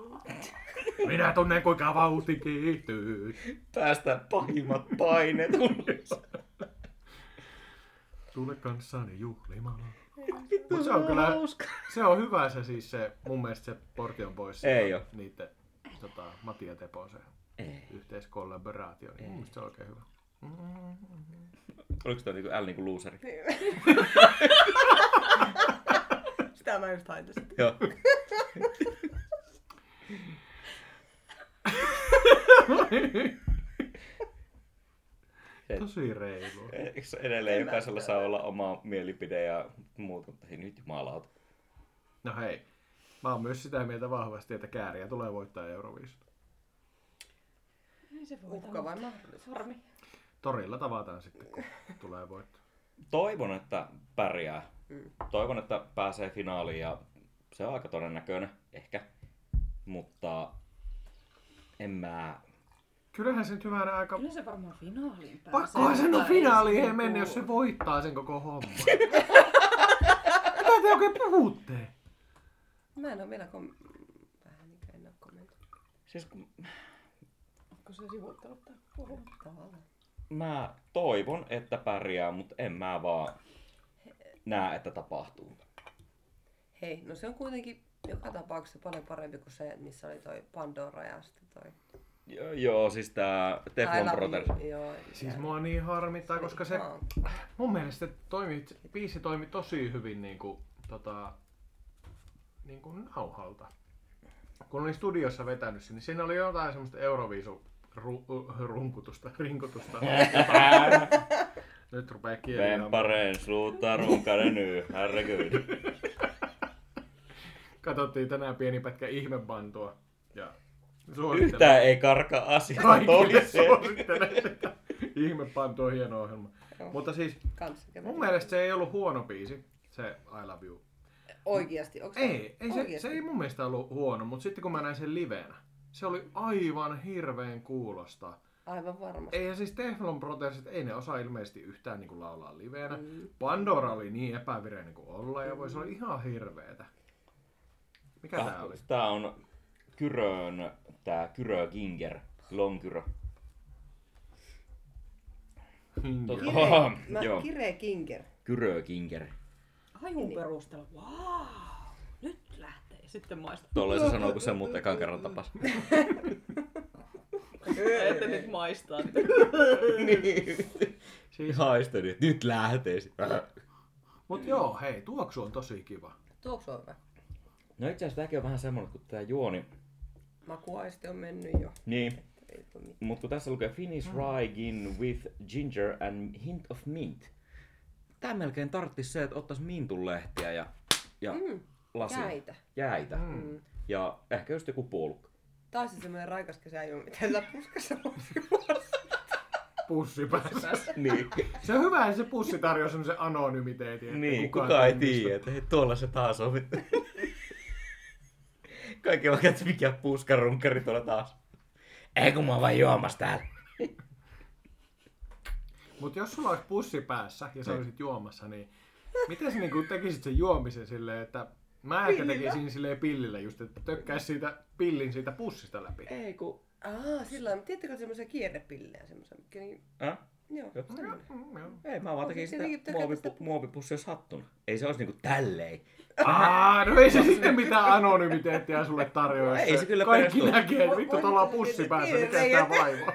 S1: Minä tunnen kuinka vauhti kiihtyy.
S3: Päästä pahimmat paineet ulos.
S1: Tule kanssani juhlimaan. Mut se on kyllä, se on hyvä se siis se, mun mielestä se Portion pois.
S3: Ei oo.
S1: Niiden tota, Matia Tepon se
S3: Ei.
S1: yhteiskollaboraatio, niin mun mielestä se on oikein hyvä.
S3: Oliko toi niinku L niinku luuseri?
S2: Sitä mä just hain tästä.
S3: Joo.
S1: Tosi reilu.
S3: Eikö se edelleen jokaisella saa olla oma mielipide ja muuta, mutta ei nyt jumalauta.
S1: No hei, mä oon myös sitä mieltä vahvasti, että kääriä tulee voittaa Euroviisut.
S8: Ei se voi
S2: Uhka vai mahdollisuus?
S8: Harmi.
S1: Torilla tavataan sitten, kun tulee voitto.
S3: Toivon, että pärjää.
S2: Mm.
S3: Toivon, että pääsee finaaliin ja se on aika todennäköinen, ehkä. Mutta en mä...
S1: Kyllähän se nyt hyvänä aika...
S8: Kyllä se varmaan finaaliin pääsee.
S1: No. Pakkohan sen on
S8: mutta ei
S1: finaaliin
S8: se
S1: ei mennä, jos se
S8: kuulu.
S1: voittaa sen koko homman. Mitä te oikein puhutte?
S2: Mä en oo vielä kom... Vähän niinku en oo kommentoinut.
S3: Siis kun
S8: Onko se sivuuttanut tämän puhelun?
S2: Tavallaan.
S6: mä toivon, että pärjää, mutta en mä vaan näe, että tapahtuu.
S2: Hei, no se on kuitenkin joka tapauksessa paljon parempi kuin se, missä oli toi Pandora ja sitten toi...
S6: Jo, joo, siis tää Teflon
S2: Ai,
S6: Brothers.
S2: Joo.
S1: Siis mua niin harmittaa, koska se
S2: Aa,
S1: mun mielestä toimi, biisi toimi tosi hyvin niin kuin, tota, niin kuin nauhalta. Kun olin studiossa vetänyt sen, niin siinä oli jotain semmoista euroviisu ru- runkutusta, rinkutusta. Nyt rupee
S6: Meen
S1: kieliä.
S6: pareen suuttaa runkainen nyt, herregud.
S1: Katsottiin tänään pieni pätkä ihmebantua. Ja suosittelen-
S6: Yhtään ei karka asia
S1: Kaikille
S6: toiseen.
S1: suosittelen sitä. Ihmebantu on hieno ohjelma.
S2: Joo.
S1: Mutta siis
S2: kanssakävely.
S1: mun mielestä se ei ollut huono biisi, se I Love You.
S2: Oikeasti, onko
S1: Ei, ei se,
S2: Oikeesti?
S1: se ei mun mielestä ollut huono, mutta sitten kun mä näin sen livenä, se oli aivan hirveän kuulosta.
S2: Aivan varmasti.
S1: Ei ja siis Teflon Brothersit, ei ne osaa ilmeisesti yhtään niin laulaa livenä.
S2: Mm.
S1: Pandora oli niin epävireinen kuin olla ja voisi olla ihan hirveetä. Mikä tää oli?
S6: Tää on Kyrön, tää Kyrö Ginger, Longkyrö.
S1: Hinkiä.
S6: Totta. Aha,
S2: Mä,
S6: joo.
S2: Kire Kinker.
S6: Kyrö Ginger.
S2: Niin.
S8: Hajun perusteella, wow, nyt lähtee. Sitten maistaa.
S3: Tolleen se sanoo, kun se mut ekan kerran tapas.
S8: Ette nyt maistaa.
S1: Siis,
S3: Haisteli, että nyt lähtee sit.
S1: mut joo, hei, tuoksu on tosi kiva.
S2: Tuoksu on hyvä.
S6: No itse asiassa tääkin on vähän semmonen, kun tää juoni.
S2: Makuaisti on mennyt jo.
S6: Niin.
S2: Ei tuu mitään.
S6: Mut kun tässä lukee Finnish rye gin with ginger and hint of mint. Tää melkein tarttis se, että ottais mintun lehtiä ja, ja
S2: Mm,
S6: lasia.
S2: jäitä.
S6: Jäitä.
S1: Mm.
S2: Mm.
S6: Ja ehkä just joku puolukka.
S2: Taas se semmoinen raikas kesäilma, mitä sillä puskassa on.
S1: Pussi päässä.
S6: Niin.
S1: Se on hyvä, että se pussi tarjoaa semmoisen anonymiteetin. että
S3: Niin,
S1: kukaan
S3: kuka ei
S1: tunnista.
S3: tiedä, että hei, tuolla se taas on. Kaikki vaikka, että mikä puskarunkari tuolla taas. Ei kun mä oon vaan juomassa täällä.
S1: Mutta jos sulla olisi pussi päässä ja sä olisit juomassa, niin miten sä niinku tekisit sen juomisen silleen, että mä ehkä tekisin silleen pillillä just, että tökkäis siitä pillin siitä pussista läpi.
S6: Ei kun...
S2: Aa, sillä on. Tiedättekö semmoisia kierrepillejä semmoisia, mitkä niin...
S6: Äh?
S2: Joo,
S6: Joo.
S2: semmoinen.
S1: Mm, joo.
S6: Ei, mä vaan tekin
S2: se
S6: sitä
S2: jotenkin tekee
S6: muovipu,
S2: tästä-
S6: muovipussi jos hattuna. Ei se olisi niinku tälleen. Äh.
S1: Aa, no ei se sitten mitään anonymiteettiä sulle tarjoa. jos
S6: No ei se kyllä
S1: Kaikki
S6: perustu.
S1: näkee, että
S2: Voi-
S1: vittu
S2: voi
S1: tuolla on
S2: vittu,
S1: pussi
S2: tietysti
S1: päässä, niin mikä
S2: tietysti.
S1: tää vaivaa.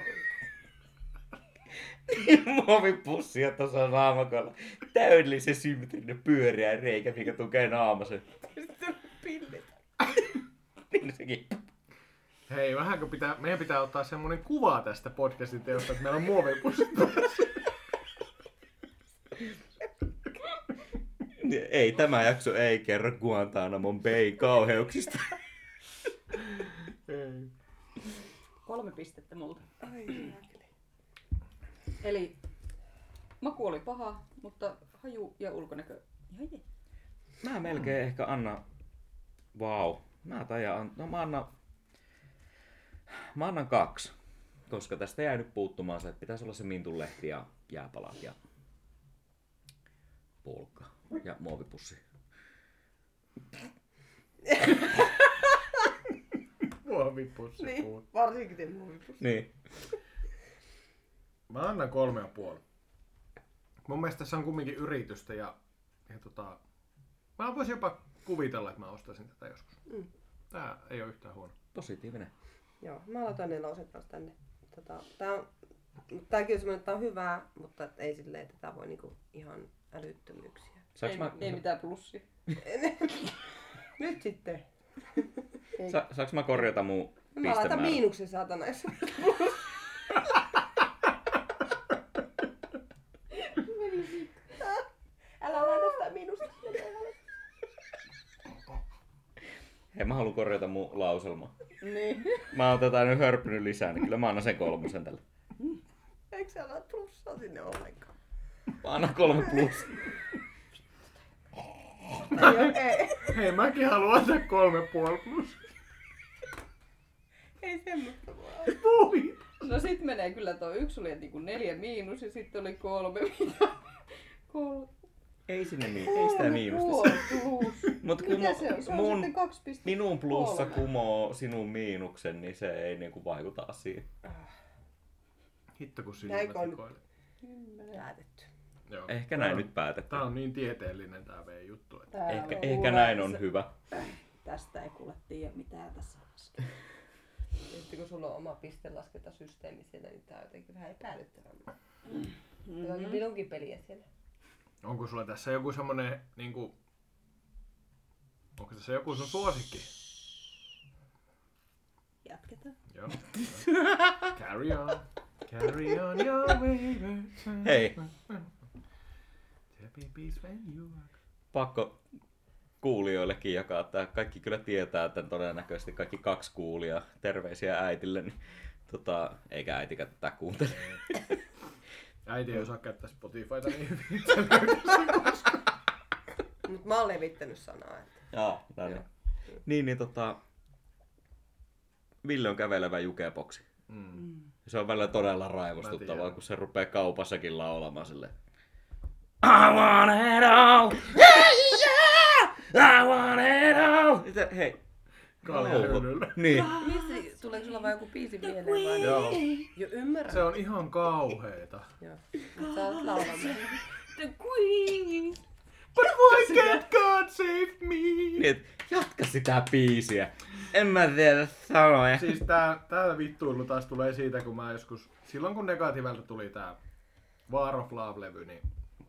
S3: Muovipussia tuossa naamakolla. Täydellisen symmetrinen pyöreä reikä, mikä tukee naamasen.
S2: Sitten on pillit.
S3: Niin sekin.
S1: Hei, vähän kun pitää, meidän pitää ottaa semmonen kuva tästä podcastin teosta, että meillä on muovipussi päässä.
S3: Ei, tämä jakso ei kerro Guantanamon Bayn kauheuksista.
S1: Ei.
S8: Kolme pistettä multa.
S2: Ai, saakeli.
S8: Eli maku oli paha, mutta haju ja ulkonäkö niin. ihan jees.
S6: Mä melkein ehkä anna... Vau. Wow. Mä tajan... an- No mä annan... Mä annan kaksi. Koska tästä jäi nyt puuttumaan se, että pitäisi olla se mintulehti ja jääpalat ja puolukka ja muovipussi.
S1: Muovipussi.
S2: Niin,
S1: puhuu.
S2: varsinkin te muovipussi.
S3: Niin.
S1: Mä annan kolme ja puoli. Mun mielestä tässä on kumminkin yritystä ja, ja tota, mä voisin jopa kuvitella, että mä ostaisin tätä joskus.
S2: Mm.
S1: Tää ei ole yhtään huono.
S6: Positiivinen.
S2: Joo, mä laitan ne lauseet kanssa tänne. Tota, tää on, mut tääkin on semmoinen, että tää on hyvää, mutta et ei silleen, että tää voi niinku ihan älyttömyyksiä.
S6: Saanko
S8: ei,
S6: mä,
S8: ei mitään plussia.
S2: Nyt sitten.
S6: sa, saanko mä korjata mun
S2: Mä laitan
S6: pistemäärän?
S2: miinuksen saatana, jos Älä laita sitä miinusta.
S6: Hei, mä haluan korjata mun lauselma.
S8: Niin.
S6: Mä oon tätä nyt hörpynyt lisää, niin kyllä mä annan sen kolmosen tälle.
S2: Eikö sä laita plussaa sinne ollenkaan?
S6: Mä annan kolme plus.
S2: Ei, oo- ei,
S1: Hei, mäkin haluan antaa kolme puoli plus.
S2: ei semmoista voi olla.
S1: Voi!
S8: No sit menee kyllä toi yksi oli niinku neljä miinus ja sitten oli kolme miinus. Kolme.
S6: Ei sinne niin, ei sitä miinusta.
S8: puoli plus.
S6: Mut kun
S8: Mitä se on? Se on
S6: mun,
S8: sitten kaksi pistettä.
S3: Minun plussa
S8: Kolme.
S3: kumoo sinun miinuksen, niin se ei niinku vaikuta asiaan.
S1: Hitto kun sinne
S2: Näinkö on?
S1: tikoilet.
S2: päätetty.
S1: Joo.
S3: Ehkä näin
S1: Tää on-
S3: nyt päätetään.
S1: Tää on niin tieteellinen tää meidän juttu. Että...
S8: Tää
S3: Ehkä,
S8: on
S3: ehkä
S8: kuule-
S3: näin on hyvä.
S4: Tästä ei kuule tiedä mitään tässä asiassa.
S2: Sitten kun sulla on oma pistelaskentasysteemi siellä, niin tää on jotenkin vähän epäilyttävämpää. Mm-hmm. Tää on
S4: Mm-hmm.
S2: minunkin peliä siellä.
S1: Onko sulla tässä joku semmonen niinku... Onko tässä joku sun suosikki?
S4: Jatketaan.
S1: Joo. Carry on. Carry on your way.
S3: Hei.
S1: Happy peace when you are.
S3: Pakko kuulijoillekin jakaa tää. Kaikki kyllä tietää tämän todennäköisesti. Kaikki kaksi kuulijaa. Terveisiä äitille. Niin, tota, eikä äitikään tätä kuuntele.
S1: Äiti ei osaa käyttää Spotifyta niin hyvin.
S2: Mut mä oon levittänyt sanaa, että
S3: Jaa, no niin.
S2: Joo.
S3: niin, niin tota... Ville on kävelevä jukeboksi.
S1: Mm.
S3: Se on välillä todella
S1: Mä
S3: raivostuttavaa,
S1: tiedän.
S3: kun se rupeaa kaupassakin laulamaan sille. I want it all! Hey, yeah! I want it all! Sitten, hei.
S1: Kalja
S3: Niin.
S2: Mistä, tuleeko sulla vaan joku biisi mieleen vai?
S1: Joo.
S2: Jo ymmärrän.
S1: Se on ihan kauheeta.
S2: Joo. Mut sä oot laulamme.
S4: The Queen!
S1: But why can't God save me?
S3: Niin, et jatka sitä biisiä. En mä tiedä sanoja.
S1: Siis tää, tää vittuilu taas tulee siitä, kun mä joskus... Silloin kun Negativelta tuli tää War of Love-levy, niin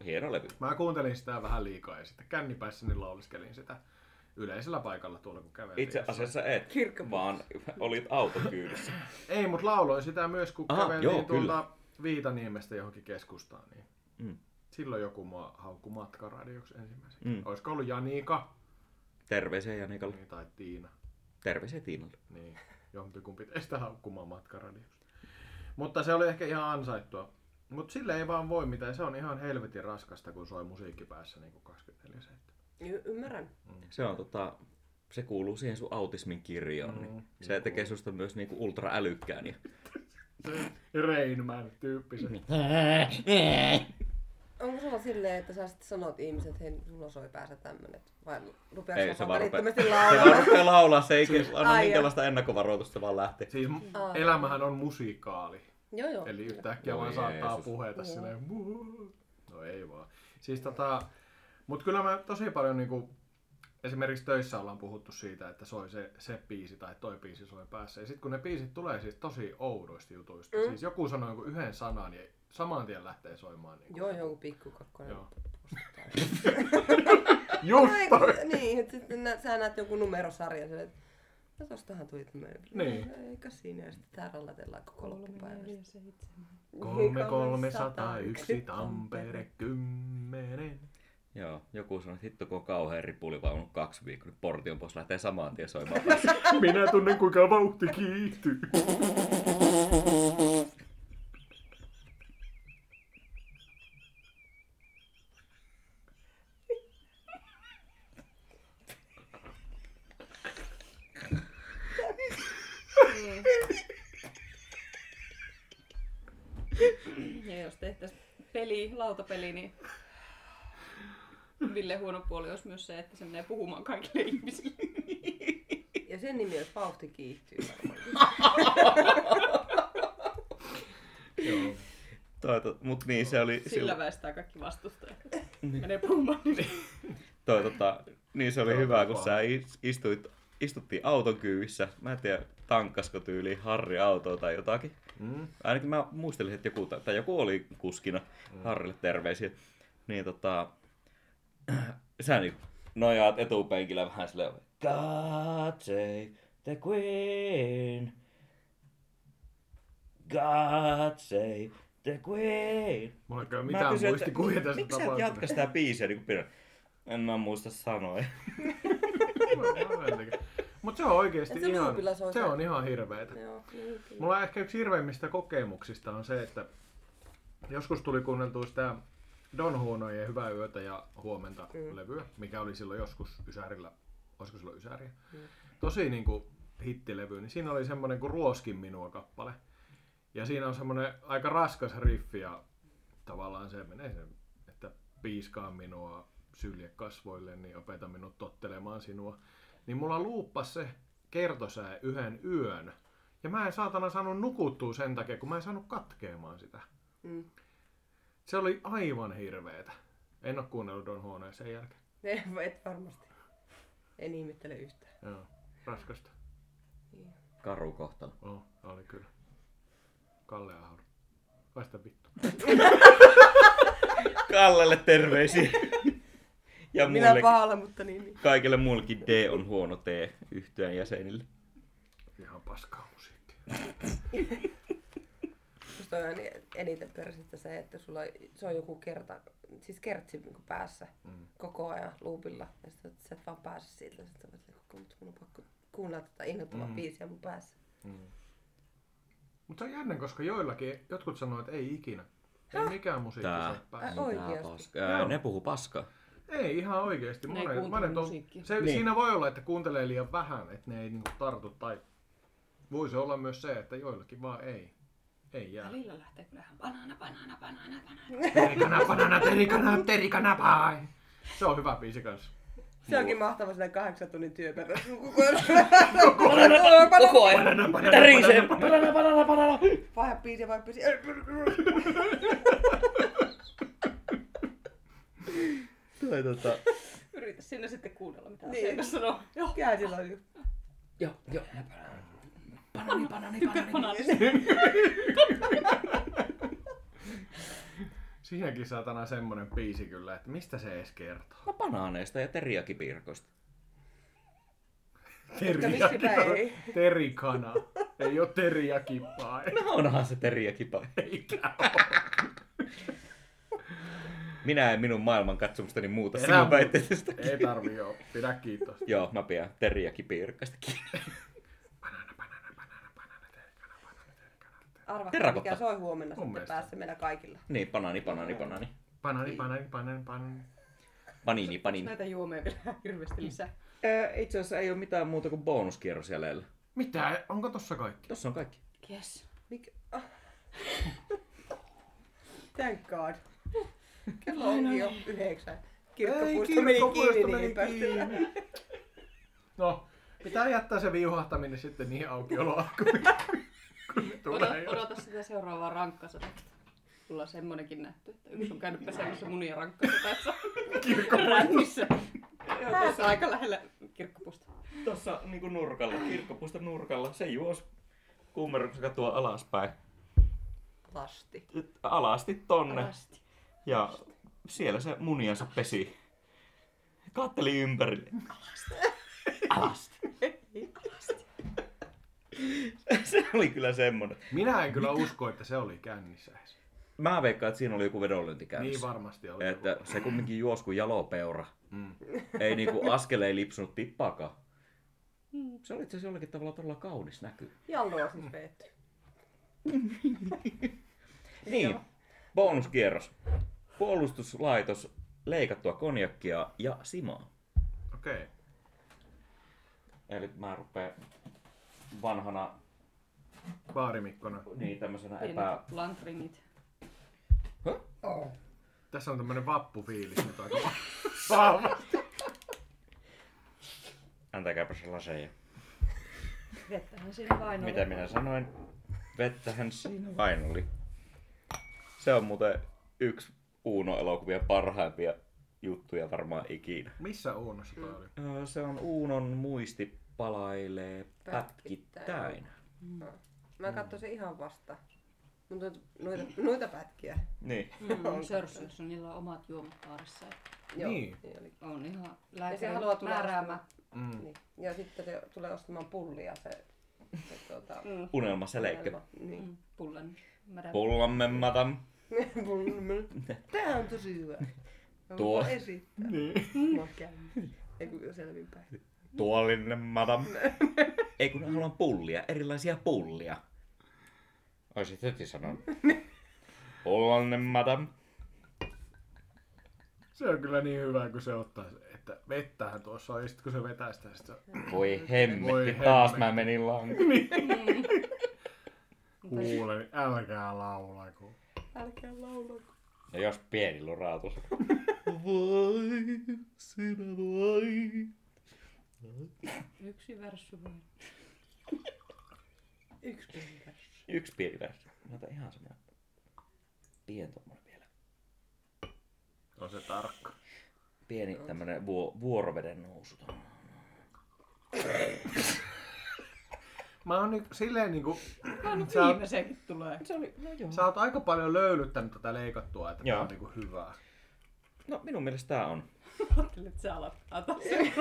S3: Hieno levy.
S1: Mä kuuntelin sitä vähän liikaa ja sitten kännipäissäni lauliskelin sitä yleisellä paikalla tuolla kun kävelin.
S3: Itse
S1: jossain.
S3: asiassa et, vaan olit autokyydissä.
S1: Ei, mutta lauloin sitä myös kun
S3: Aha,
S1: Aha, käveltiin
S3: joo,
S1: joo, tuolta Viitaniemestä johonkin keskustaan. Niin
S3: Mm.
S1: mm. Silloin joku mua haukkui matkaradioksi ensimmäisenä.
S3: Mm.
S1: Mm. Olisiko ollut Janika
S3: Terveisiä Janikalle.
S1: niin, tai Tiina?
S3: Terveisiä Tiinalle.
S1: Niin, jompikumpi teistä haukkumaan matkaradioksi. Mutta se oli ehkä ihan ansaittua. Mutta sille ei vaan voi mitään. Se on ihan helvetin raskasta, kun soi musiikki päässä niin 24-7.
S2: Jo ymmärrän.
S1: Mm.
S3: Se on tota, se kuuluu siihen sun autismin kirjoon. Mm, niin. Se tekee susta myös niinku ultraälykkään. Ja...
S1: Rainman tyyppisen.
S3: Niin.
S2: Onko sulla silleen, että sä sitten sanot ihmiset, että hei, sulla soi päässä tämmönen, vai rupeaks
S3: Ei,
S2: sä
S3: se
S2: vaan
S3: vaan rupeaa,
S2: välittömästi
S3: se vaan
S2: laulamaan?
S3: rupeaa laulaa, se ei siis,
S2: ai
S3: anna
S2: joo.
S3: minkäänlaista ennakkovaroitusta, se vaan lähtee.
S1: Siis
S2: Aa.
S1: elämähän on musikaali.
S2: Joo joo.
S1: Eli yhtäkkiä
S3: Voi
S1: vaan saattaa
S3: No Jeesus.
S1: puheta silleen. "Muu." No ei vaan. Siis tota, mut kyllä mä tosi paljon niinku, esimerkiksi töissä ollaan puhuttu siitä, että soi se, se biisi tai toi biisi soi päässä. Ja sit kun ne biisit tulee siis tosi oudoista jutuista.
S2: Mm.
S1: Siis joku sanoo jonkun yhden sanan ja saman tien lähtee soimaan. Niinku.
S2: Joo, joku pikku kakkonen.
S1: Joo.
S2: No
S1: Just
S2: ei,
S1: toi!
S2: kun- niin, että sitten nä, sä näet joku numerosarja silleen, että no tostahan tuli tämmöinen.
S1: Niin.
S2: No, Eikä siinä, ja sitten tää rallatellaan koko loppupäivästä.
S1: Kolme, kolme, sata, yksi, Tampere, kymmenen.
S3: Joo, joku sanoi, että hitto kun on kauhean ripulivaunu kaksi viikkoa, niin portion pois lähtee samaan tien soimaan.
S1: Minä tunnen kuinka vauhti kiihtyy.
S8: Niin. Ja jos tehtäis peli, lautapeli, niin Ville huono puoli olisi myös se, että se menee puhumaan kaikille ihmisille.
S2: Ja sen nimi on Vauhti kiihtyy varmaan.
S1: Joo.
S3: Toi, to, mut niin, se oli,
S8: Sillä väestää kaikki vastustajat. Menee puhumaan niille.
S3: toi, tota, niin se oli
S1: Joo,
S3: hyvä, kun
S1: vaan.
S3: sä is- istuit, istuttiin auton kyyvissä. Mä en tiedä, tankkasko tyyli Harri autoa tai jotakin.
S1: Mm.
S3: Ainakin mä muistelin, että joku, tai joku oli kuskina, mm. Harrille terveisiä. Niin tota, sä niin nojaat etupenkillä vähän silleen, God save the queen. God save the queen.
S1: Mulla ei kyllä
S3: Mä
S1: mitään
S3: kysyin, että
S1: muistikuvia tästä
S3: Miksi sä et jatka sitä biisiä niin kuin En mä muista sanoja.
S1: Mutta se on oikeesti
S2: Et se
S1: ihan,
S2: luupilla soi
S1: se
S2: se.
S1: on ihan hirveetä.
S2: Joo, niin kyllä.
S1: Mulla ehkä yksi hirveimmistä kokemuksista on se, että joskus tuli kuunneltua sitä Don Huonojen Hyvää yötä ja huomenta
S2: Mm.
S1: levyä, mikä oli silloin joskus Ysärillä, olisiko silloin Ysäriä,
S2: Mm.
S1: tosi niin kuin hittilevy, niin siinä oli semmoinen kuin Ruoskin minua kappale. Ja siinä on semmoinen aika raskas riffi ja tavallaan se menee se, että piiskaa minua sylje kasvoille, niin opeta minut tottelemaan sinua. Niin mulla luuppas se kertosää yhden yön Ja mä en saatana saanut nukuttua sen takia, kun mä en saanut katkeamaan sitä.
S2: Mm.
S1: Se oli aivan hirveetä. En oo kuunnellut Don Huoneen sen jälkeen.
S2: Ei, et varmasti. En ihmettele yhtään.
S1: Joo, raskasta.
S3: Karu kohtalo.
S1: Oo, oli kyllä. Kalle Ahori. Vaista vittu.
S3: Kallelle terveisiä. ja
S2: Minä
S3: muille,
S2: pahalla, mutta niin. niin.
S3: kaikille muillekin D on huono T yhtyön jäsenille.
S1: Ihan paskaa musiikkia.
S2: Musta on en- eniten persistä se, että sulla se on joku kerta, siis kertsi niinku päässä
S1: Mm.
S2: koko ajan luupilla. Ja sit, sä- sä et vaan pääse siitä. Sitten sä voit, kun mun on pakko kuunnella tätä innoittavaa
S1: Mm.
S2: mm. biisiä mun päässä.
S1: Mutta se on jännä, koska joillakin, jotkut sanoo, että ei ikinä. Ei mikään musiikki
S3: Tää.
S1: saa päästä.
S2: Ä, Oikeasti.
S3: Ää,
S1: Joo.
S3: ne puhuu paskaa.
S1: Ei, ihan oikeesti.
S8: Ne ei
S1: Monet,
S8: kuuntele
S1: monet on,
S8: musiikkia.
S1: se,
S6: Niin.
S1: Siinä voi olla, että kuuntelee liian vähän, että ne ei niinku tartu. Tai voi se olla myös se, että joillakin vaan ei. Ei jää.
S8: Välillä lähtee kyllä ihan banaana, banaana, banaana, banaana.
S1: Terikana, banana, terikana, terikana, pai. Se on hyvä biisi kanssa.
S2: Se onkin mahtava sitä kahdeksan tunnin työpäivä. sun Koko ajan
S6: Koko ajan tärisee. Banana, banana, banana.
S2: vaihda biisiä, vaihda biisiä.
S3: Toi tota...
S8: Yritä sinne sitten kuunnella, mitä
S2: Niin.
S8: niin. sanoo. Joo,
S2: Käy silloin ju-
S6: Joo, joo. Banani, banani, banani.
S8: banaana.
S1: Siinäkin saatana semmonen biisi kyllä, että mistä se edes kertoo.
S3: No banaaneista ja teriakipirkoista.
S2: missipä ei.
S1: terikana. Ei oo teriakippaa.
S3: No onhan se teriakipa.
S1: Eikä
S3: Minä en minun maailman katsomustani muuta
S1: Elä
S3: sinun
S1: muuta.
S3: väitteestä.
S1: Ei tarvii oo. Pidä kiitos.
S3: Joo, mä pidän teriakipirkasta kiinni.
S2: Arvaa,
S3: Terrakotta.
S2: mikä soi huomenna
S1: Mun
S2: sitten
S1: mielestä.
S2: päässä meillä kaikilla.
S3: Niin, banaani, banaani, banaani.
S1: Banani, banani, banani, banani.
S3: Panini,
S8: Onks
S3: panini.
S8: näitä juomia vielä hirveästi lisää?
S3: Öö, itse asiassa ei ole mitään muuta kuin bonuskierros jäljellä.
S1: Mitä? Onko tossa kaikki?
S3: Tossa on kaikki.
S8: Yes.
S2: Mikä? Ah. Thank God. Kello onkin jo yhdeksän. Kirkkopuisto meni kiinni, niin ei päästy läpi.
S1: No, pitää jättää se viuhahtaminen sitten niihin aukioloaikoihin, kun ne
S8: Odota,
S1: tulee. jo.
S8: odota sitä seuraavaa rankkasadetta. Mulla on semmonenkin nähty, että yksi on käynyt pesemässä munia rankkasadessa. Kirkkopuistossa. Joo, tässä aika lähellä kirkkopuistoa.
S3: Tossa niinku nurkalla, kirkkopuiston nurkalla, se juos kummeruksen katua alaspäin.
S2: Lasti.
S3: Alasti tonne.
S8: Alasti.
S3: Ja siellä se muniansa pesi. Katteli ympärille. Alasti. Alasti. se oli kyllä semmonen.
S1: Minä en kyllä usko, että se oli kännissä edes.
S3: Mä veikkaan, että siinä oli joku vedonlyönti
S1: Niin
S3: käynnissä.
S1: varmasti oli.
S3: että se kumminkin juos kuin jalopeura.
S1: Mm.
S3: Ei niinku askele ei lipsunut tippaakaan. Mm, Se oli itse asiassa jollakin tavalla todella kaunis näky.
S2: Jalloa siis veetty.
S3: Niin, bonuskierros. Puolustuslaitos, leikattua konjakkia ja simaa.
S1: Okei. Okay.
S3: Eli mä rupeen vanhana
S1: Baarimikkona.
S3: niin tämmöisenä epä...
S8: Pienet lantringit.
S1: Tässä on tämmönen vappufiilis nyt aika vahva.
S3: Antakääpä se laseja.
S8: Vettähän siinä vain
S3: Mitä minä sanoin? Vettähän siinä vain oli. Se on muuten yksi Uuno-elokuvien parhaimpia juttuja varmaan ikinä.
S1: Missä Uunossa toi oli?
S3: Öö, Se on Uunon muisti palailee
S2: Pätkittäin.
S3: pätkittäin.
S2: Mä katsoin sen ihan vasta. Mutta noita, noita pätkiä.
S3: Niin.
S8: Mm, Sörsyssä niillä on omat juomat baarissa.
S1: Niin.
S2: oli.
S8: On ihan
S2: Ja se
S8: lääkäri
S2: haluaa tulla
S8: määräämä.
S1: Mm.
S2: Niin. Ja sitten se tulee ostamaan pullia se, se tuota,
S8: Mm.
S3: Unelma se leikkö.
S2: unelma. Niin.
S8: Mm, Pullan. määräämä.
S3: Pullamme madam.
S2: Mm. Tää on tosi hyvä. Mä
S3: Tuo.
S2: voin esittää. Niin. Mä käyn. Ei kun selvinpäin.
S3: Tuollinen madam. Ei kun haluan pullia, erilaisia pullia. Oisit heti sanonut. Pullallinen madam.
S1: Se on kyllä niin hyvä, kun se ottaa, että vettähän tuossa on, ja sit kun se vetää sitä, sit se
S3: Voi hemmetti,
S1: Voi
S3: taas
S1: hemmetti.
S3: mä menin lankaan.
S1: kuulee, niin älkää laulako.
S2: Älkää laulako.
S3: No jos pieni lurautus. Voi, sinä voi.
S8: Yksi värssy vain.
S2: Yksi piirivärssi.
S3: Yksi piirivärssi. Mä otan ihan semmonen pieni tommonen vielä.
S1: On se tarkka.
S3: Pieni tämmönen vuo, vuoroveden nousu tommonen.
S1: Mä oon niin, silleen niinku... Sä, oot-
S8: Viimeisenkin tulee.
S3: Se oli, no joo.
S1: sä oot aika paljon löylyttänyt tätä leikattua, että tää
S3: Joo.
S1: on niinku hyvää.
S3: No minun mielestä tää on.
S8: Ajattelin, että sä alat antaa sen.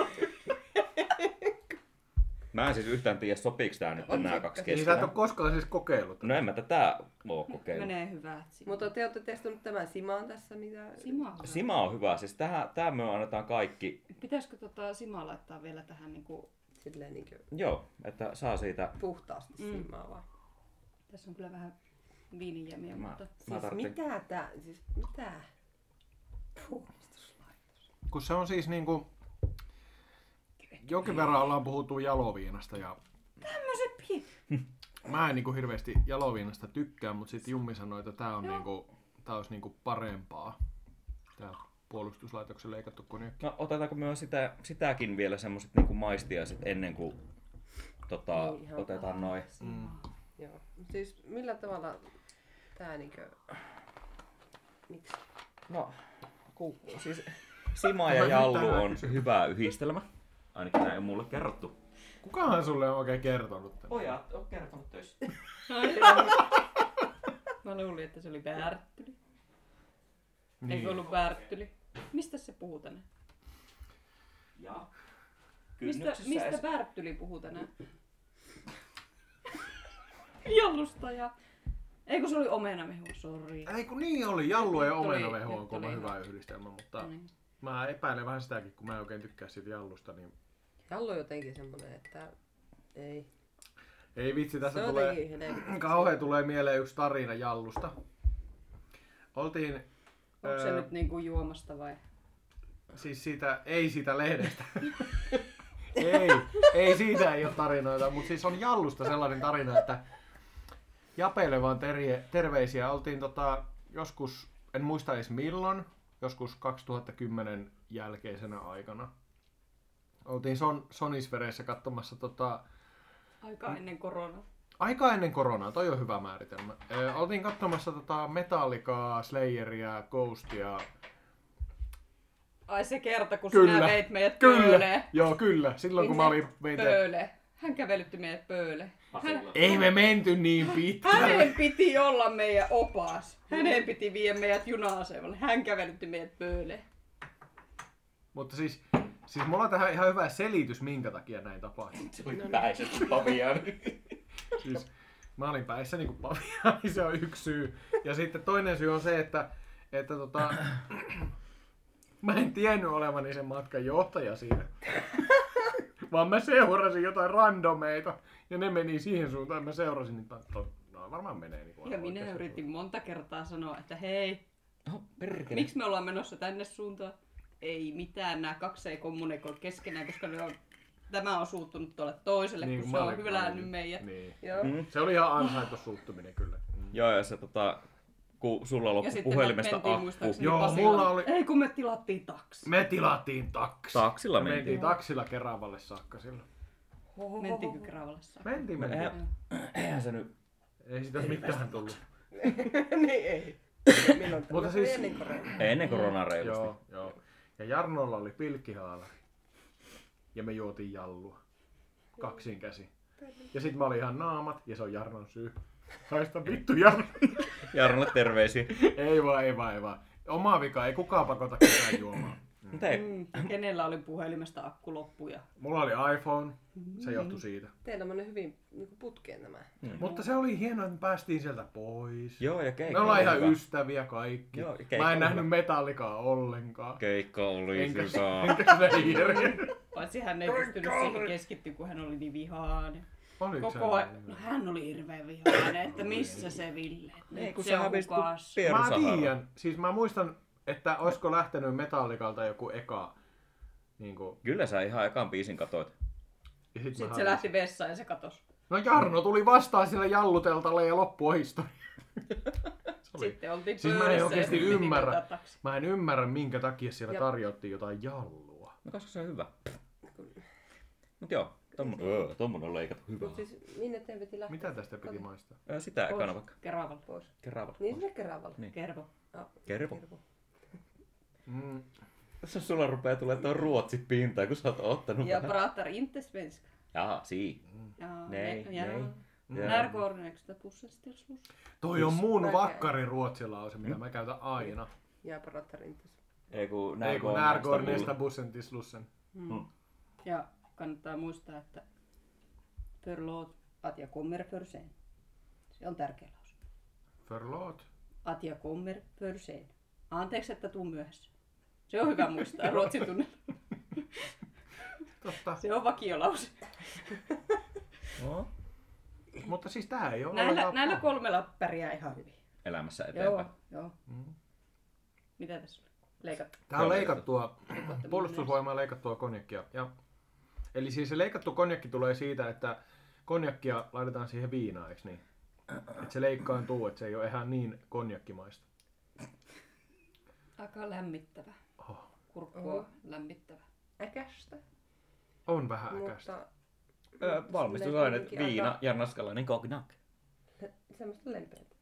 S3: Mä en siis yhtään tiedä sopiks tää nyt nämä kaksi
S1: Niin sä et
S3: keskenään.
S1: oo koskaan siis kokeillut.
S3: No en mä tätä oo kokeillut.
S13: Menee hyvää. Simo.
S2: Mutta te olette testannut tämän Simaan tässä, mitä...
S13: Sima. on hyvä.
S3: Sima on hyvä, siis tähän, tää me annetaan kaikki,
S13: Pitäisikö tota Sima laittaa vielä tähän niinku...
S2: Silleen niin
S3: joo, että saa siitä,
S2: puhtaasti
S13: Mm.
S2: Simaa vaan.
S13: Tässä on kyllä vähän viinijämiä,
S3: Mä-
S13: mutta...
S3: mä
S2: Siis
S3: tarvitsen
S2: mitä tää... Siis mitä?
S1: Kun se on siis niinku... Jonkin verran ollaan puhuttu jaloviinasta ja
S13: Tämmöset pi...
S1: mä en niinku hirveästi jaloviinasta tykkää, mutta sitten Jummi sanoi, että tää on niinku, tää olisi niinku parempaa. Tää puolustuslaitoksen leikattu konjakki.
S3: No otetaanko me sitä, sitäkin vielä semmoset niinku maistiaiset ennen kuin tota,
S2: Niin, ihan
S3: otetaan noin.
S1: Mm.
S2: Joo. Siis millä tavalla tää niinkö... Miksi?
S3: No, ku, siis Sima ja Jallu on hyvä yhdistelmä. Ainakin näin on mulle kerrottu.
S1: Kukahan sulle on oikein kertonut tämän?
S3: Pojat on kertonut töissä.
S8: Mä luulin, että se oli Bärttyli. Niin.
S1: Niin.
S8: Eikö ollut Bärttyli? Mistä se puhuu tänään?
S3: Ja
S8: Mistä,
S3: kynnyksessä
S8: mistä
S3: es-
S8: Bärttyli puhuu tänään? Jallusta ja... Eikö se oli omenamehu, sori.
S1: Ei kun niin oli, Jallu ja
S8: Nyt tuli-
S1: Omenaveho on
S8: nyt
S1: kova
S8: tuli.
S1: hyvä yhdistelmä, mutta
S8: No niin.
S1: mä epäilen vähän sitäkin, kun mä en oikein tykkää siitä Jallusta, niin
S2: Jallo on jotenkin semmonen, että... Ei.
S1: ei vitsi,
S2: Se
S1: tässä
S2: on
S1: tulee...
S2: jotenkin hene-
S1: Kauhean tulee mieleen yksi tarina Jallusta. Oltiin
S8: Onko se
S1: Öö.
S8: nyt niinku juomasta vai?
S1: siis siitä, ei siitä lehdestä. ei, ei siitä ei ole tarinoita, mutta siis on Jallusta sellainen tarina, että Japelle vaan terje, terveisiä. Oltiin tota, joskus, en muista edes milloin, joskus 2010 jälkeisenä aikana. Oltiin Son, Sonisveressä katsomassa tota,
S8: Aika ennen koronaa.
S1: Aika ennen koronaa, toi on hyvä määritelmä. Ö, oltiin katsomassa tota Metallicaa, Slayeria, Ghostia.
S8: Ai se kerta, kun
S1: Kyllä.
S8: sinä veit meidät
S1: Kyllä,
S8: pööleen.
S1: joo kyllä. Silloin kun mä olin meitä...
S8: Pööle. Hän kävelytti meidät pööle.
S1: Ei me menty niin pitkään.
S8: Hänen piti olla meidän opas. Hänen piti viedä meidät juna-asemalle. Hän kävelytti meidät pööle.
S1: Mutta siis, siis mulla on tähän ihan hyvä selitys, minkä takia näin tapahtui.
S3: Se oli päiset paviaani.
S1: Siis, mä olin päissä niinku pavia, niin se on yksi syy. Ja sitten toinen syy on se, että, että tota, mä en tiennyt olevani sen matkan johtaja siinä. Vaan mä seurasin jotain randomeita ja ne meni siihen suuntaan, mä seurasin, niin to, no, varmaan menee niinku
S8: Ja
S1: aivan
S8: minä
S1: oikeaan
S8: yritin monta kertaa sanoa, että hei,
S3: Oh, perkele.
S8: miksi me ollaan menossa tänne suuntaan? Ei mitään, nämä kaksi ei kommunikoi keskenään, koska ne on, tämä on suuttunut tuolle toiselle,
S1: suuntaan.
S8: niin,
S1: kuin
S8: kun
S1: mä
S8: se on
S1: olin-
S8: hylännyt
S1: niin,
S8: meidät.
S1: Niin.
S2: Joo.
S3: Mm.
S1: Se oli ihan ansaittu suuttuminen kyllä. Mm.
S3: Joo, ja se tota, kun sulla
S8: Ja
S3: loppui
S8: sitten
S3: puhelimesta
S8: mentiin
S3: akku.
S8: muistaakseni
S1: Joo,
S8: Pasilaan.
S1: mulla oli-
S8: Ei kun me tilattiin taksi.
S1: Me tilattiin taksi.
S3: Taksilla
S1: Me
S3: mentiin.
S1: mentiin taksilla Keravalle saakka silloin.
S8: Mentiinkö Kravalassa?
S1: Mentiin,
S3: Me-
S1: mentiin.
S3: eihän- Eihän se nyt...
S1: Ei sitä mitään tullut.
S2: niin ei. Milloin
S1: Mutta
S2: tämä tuli
S1: siis-
S2: ennen koronaa?
S3: Ennen koronaa reilusti.
S1: Joo, joo. Ja Jarnolla oli pilkkihaalari. Ja me juotiin jallua. Kaksin käsi. Ja sit mä olin ihan naamat, ja se on Jarnon syy. Haista vittu Jarno.
S3: Jarnolle terveisiä.
S8: Mm.
S1: ei vaan, ei vaan, ei vaan. Oma vika, ei kukaan pakota ketään juomaan.
S3: Mutta ei,
S8: Mm. Kenellä oli puhelimesta akku loppu ja
S1: Mulla oli iPhone, se johtui siitä.
S2: Teillä on hyvin niinku putkeen nämä.
S1: Mutta se oli hienoa, että me päästiin sieltä pois.
S3: Joo, ja keikka
S1: Me ollaan
S3: oli
S1: ihan
S3: hyvä.
S1: ystäviä kaikki.
S3: Joo, keikka
S1: Mä
S3: oli
S1: en nähnyt
S3: hyvä.
S1: metallikaa ollenkaan.
S3: Keikka oli
S1: Enkä-
S3: hyvä.
S1: Enkä se hirveä.
S8: paitsi hän ei pystynyt siihen keskittyä, kun hän oli niin vihainen.
S1: Oliko se niin
S8: Koko ajan.
S1: näin?
S8: No, hän oli hirveän vihainen, että missä se Ville. että
S3: Ei,
S8: Nyt
S3: kun
S8: se
S3: sä
S8: on
S3: hävisit
S8: hukas.
S3: Pieru
S1: Mä
S3: Saharan.
S1: tiedän. Siis mä muistan, että olisiko lähtenyt Metallicalta joku eka. Niin kuin,
S3: Kyllä sä ihan ekan biisin katoit.
S1: ja sit
S8: Sitten
S1: mä
S8: se
S1: se
S8: lähti vessaan ja se katosi.
S1: No Jarno tuli vastaan sillä jalluteltalle ja loppui historia. Se oli-
S8: Sitten oltiin
S1: Siis mä en
S8: pöydässä ja
S1: oikeesti
S8: sitten piti
S1: ymmärrä.
S8: vetää taksi.
S1: Mä en ymmärrä, minkä takia siellä
S2: Ja-
S1: tarjottiin jotain jallua.
S3: No koska se on hyvä. Mut joo,
S6: Tommonen, öö, tommonen on leikattu hyvä.
S2: Mut siis minne teidän piti lähteä?
S1: Mitä tästä piti maistaa?
S3: Ää, Sitä ekana vaikka.
S8: Keravalla.
S2: Pois.
S3: Kerava.
S2: Niin sinne Keravalle.
S3: Niin.
S8: Kervo.
S2: Ah,
S3: Kervo.
S1: Mm.
S3: Tässä sulla rupeaa tulemaan tuo ruotsit pintaan, kun sä oot ottanut
S8: Jag
S3: vähän.
S8: pratar inte svenska.
S3: Jaha, sii.
S1: mm,
S8: Ja,
S3: Nej,
S8: ja,
S3: nej.
S1: Ja.
S8: När går nästa pusselstilsluss?
S1: mm. Toi on mun
S2: Oikein.
S1: vakkari ruotsilause,
S3: Mm.
S1: mitä mä käytän aina.
S2: Ja pratar inte så.
S6: Ei kun
S1: Ei kun närgård nästa bussen till slussen.
S8: Mm. Ja kannattaa muistaa, että förlåt att jag kommer för sent. Se on tärkeä lause.
S1: Förlåt.
S8: Att jag kommer för sent. Anteeksi, että tuun myöhässä. Se on hyvä muistaa ruotsin tunnella.
S1: Totta.
S8: Se on vakiolause.
S3: No.
S1: Mutta siis tää ei ole
S8: Näillä,
S1: ollenkaan
S8: näillä
S1: paha.
S8: kolmella pärjää ihan hyvin.
S3: Elämässä
S8: Joo,
S3: eteenpäin.
S8: joo.
S1: Mm.
S8: Mitä tässä oli? Leikattu.
S1: Tää on
S3: Joo.
S1: leikattua, puolustusvoimaa leikattua konjakkia. Ja, eli siis se leikattu konjakki tulee siitä, että konjakkia laitetaan siihen viinaan, eikö niin? Et se leikkaantuu, että se ei ole ihan niin konjakkimaista.
S14: Aika lämmittävä.
S1: Oh,
S14: Kurkku on
S2: Oho.
S14: lämmittävä.
S2: Äkästä.
S1: on vähän äkäistä.
S2: Mutta
S3: Öö, valmistusaine,
S2: Silleen kuitenkin
S3: viina
S2: aika-
S3: ja naskalainen kognak.
S2: semmoista lempeitä.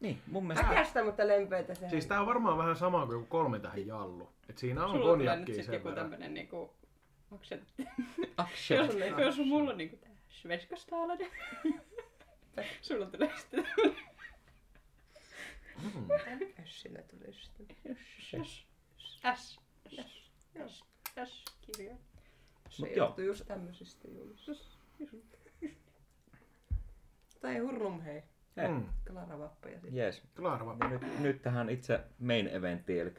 S3: Niin, mun mielestä...
S2: Äkästä, mutta lempeitä se.
S1: Siis tää on varmaan vähän sama kuin joku kolme tähän jallu. Et siinä on
S8: Sulla tulee nyt
S1: konjakkia
S8: sitten
S1: sen
S8: joku
S1: verran.
S8: tämmönen niinku... Onko se
S3: Action.
S8: Jos, jos mulla on niinku tää svenskastaalinen, sulla tulee sitten
S1: Mm.
S2: Ässinä tuli sitten.
S8: S. S. S. S. Kirja.
S2: Se
S3: Mut joo.
S2: johtuu just tämmöisistä juhlista. Tai hurlum hei.
S3: Hei.
S1: Mm.
S2: Klara Vappa ja sitten.
S3: Jees.
S1: Klarva.
S3: Ja nyt, nyt tähän itse main eventtiin, eli...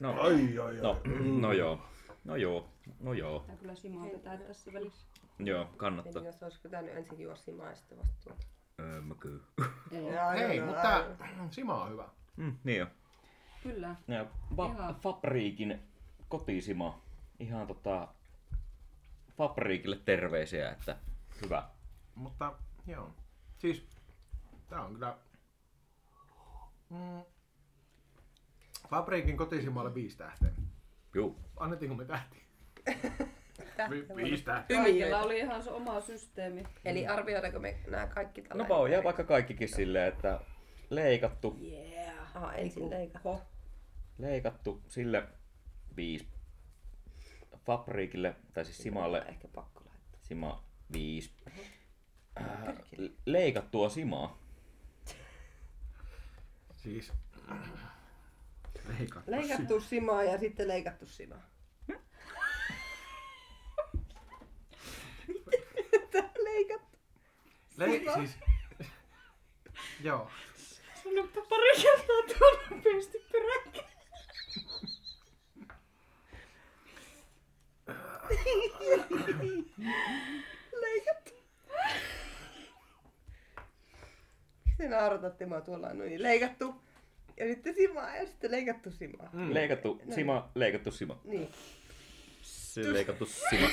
S3: No,
S1: Ai, ai, ai.
S3: no, no joo. No joo. No joo.
S14: Tää kyllä Simaa vetää tässä välissä.
S3: Joo, kannattaa.
S2: Mietin, Niin jos olisi pitänyt ensin juoda simaa ja sitten vasta tuota.
S3: Öö, mä kyllä.
S1: Hei, mutta Sima on hyvä.
S3: Mm, niin jo.
S14: Kyllä.
S3: Ja va-
S14: Ihan.
S3: Fabriikin kotisima. Ihan tota... Fabriikille terveisiä, että hyvä.
S1: Mutta joo. Siis tää on kyllä... Mm, Fabriikin kotisimaalle viisi tähteä.
S3: Juu.
S1: Annettiinko me tähtiä? Vi- viisi tähteä.
S14: Kaikilla oli ihan se oma systeemi.
S2: Eli arvioidaanko me nämä kaikki tällä
S3: No pohjaa vaikka kaikkikin silleen, että leikattu,
S2: Yeah. Aha, ensin leikata. Ho.
S3: leikattu sille viisi. Fabriikille, tai siis Simalle
S2: Ehkä pakko laittaa.
S3: Sima 5. Leikattua Simaa.
S1: Siis... Leikattu.
S2: Leikattu simaa ja sitten leikattu simaa. Tää leikattu.
S1: Le- siis... joo.
S8: Sanoppa pari kertaa tuon nopeasti peräkkäin.
S2: Leikattu. Miksi nauratatte mua tuolla noin? Leikattu. Ja sitten simaa ja sitten leikattu simaa.
S1: Mm.
S3: Leikattu Sima, leikattu Sima.
S2: Niin,
S3: Se leikattu Sima.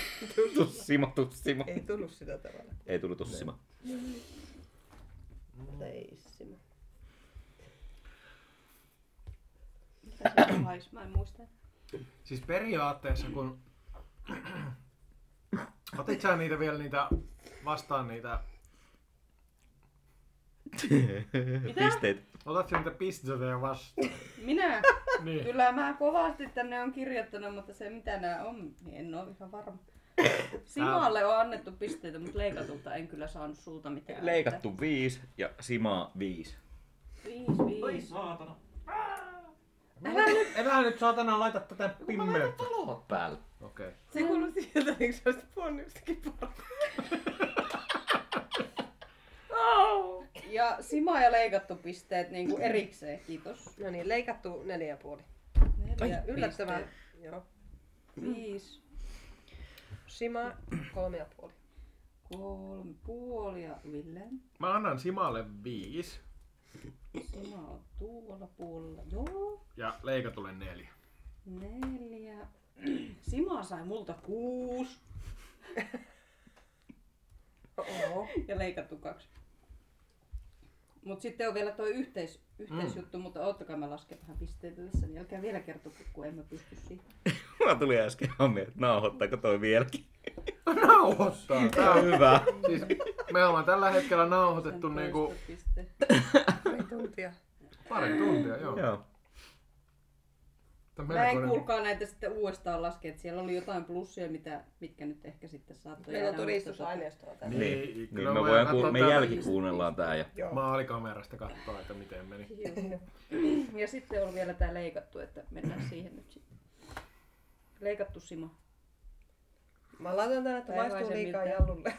S3: Tussima, tussima.
S2: ei tullut sitä tavalla.
S3: Ei tullut tussima.
S2: Leissima.
S14: Mitä se on hais? Mä en muista.
S1: Siis periaatteessa kun... Otit sä niitä vielä niitä vastaan niitä...
S3: Pisteet.
S1: Otat sä niitä pisteitä vastaan.
S8: Minä?
S1: Niin.
S8: Kyllä mä kovasti tänne on kirjoittanut, mutta se mitä nää on, niin en oo ihan varma. Simalle on annettu pisteitä, mutta leikatulta en kyllä saanut sulta mitään.
S3: Leikattu 5 ja Simaa 5.
S14: Viis, viis.
S1: Älä nyt, älä nyt saatana laita tätä pimmeyttä.
S3: Valot päällä.
S1: Okei. Okay.
S2: Se kuulosti sieltä, eikö se olisi puhunut jostakin parasta?
S8: Ja Sima ja leikattu pisteet niin kuin erikseen, kiitos.
S2: No niin, leikattu neljä ja puoli.
S8: Neljä,
S2: Yllättävän. Joo.
S8: viisi,
S2: Sima, kolme ja puoli.
S8: kolme, puoli ja Villen.
S1: Mä annan Simalle viisi
S8: Sima on tuolla puolella. Joo.
S1: ja leikatulle neljä.
S8: Neljä. Sima sai multa kuusi
S2: Oho.
S8: ja leikattu kaksi. Mutta sitten on vielä tuo yhteis, yhteisjuttu, mutta oottakaa mä lasken vähän pisteitä tässä, niin älkää vielä kertoa, kun en mä pysty siihen.
S15: Mä tulin äsken hamme, että nauhoittaako toi vieläkin.
S1: Nauhoittaa.
S15: Tää on hyvä.
S1: Siis me ollaan tällä hetkellä nauhoitettu niinku
S8: Poistopiste.
S2: Pari tuntia.
S1: pari tuntia, joo.
S15: Joo.
S1: Tää on
S8: Mä en
S1: melkoinen-
S8: kuulkaa näitä sitten uudestaan laske, että siellä oli jotain plussia, mitä, mitkä nyt ehkä sitten saattoi
S2: Meillä on
S8: jäädä tota-
S2: todistusaineistoa tässä.
S15: Niin,
S1: Niin,
S15: niin
S1: kyllä
S15: me
S1: me
S15: voidaan
S1: katsotaan
S15: kuul- me
S1: tää-
S15: jälkikuunnellaan tää ja
S1: Maalikamerasta katsoa, että miten meni.
S8: muistossa. Ja sitten on vielä tää leikattu, että mennään siihen nyt sitten. Leikattu Simo.
S2: Mä laitan tänne, että
S8: Ei
S2: maistuu
S8: haise
S2: liikaa
S8: miltään.
S2: jallulle.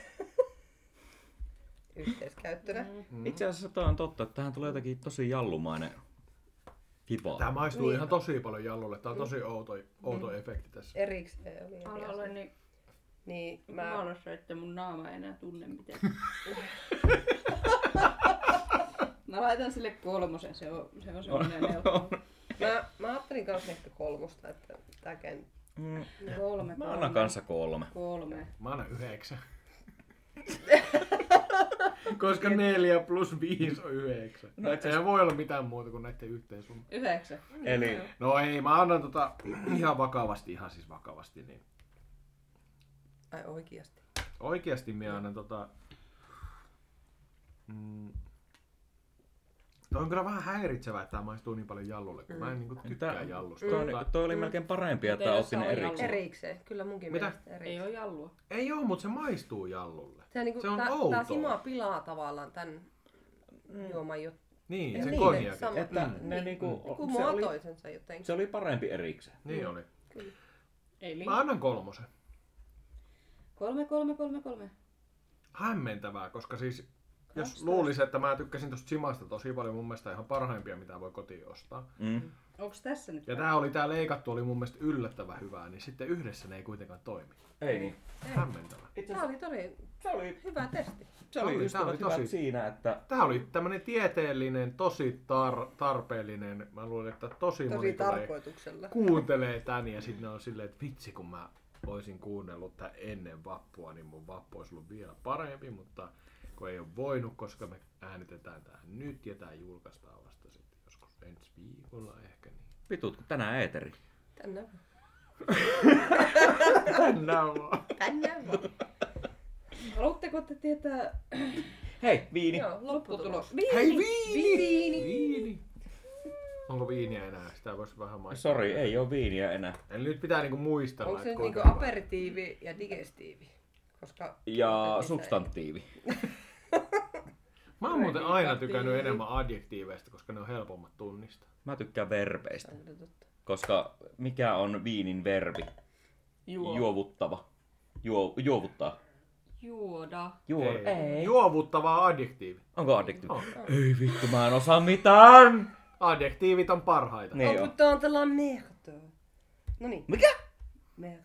S2: Yhteiskäyttönä.
S1: Mm.
S15: Mm.
S3: Itse asiassa tämä on totta, että tähän tulee jotakin tosi jallumainen kipaa.
S1: Tää maistuu ihan tosi paljon jallulle. Tää on tosi outo, outo efekti tässä.
S2: Erikseen oli eri
S16: Mä
S2: asia.
S16: olen niin
S2: Niin, mä...
S16: maalassa, että mun naama ei enää tunne mitään.
S8: Mä laitan sille kolmosen, se on, se on semmoinen neutraali.
S2: Mä, mä ajattelin kans ehkä kolmosta, että tääkään...
S3: Mm,
S8: Niin Kolme,
S3: Mä annan
S8: kolme,
S3: kanssa kolme.
S8: kolme.
S1: Mä annan yhdeksän. Koska neljä plus viisi on yhdeksän. No, ei voi olla mitään muuta kuin näiden yhteensumma.
S8: Yhdeksän.
S15: Eli
S1: No ei, mä annan tota ihan vakavasti, ihan siis vakavasti. Niin
S2: Ai oikeasti.
S1: oikeasti mä annan tota... Mm, Toi on kyllä vähän häiritsevää, että tämä maistuu niin paljon jallulle, kun mä en niinku tykkää
S3: Mm. Tää- niinku-
S1: jallusta.
S3: Toi,
S1: Tää-
S3: oli, toi oli melkein parempi, että
S16: ei
S3: otti ne
S16: osaa
S3: erikseen.
S2: Erikseen, kyllä munkin
S1: Mitä?
S2: mielestä
S16: Ei
S2: erikseen.
S16: oo jallua.
S1: Ei oo, mutta se maistuu jallulle.
S2: Tää, niinku,
S1: Se on
S2: tää,
S1: outoa.
S2: tää Sima pilaa tavallaan tän juoman juttu.
S1: Niin, sen
S2: niin,
S1: konjakin.
S2: sama.
S3: Että ne niinku,
S2: Kun
S3: se, oli,
S2: muotoisin sen jotenkin.
S3: se oli parempi erikseen.
S1: Niin oli.
S16: Eli
S1: Mä annan kolmosen.
S8: Kolme, kolme, kolme, kolme.
S1: hämmentävää, koska siis jos luulisi, että mä tykkäsin tosta Simasta tosi paljon, mun mielestä ihan parhaimpia, mitä voi kotiin ostaa.
S3: Mm.
S8: Onks tässä nyt?
S1: Ja tää oli tää leikattu, oli mun mielestä yllättävän hyvää, niin sitten yhdessä ne ei kuitenkaan toimi.
S3: Ei niin.
S1: Hämmentävää.
S2: Tää oli todella
S3: Se oli,
S2: hyvä testi.
S3: se oli,
S1: oli-
S3: ystävät
S1: tää oli
S3: hyvät
S1: tosi-
S3: siinä, että
S1: Tää oli tämmönen tieteellinen, tosi tar- tarpeellinen, mä luulen, että tosi,
S2: Tosi
S1: moni tulee
S2: tarkoituksella.
S1: kuuntelee tän ja sitten on silleen, että vitsi kun mä olisin kuunnellut tän ennen vappua, niin mun vappu olisi ollut vielä parempi, mutta kun ei ole voinut, koska me äänitetään tähän nyt ja tää julkaistaan vasta sitten joskus ensi viikolla ehkä, niin
S3: vitut kun tänään eeteri.
S2: Tänne vaan.
S1: Tänään vaan.
S2: Tänne vaan.
S8: Haluatteko te tietää
S3: Hei, viini.
S2: Joo, lopputulos.
S8: lopputulos? Viini!
S1: Hei viini!
S2: Viini!
S1: Viini! Onko viiniä enää? Sitä voisi vähän maistaa.
S3: Sori, ei oo viiniä enää.
S1: Eli nyt pitää niinku muistella,
S2: Onko se nyt
S1: kuinka
S2: niinku
S1: hyvä.
S2: aperitiivi ja digestiivi? Koska
S3: Ja substantiivi.
S1: Mä oon muuten aina tykännyt enemmän adjektiiveista, koska ne on helpommat tunnistaa.
S3: Mä tykkään verbeistä,
S2: Kyllä totta.
S3: koska mikä on viinin verbi?
S16: Juo.
S3: Juovuttava. Juo, juovuttaa.
S16: juoda.
S3: Juo, ei.
S1: Juovuttava adjektiivi.
S3: Onko addiktiivi?
S1: On.
S3: Ei vittu, mä en osaa mitään!
S1: Adjektiivit on parhaita.
S2: Oh,
S3: Niin on.
S2: mutta on tällä merde. No niin.
S3: Mikä?
S2: Merde.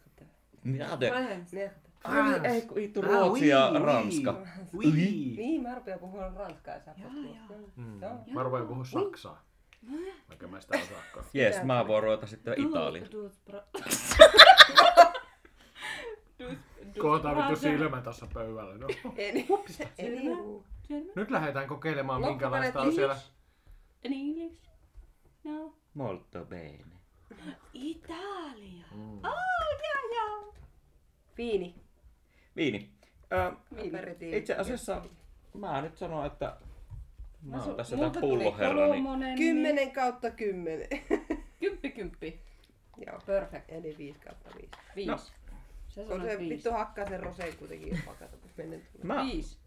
S3: Mitä te?
S2: Merde.
S1: Frans.
S3: Ei kun vittu
S1: Ah,
S3: Ruotsi ja
S1: oui, oui.
S3: Ranska.
S1: Ui.
S2: Niin, mä rupean puhumaan ranskaa ja sä puhut ruotsia. Joo.
S1: Hmm. Mä rupean puhua saksaa. Vaikka mä sitä osaakaan.
S3: Jes, mä voin ruveta sitten Italian.
S1: Kohta vittu silmä tuossa pöydällä. No.
S2: Eli, eli
S1: Nyt lähdetään kokeilemaan,
S2: Loppupelet
S1: minkälaista on siellä.
S16: In English? No.
S3: Molto bene.
S16: Italia.
S1: Mm,
S2: viini.
S3: Viini. Ö,
S2: Aperitiivi.
S3: itse asiassa mä nyt sanon, että mä oon tässä tää
S8: Multa tuli
S3: pulloherra, niin
S8: kolmonen, niin
S2: Kymmenen kautta kymmenen.
S16: Kymppi kymppi.
S2: Joo.
S8: Perfect.
S2: Eli viisi kautta viisi.
S16: Viisi.
S3: No.
S16: Sä
S2: Kun
S16: sanoit
S2: se
S16: viisi.
S2: vittu hakkaa sen roseen kuitenkin jopa kato, kun menen tulee.
S3: mä,
S8: Viisi.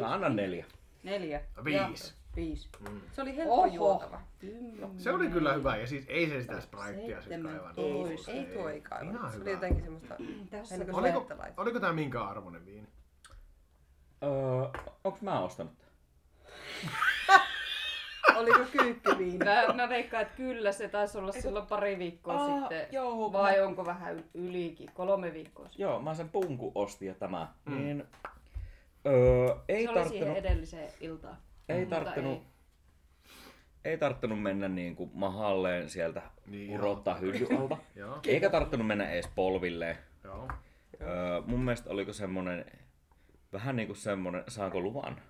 S3: mä annan neljä.
S8: Neljä.
S1: Viisi.
S8: Ja viisi.
S2: Se oli helppo
S8: Oho.
S2: juotava.
S8: Kymmenen.
S1: mm. Se oli kyllä hyvä, ja siis ei se sitä spriteä sit
S8: Seitsemän.
S1: kaivannut.
S2: Ei,
S8: Toista.
S2: ei tuo ei
S1: Ihan
S2: kaivannut. Se
S1: hyvä.
S2: oli jotenkin semmoista
S8: Tässä
S2: ennen kuin
S1: Oliko,
S2: suojattelaiset.
S1: oliko tämä minkä arvoinen viini?
S3: Öö, onks mä ostanut tän?
S2: Oliko kyykkyviini?
S16: Mä, mä veikkaan, että kyllä se taisi olla silloin pari viikkoa
S3: Aa,
S16: sitten.
S3: joo,
S16: vai onko vähän yl- ylikin? Kolme viikkoa sitten.
S3: Joo, mä sen punku ostin ja tämä. Niin, öö, ei
S16: se oli siihen
S3: tarttunut,
S16: edelliseen iltaan.
S3: ei
S16: mutta
S3: tarttunut, ei tarttunut mennä niinku mahalleen sieltä
S1: Niin,
S3: niin urottaa hyllyn alta.
S1: Joo,
S3: Eikä tarttunut mennä edes polvilleen.
S1: joo.
S3: Öö, mun mielestä oliko semmonen, vähän niinku semmonen, saanko luvan?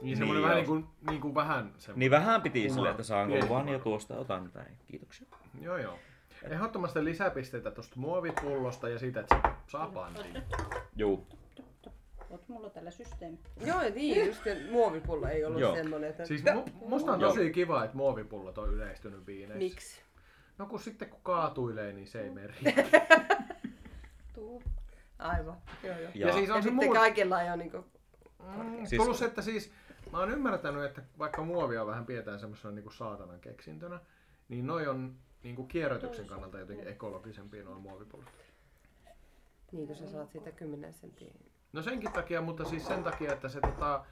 S1: Niin semmoinen vähän niin kuin, niin kuin vähän semmoinen.
S3: Niin vähän piti
S1: Kumaa.
S3: sille, että saanko
S1: Pieni
S3: luvan Niin.
S1: kumaa.
S3: ja tuosta otan näin. Kiitoksia.
S1: Joo joo. Ehdottomasti lisäpisteitä tuosta muovipullosta ja siitä, että se saa pantiin.
S3: Juu.
S4: Oot mulla tällä systeemi.
S2: Joo, niin, just se muovipullo ei ollut
S3: Joo.
S2: semmoinen, että...
S1: Siis mu- musta on tosi kiva, että muovipullot on yleistynyt viineissä.
S2: Miksi?
S1: No kun sitten kun kaatuilee, niin se ei mene riittää.
S2: Aivan, joo joo.
S3: Ja,
S1: Ja
S3: ja
S1: siis-
S3: siis...
S2: Ja
S1: se
S2: sitten
S1: muut-
S2: kaikilla on niinku...
S1: Mm,
S3: Siis-
S1: Tullut se, että siis mä oon ymmärtänyt, että vaikka muovia vähän pidetään semmoisena niin kuin saatanan keksintönä, niin noi on niin kuin kierrätyksen kannalta jotenkin ekologisempia noin muovipullot.
S2: Niin kun sä saat siitä 10 senttiä.
S1: No senkin takia, mutta siis sen takia, että se tota,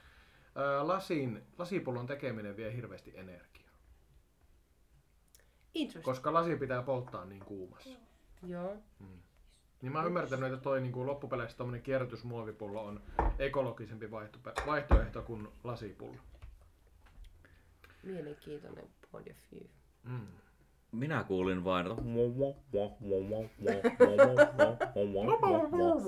S1: ää, lasin, lasipullon tekeminen vie hirveästi energiaa.
S2: Interesting.
S1: Koska lasi pitää polttaa niin kuumassa.
S2: Joo.
S1: Niin mä oon ymmärtänyt, että toi niin kuin loppupeleissä tommonen kierrätysmuovipullo on ekologisempi vaihtope- vaihtoehto kuin lasipullo.
S2: Mielenkiintoinen point of view.
S1: Mm.
S3: Minä kuulin vain, että...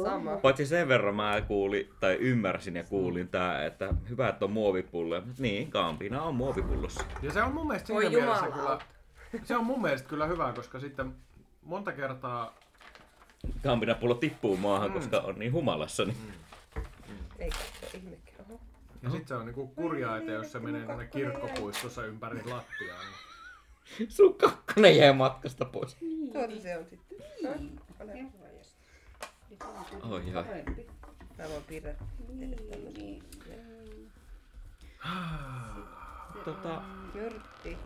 S2: Sama.
S3: Paitsi sen verran mä kuulin, tai ymmärsin ja kuulin tää, että hyvä, että on muovipullo. Niin, kampina on muovipullossa.
S1: Ja se on mun mielestä
S2: Voi
S1: siinä mielessä kyllä,
S2: jumalauta.
S1: se on mun mielestä kyllä hyvä, koska sitten monta kertaa
S3: Kampina pullo tippuu maahan, koska on niin humalassa. Niin...
S2: Eikä se ole ihmekin. Oho.
S1: ja sit se on niinku kurjaa, että jos se
S2: niin,
S1: menee tuonne kirkkopuistossa ympäri lattiaa. Niin.
S3: Sun kakkonen jäi matkasta pois.
S2: Tuota
S16: Niin.
S2: se on sitten. No, ole hyvä. jos-
S3: Oi, joo.
S8: Parempi.
S2: Mä voin piirrä
S8: Niin,
S2: tehdä tämmösen.
S3: Tota,
S2: Jyrtti. I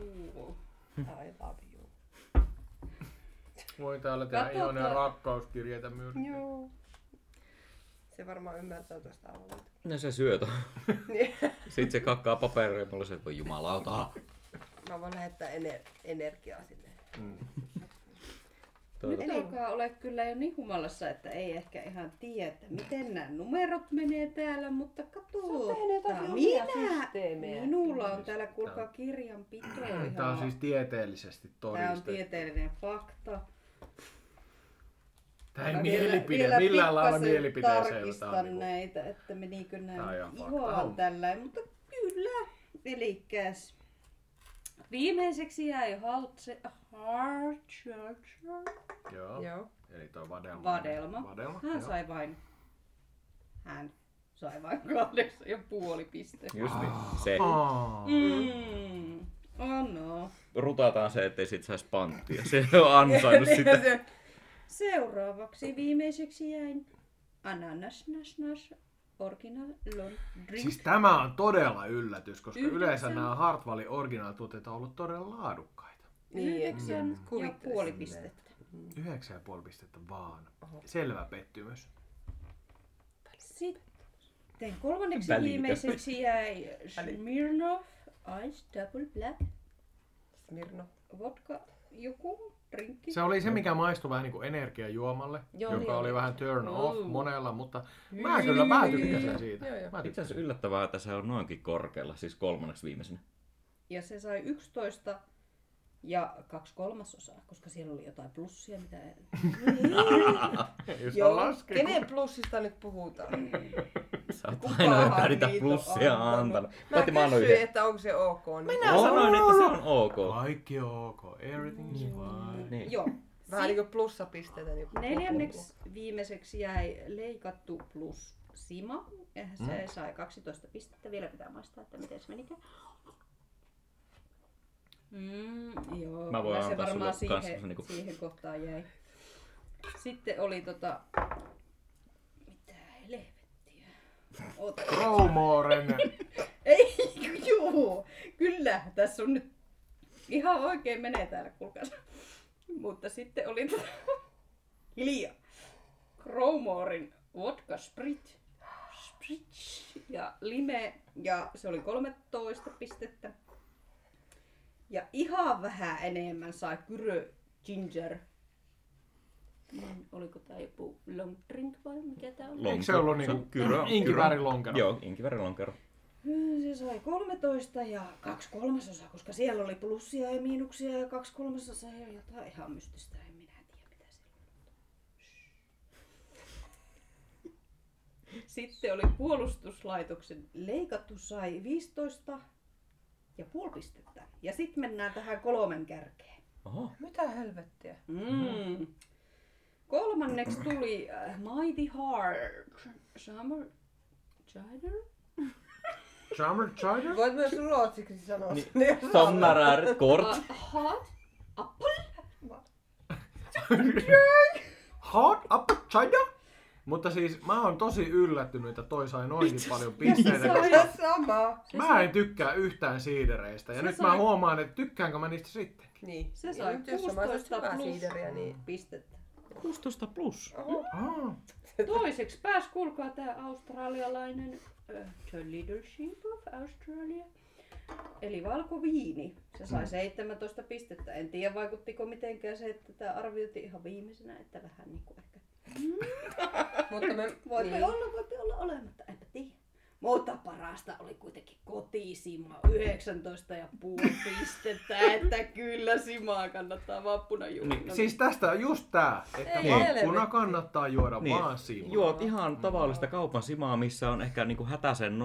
S2: love you.
S1: Voi täällä tehdä
S8: Katsotaan.
S1: iloinen rakkauskirjeitä myös.
S2: Joo. Se varmaan ymmärtää tuosta alueelta.
S3: no se syö ton.
S2: Niin.
S3: Sitten se kakkaa paperia ja mulla se, voi jumalauta.
S2: Mä voin lähettää ener- energiaa sinne.
S3: Tuota,
S1: tota.
S8: Nyt alkaa olla kyllä jo niin humalassa, että ei ehkä ihan tiedä, että miten nämä numerot menee täällä, mutta katsotaan. Minä, minulla on täällä, kuulkaa kirjanpito ihan.
S1: Tää on siis tieteellisesti
S8: Tämä on
S1: todistettu.
S8: tieteellinen fakta.
S1: Tää ei
S8: Mä
S1: mielipide, millään lailla
S8: pikkasen
S1: mielipiteeseen. Tää on
S8: tarkistan
S1: niinku
S8: näitä, että menikö
S1: Tää on
S8: nämä
S1: ihan fakta.
S8: ihan tällä, mutta kyllä. Elikäs viimeiseksi jäi Haltse, Hartcher,
S1: Joo.
S2: Joo.
S1: Eli toi vadelma.
S8: Vadelma.
S1: Vadelma.
S8: Hän
S1: joo.
S8: sai vain, hän sai vain kahdeksan ja puoli pistettä.
S3: just niin.
S1: Ah.
S3: Se
S1: Aa.
S8: Mm. Oh no.
S3: rutataan se, ettei sit saisi panttia. Se on ansainnut
S2: Niin
S3: sitä.
S8: Seuraavaksi viimeiseksi jäin ananas, nas, nas, original, lon, drink.
S1: Siis tämä on todella yllätys, koska
S8: Yhdeksän.
S1: yleensä nämä Hartwallin originaalituotteet on ollut todella laadukkaita.
S2: Niin.
S1: Niin,
S8: Yhdeksän ja
S2: Kuvittelisin
S8: puoli
S2: näin.
S8: pistettä.
S1: 9,5 pistettä vaan. Selvä pettymys.
S8: Sitten kolmanneksi
S3: Välitä.
S8: viimeiseksi jäi Smirnoff Ice Double Black
S2: Smirno.
S8: Vodka joku drinkki.
S1: Se oli se, mikä maistui vähän niin kuin energiajuomalle,
S2: Joo,
S1: joka
S2: niin
S1: oli
S2: oli.
S1: vähän turn off
S8: Joo.
S1: monella, mutta mä kyllä mä tykkäsin siitä.
S2: Joo, joo.
S1: Mä
S3: Ah, Itse
S1: tykkäsin.
S3: asiassa yllättävää, että se on noinkin korkealla, siis kolmanneksi viimeisenä.
S8: Ja se sai 11 ja kaksi kolmasosaa, koska siellä oli jotain plussia, mitä en...
S1: Ah, Ei saa laskea.
S2: Kenen plussista nyt puhutaan?
S3: Sä oot
S8: Kukahan
S3: aina jotain niitä
S8: niitä on
S3: plussia
S8: antanut?
S3: antanut.
S2: Mä
S3: Paitsi mä annoin
S2: kysyin,
S3: yhden.
S2: että onko se ok. Niin
S3: Mä sanoin, että se on ok.
S1: Kaikki on ok. Everything is fine.
S3: Niin.
S8: Joo.
S2: Vähän niinku plussapisteitä. Niinku
S8: Neljänneksi viimeiseksi jäi leikattu plus Sima. Eh, Se mm. sai 12 pistettä. Vielä pitää maistaa, että miten se menikään. Mm, joo,
S3: Mä voin
S8: kyllä se
S3: antaa
S8: varmaan
S3: sulle kans
S8: siihen,
S3: vähän niinku-
S8: siihen kohtaan jäi. Sitten oli tota... Mitä helvettiä? Oota.
S1: Promoren.
S8: Ei, juu. Kyllä, tässä on nyt ihan oikein menee täällä, kuulkaa. Mutta sitten oli tota- hiljaa. Crowmorein vodka sprit. Sprit ja lime ja se oli 13 pistettä. Ja ihan vähän enemmän sai Kyrö Ginger. Mm, Oliko tää joku long drink vai mikä tää oli?
S1: Eikö se ollut
S3: Lonkero.
S1: niinku
S3: Se on kyrö-
S1: inkiväärilonkero?
S3: kyrö. Joo, inkivärilonkero.
S8: Se sai 13 ja 2 kolmasosaa, koska siellä oli plussia ja miinuksia ja 2 kolmasosaa ja jotain ihan mystistä. En minä tiedä mitä siellä on. Sitten oli puolustuslaitoksen leikattu sai 15 ja puoli pistettä. Ja sitten mennään tähän kolmen kärkeen.
S3: Oho.
S2: Mitä helvettiä?
S8: Mm. Kolmanneksi tuli äh, Mighty Hard Summer Chider.
S1: Charmer Chider?
S2: Voit myös ruotsiksi sanoa sen. jos haluat.
S3: Sommarar kort.
S8: Uh, hot Apple.
S1: Hot up Chider? Mutta siis mä oon tosi yllättynyt, että toi sai noinkin paljon pisteitä.
S8: sai-
S1: koska
S2: Sama.
S1: Mä en tykkää yhtään siidereistä. Ja
S8: Se
S1: nyt
S8: sai-
S1: mä huomaan, että tykkäänkö mä niistä sitten.
S2: Niin.
S8: Se sai
S2: nyt jos mä olisin
S8: 16
S2: hyvää
S8: plus.
S2: siideriä, niin...
S3: 16 plus.
S1: Ah,
S8: Toiseksi pääs kuulkaa tämä australialainen uh, The Leadership of Australia. Eli valkoviini. Se sai
S2: Mm.
S8: 17 pistettä. En tiedä vaikuttiko mitenkään se, että tämä arvioitiin ihan viimeisenä, että vähän niin kuin ehkä.
S2: Mutta me...
S8: Voitte niin.
S2: Niin.
S8: olla, voitte olla olematta, enpä tiedä. Mutta parasta oli kuitenkin kotisima 19,5 pistettä, että kyllä simaa kannattaa vappuna juhlia.
S3: Niin,
S1: siis tästä on just tää, että
S2: Ei
S1: vappuna
S2: helvetti.
S1: kannattaa juoda
S3: Niin.
S1: vaan siivua.
S3: Juot ihan tavallista kaupan simaa, missä on ehkä niinku hätäisen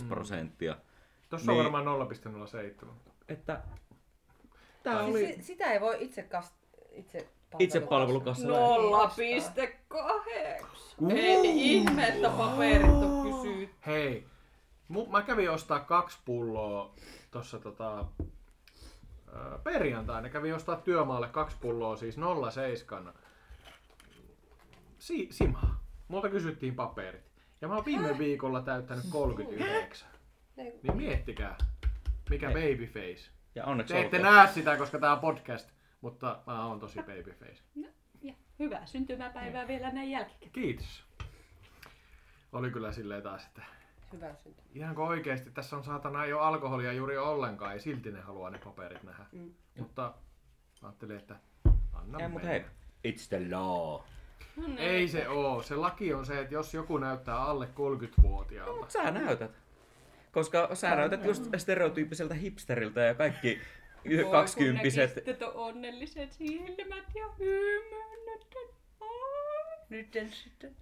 S3: 0,05 prosenttia.
S1: Tuossa on
S3: Niin.
S1: varmaan 0,07.
S3: Että tää
S2: Siis
S3: oli
S2: si- sitä ei voi itse kast... Itse
S3: itsepalvelukassa.
S8: Nolla piste kahdeksan. Ei ihme, että paperit on kysytty.
S1: Hei, mu- mä kävin ostaa kaksi pulloa tuossa tota, ö, perjantaina. Kävin ostaa työmaalle kaksi pulloa, siis 07. Si- Simaa. Multa kysyttiin paperit. Ja mä oon viime viikolla täyttänyt 39. Niin miettikää, mikä babyface.
S3: Ja onneksi
S1: Te ette
S3: olkoon.
S1: näe sitä, koska tää on podcast, mutta mä oon tosi babyface.
S17: Hyvää syntymäpäivää vielä näin jälkikäteen.
S1: Kiitos. Oli kyllä silleen taas, että
S2: Hyvä synty.
S1: Ihanko oikeesti? Tässä on saatana ei ole alkoholia juuri ollenkaan ja silti ne haluaa ne paperit nähdä. Mm. Mutta mä ajattelin, että anna
S3: Ei, mut hei. It's the law.
S1: Ei se oo. Se laki on se, että jos joku näyttää alle 30-vuotiaalta.
S3: Mut sä näytät. Koska sä näytät just stereotyyppiseltä hipsteriltä ja kaikki kaksikymppiset.
S17: Sitten on onnelliset silmät ja hymyilyt.
S2: Nyt en sitten.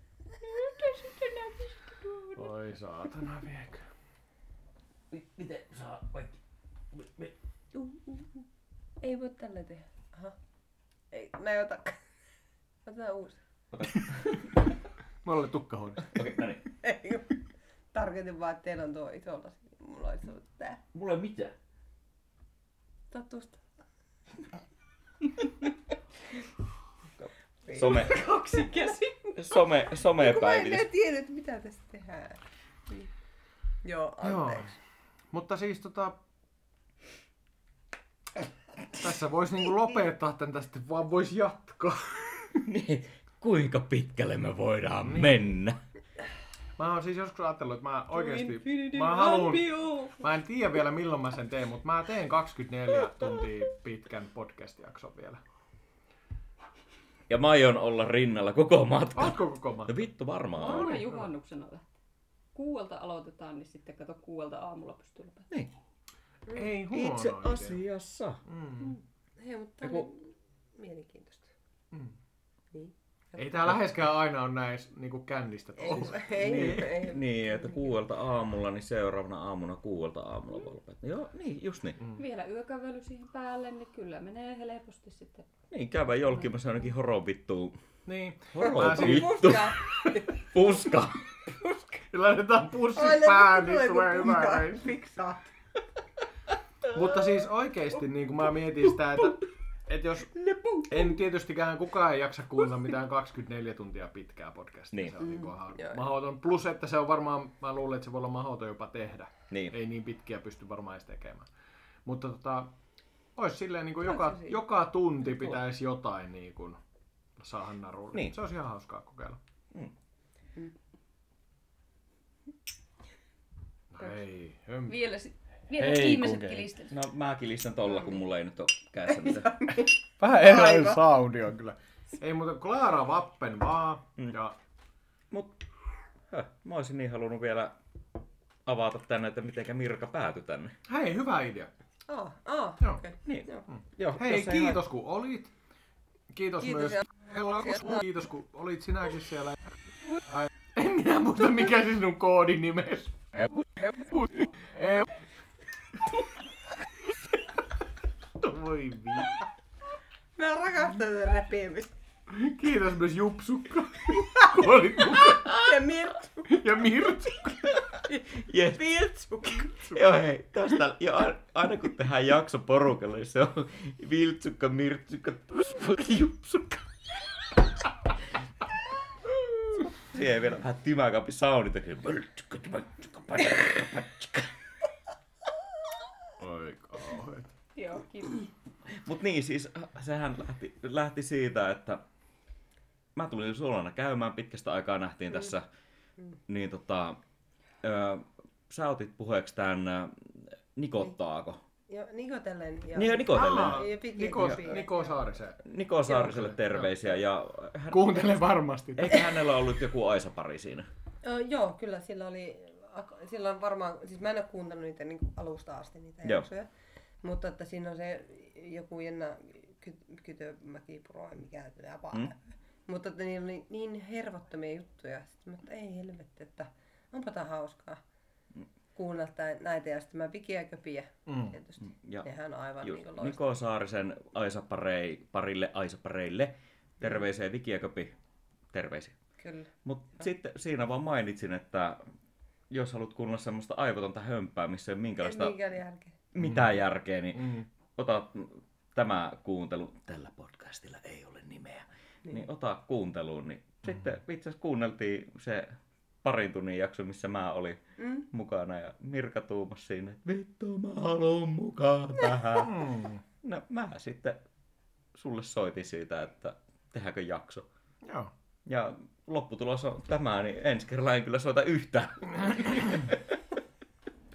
S17: tuota.
S1: Oi saatana viekö.
S2: Miten saa kaikki? Ei voi tällä tehdä. Aha. Ei, mä en ota. Otetaan uusi.
S1: Mulla oli tukkahuone.
S3: Okei, no niin.
S2: Ei oo. Tarkoitin vaan, että teillä on tuo iso lasi. Mulla olisi ollut tää.
S3: Mulla ei mitään.
S2: Ota tuosta.
S3: Some.
S17: Kaksi käsi.
S3: Some,
S2: Mä en
S3: somepäivitys.
S2: enää tiennyt, mitä tässä tehdään. Niin. Joo,
S1: Joo.
S2: anteeksi.
S1: Mutta siis tota... Tässä voisi niinku lopettaa tän tästä, vaan voisi jatkaa.
S3: Niin, kuinka pitkälle me voidaan niin. mennä?
S1: Mä oon siis joskus ajatellut, että mä oikeesti... Mä haluun... Mä en tiedä vielä milloin mä sen teen, mutta mä teen 24 tuntia pitkän podcast-jakson vielä.
S3: Ja mä aion olla rinnalla koko matka.
S1: Ootko koko maa?
S3: No vittu varmaan on.
S17: Aina juhannuksena lähtee. Kuuelta aloitetaan, niin sitten kato kuuelta aamulla pystyy lopettamaan.
S1: Ei huono
S3: Itse
S1: idea.
S3: asiassa.
S1: Mm.
S2: Hei, mutta tää
S3: Joku-
S2: oli mielenkiintoista.
S1: Mm.
S2: Niin.
S1: Ei tää läheskään aina on näin niinku kännistä
S2: Ei,
S1: toiseen.
S2: ei,
S3: Niin,
S2: ei, ei.
S3: niin, että kuuelta aamulla, niin seuraavana aamuna kuuelta aamulla voi lopettaa. Joo, niin, just niin.
S17: Vielä yökävely siihen päälle, niin kyllä menee helposti sitten.
S3: Niin, käydä jolkimassa jonnekin horon vittuun.
S1: Niin. Mä
S3: Horon
S1: siis
S3: vittu. Puska.
S1: laitetaan pussi
S2: Aina
S1: päähän,
S2: kun tulee
S1: niin tulee
S2: joku
S1: hyvä
S2: pika.
S1: reissu.
S2: Fiksaat.
S1: Mutta siis oikeesti niin mä mietin sitä, että et jos, en tietystikään kukaan ei jaksa kuunnella mitään 24 tuntia pitkää podcastia.
S3: Niin.
S1: Se on niinku ihan
S2: Joo.
S1: mahdoton. Plus, että se on varmaan, mä luulen, että se voi olla mahdoton jopa tehdä.
S3: Niin.
S1: Ei niin pitkiä pysty varmaan edes tekemään. Mutta tota, olisi silleen niin kuin joka, joka tunti pitäisi jotain niin kuin saada narulle.
S3: Niin. Mm.
S1: Se olisi ihan hauskaa kokeilla. No ei, hömpi.
S17: Vielä, sit, vielä viimeiset
S3: kun-
S17: kilistet.
S3: No mäkin listan tolla, kun mulla ei nyt ole kädessä mitään.
S1: Vähän erilainen soundi on kyllä. Ei muuta kuin Klaara Vappen vaan.
S3: Mm.
S1: Ja
S3: Mut höh, mä olisin niin halunnut vielä avata tänne, että mitenkä Mirka päätyi tänne.
S1: hei, hyvä idea.
S2: Oh, oh.
S1: Joo.
S3: Niin.
S2: Joo.
S3: Joo,
S1: Hei,
S3: jos ei
S1: kiitos kun olit. Kiitos,
S2: Kiitos
S1: myös.
S2: ja-
S1: Hella, kun- Kiitos kun olit sinäkin siellä. Ai, en minä muista mikä se sinun koodin nimes. Epu. Voi vi.
S2: Mä rakastan tätä räpiämistä.
S1: Kiitos myös Jupsukka. kun olit mukana.
S2: Ja Mirtsu.
S1: Ja Mirtsu.
S3: Yes.
S2: Pirtsu.
S3: Joo hei, tästä, ja a- aina kun tehdään jakso porukalle, niin se on viltsukka, mirtsukka, jupsukka. Siihen vielä vähän tymäkampi sauni tekee. Mirtsukka, tymätsukka, patsukka, patsukka.
S1: Oi kauheet.
S8: Joo, kiitos.
S3: Mut niin, siis sehän lähti, lähti siitä, että mä tulin suolana käymään, pitkästä aikaa nähtiin tässä, niin tota, ö, sä otit puheeksi tämän ö, Nikottaako.
S2: Ja Nikotellen. Ja...
S3: Niin, Nikotelle.
S1: Aa,
S2: Ja Piki-
S1: Niko,
S2: Piki-
S1: Niko Saarisen.
S3: Niko Saariselle terveisiä ja hän,
S1: Kuuntele varmasti.
S3: eikä hänellä ollut joku aisapari siinä.
S2: Ö, joo, kyllä sillä oli, ak- sillä on varmaan, siis mä en ole kuuntelut niitä niin kuin alusta asti niitä
S3: Joo.
S2: jaksoja, mutta että siinä on se joku Jenna Kyt- Kytömäki Pro, vai mikä tämä vaan.
S3: Mm.
S2: Mutta että niillä oli niin hervottomia juttuja, sitten mä, että ei helvetti, että onpa tää hauskaa
S3: Mm.
S2: kuunnella tää- näitä ja sitten mä pikiä köpiä
S1: Mm.
S2: tietysti.
S3: Ja
S2: Nehän on aivan
S3: just,
S2: niin kuin
S3: Niko Saarisen aisaparei, parille aisapareille terveisiä Viki ja Köpi, terveisiä.
S2: Kyllä.
S3: Mutta sitten siinä vaan mainitsin, että jos haluat kuunnella semmoista aivotonta hömpää, missä ei ole minkälaista
S2: Ei Mikään järkeä.
S3: mitään järkeä, niin
S1: Mm.
S3: ota tämä kuuntelu, tällä podcastilla ei ole nimeä, niin, niin ota kuunteluun. Niin Sitten itse asiassa kuunneltiin se parin tunnin jakso, missä mä olin
S2: Mm.
S3: mukana ja Mirka tuumasi siinä, että vittu mä haluun mukaan tähän.
S1: Mm.
S3: no mä sitten sulle soitin siitä, että tehdäänkö jakso.
S1: Joo.
S3: Ja lopputulos on tämä, niin ensi kerralla en kyllä soita yhtään.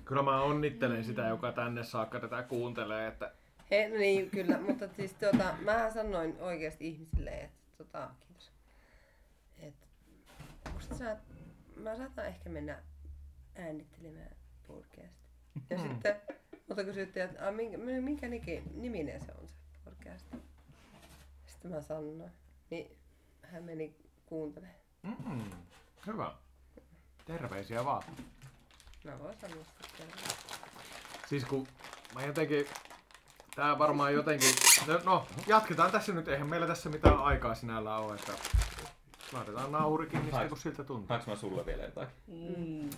S1: Kyllä mä onnittelen sitä, joka tänne saakka tätä kuuntelee, että
S2: He, no niin, kyllä, mutta siis tota, mä sanoin oikeasti ihmisille, että tota, kiitos. Et, musta sä, mä saatan ehkä mennä äänittelemään podcast. Ja sitten, mutta kysyttiin, että a, minkä, minkä niki, niminen se on se podcast. Sitten mä sanoin, niin hän meni kuuntelemaan.
S1: mm, hyvä. Terveisiä vaan.
S2: Mä voin sanoa sitä.
S1: Siis kun mä jotenkin, tää varmaan jotenkin, no, no jatketaan tässä nyt, eihän meillä tässä mitään aikaa sinällään ole, että laitetaan naurikin, niin sitten kun siltä tuntuu.
S3: Saanko mä sulle vielä jotakin?
S8: Mm.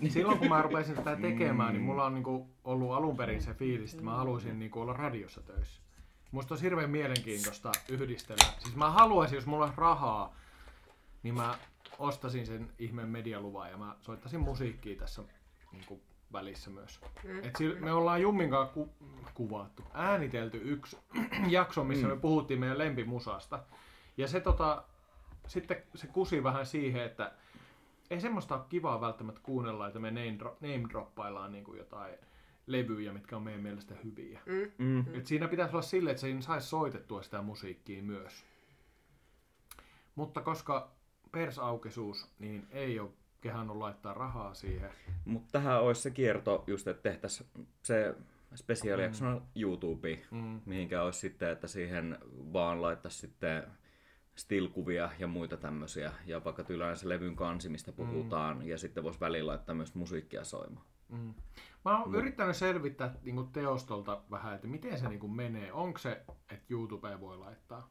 S1: Niin. Silloin kun mä rupesin tätä tekemään, niin mulla on niinku ollut alun perin se fiilis, että mä haluaisin niinku olla radiossa töissä. Musta olisi hirveän mielenkiintoista yhdistellä. Siis mä haluaisin, jos mulla olisi rahaa, niin mä ostasin sen ihmeen medialuvan ja mä soittaisin musiikkia tässä niinku välissä myös. Et sillä, me ollaan Jumminkaan ku, kuvattu, äänitelty yksi jakso, missä me puhuttiin meidän lempimusasta. Ja se tota, sitten se kusi vähän siihen, että ei semmoista ole kivaa välttämättä kuunnella, että me name, dro- name droppaillaan niin kuin jotain levyjä, mitkä on meidän mielestä hyviä.
S2: Mm.
S3: Mm.
S1: Et siinä pitäisi olla silleen, että siinä saisi soitettua sitä musiikkia myös. Mutta koska persaukisuus, niin ei ole kehannut laittaa rahaa siihen.
S3: Mutta tähän olisi se kierto just, että tehtäisiin se spesiaalijaksona YouTubeen,
S1: Mm.
S3: mihinkä olisi sitten, että siihen vaan laittaisi sitten stilkuvia ja muita tämmöisiä. Ja vaikka tylään se levyn kansi, mistä puhutaan. Ja sitten voisi välillä laittaa myös musiikkia soimaan.
S1: Mm. Mä oon yrittänyt selvittää niin kuin teostolta vähän, että miten se niin kuin menee. Onko se, että YouTubeen voi laittaa?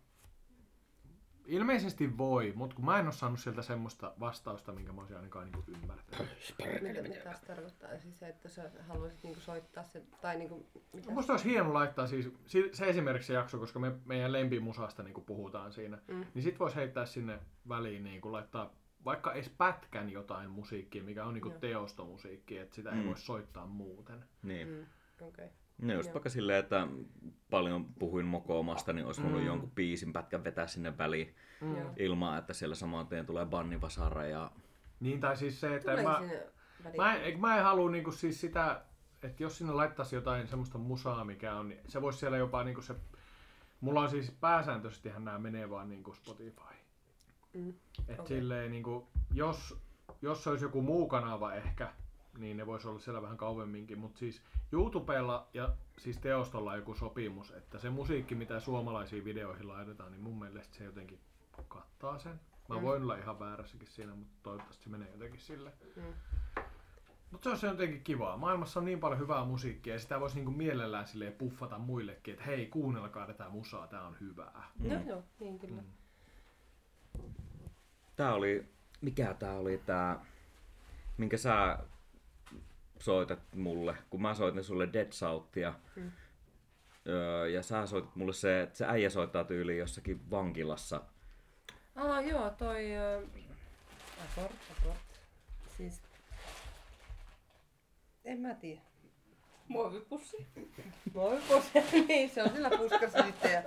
S1: Ilmeisesti voi, mutta kun mä en ole saanut sieltä semmoista vastausta, minkä mä olisin ainakaan niin kuin ymmärtänyt.
S2: Mitä, mitä se tarkoittaa? Siis se, että sä haluaisit niinku soittaa sen, tai niinku, mitä?
S1: Musta olisi hieno laittaa siis, si- se esimerkiksi se jakso, koska me meidän lempimusasta niin kuin puhutaan siinä, mm.
S2: Mm.
S1: niin sit voisi heittää sinne väliin, niin kuin laittaa vaikka edes pätkän jotain musiikkia, mikä on niin kuin
S2: Joo.
S1: teostomusiikkia, että sitä
S3: Mm.
S1: ei voi soittaa muuten.
S3: Niin.
S2: Mm, okei.
S3: No just
S2: Joo.
S3: vaikka silleen, että paljon puhuin mokoomasta, niin olisi voinut
S1: Mm.
S3: jonkun biisin pätkän vetää sinne väliin
S1: Mm.
S2: Joo.
S3: ilman, että siellä saman tien tulee bannivasara ja...
S1: Niin tai siis se, että...
S2: Tuleeko
S1: mä...
S2: sinne väliin?
S1: Mä en, eikö mä en halua niinku siis sitä, että jos sinne laittaisi jotain semmoista musaa, mikä on, niin se voisi siellä jopa niinku se... Mulla on siis pääsääntöisestihän nämä menee vaan niinku Spotify.
S2: Mm,
S1: Et
S2: okei.
S1: silleen niinku, jos, jos se olisi joku muu kanava ehkä, niin ne voisi olla siellä vähän kauemminkin, mutta siis YouTubella ja siis teostolla on joku sopimus, että se musiikki, mitä suomalaisiin videoihin laitetaan, niin mun mielestä se jotenkin kattaa sen.
S2: Mm.
S1: Mä voin olla ihan väärässäkin siinä, mutta toivottavasti se menee jotenkin sille. Mutta se on se jotenkin kivaa. Maailmassa on niin paljon hyvää musiikkia ja sitä voisi niinku mielellään silleen puffata muillekin, että hei, kuunnelkaa tätä musaa, tää on hyvää.
S2: No joo, niin kyllä.
S1: Mm.
S3: Tää oli, mikä tää oli tää, minkä sä soitat mulle, kun mä soitin sulle Dead Southia.
S8: Hmm.
S3: Mm. Öö, ja sä soitit mulle se, että se äijä soittaa tyyliin jossakin vankilassa.
S2: Aa joo, toi... Äh, abort, abort. Siis... En mä tiedä.
S8: Muovipussi.
S2: Muovipussi, niin se on sillä puskassa sitten ja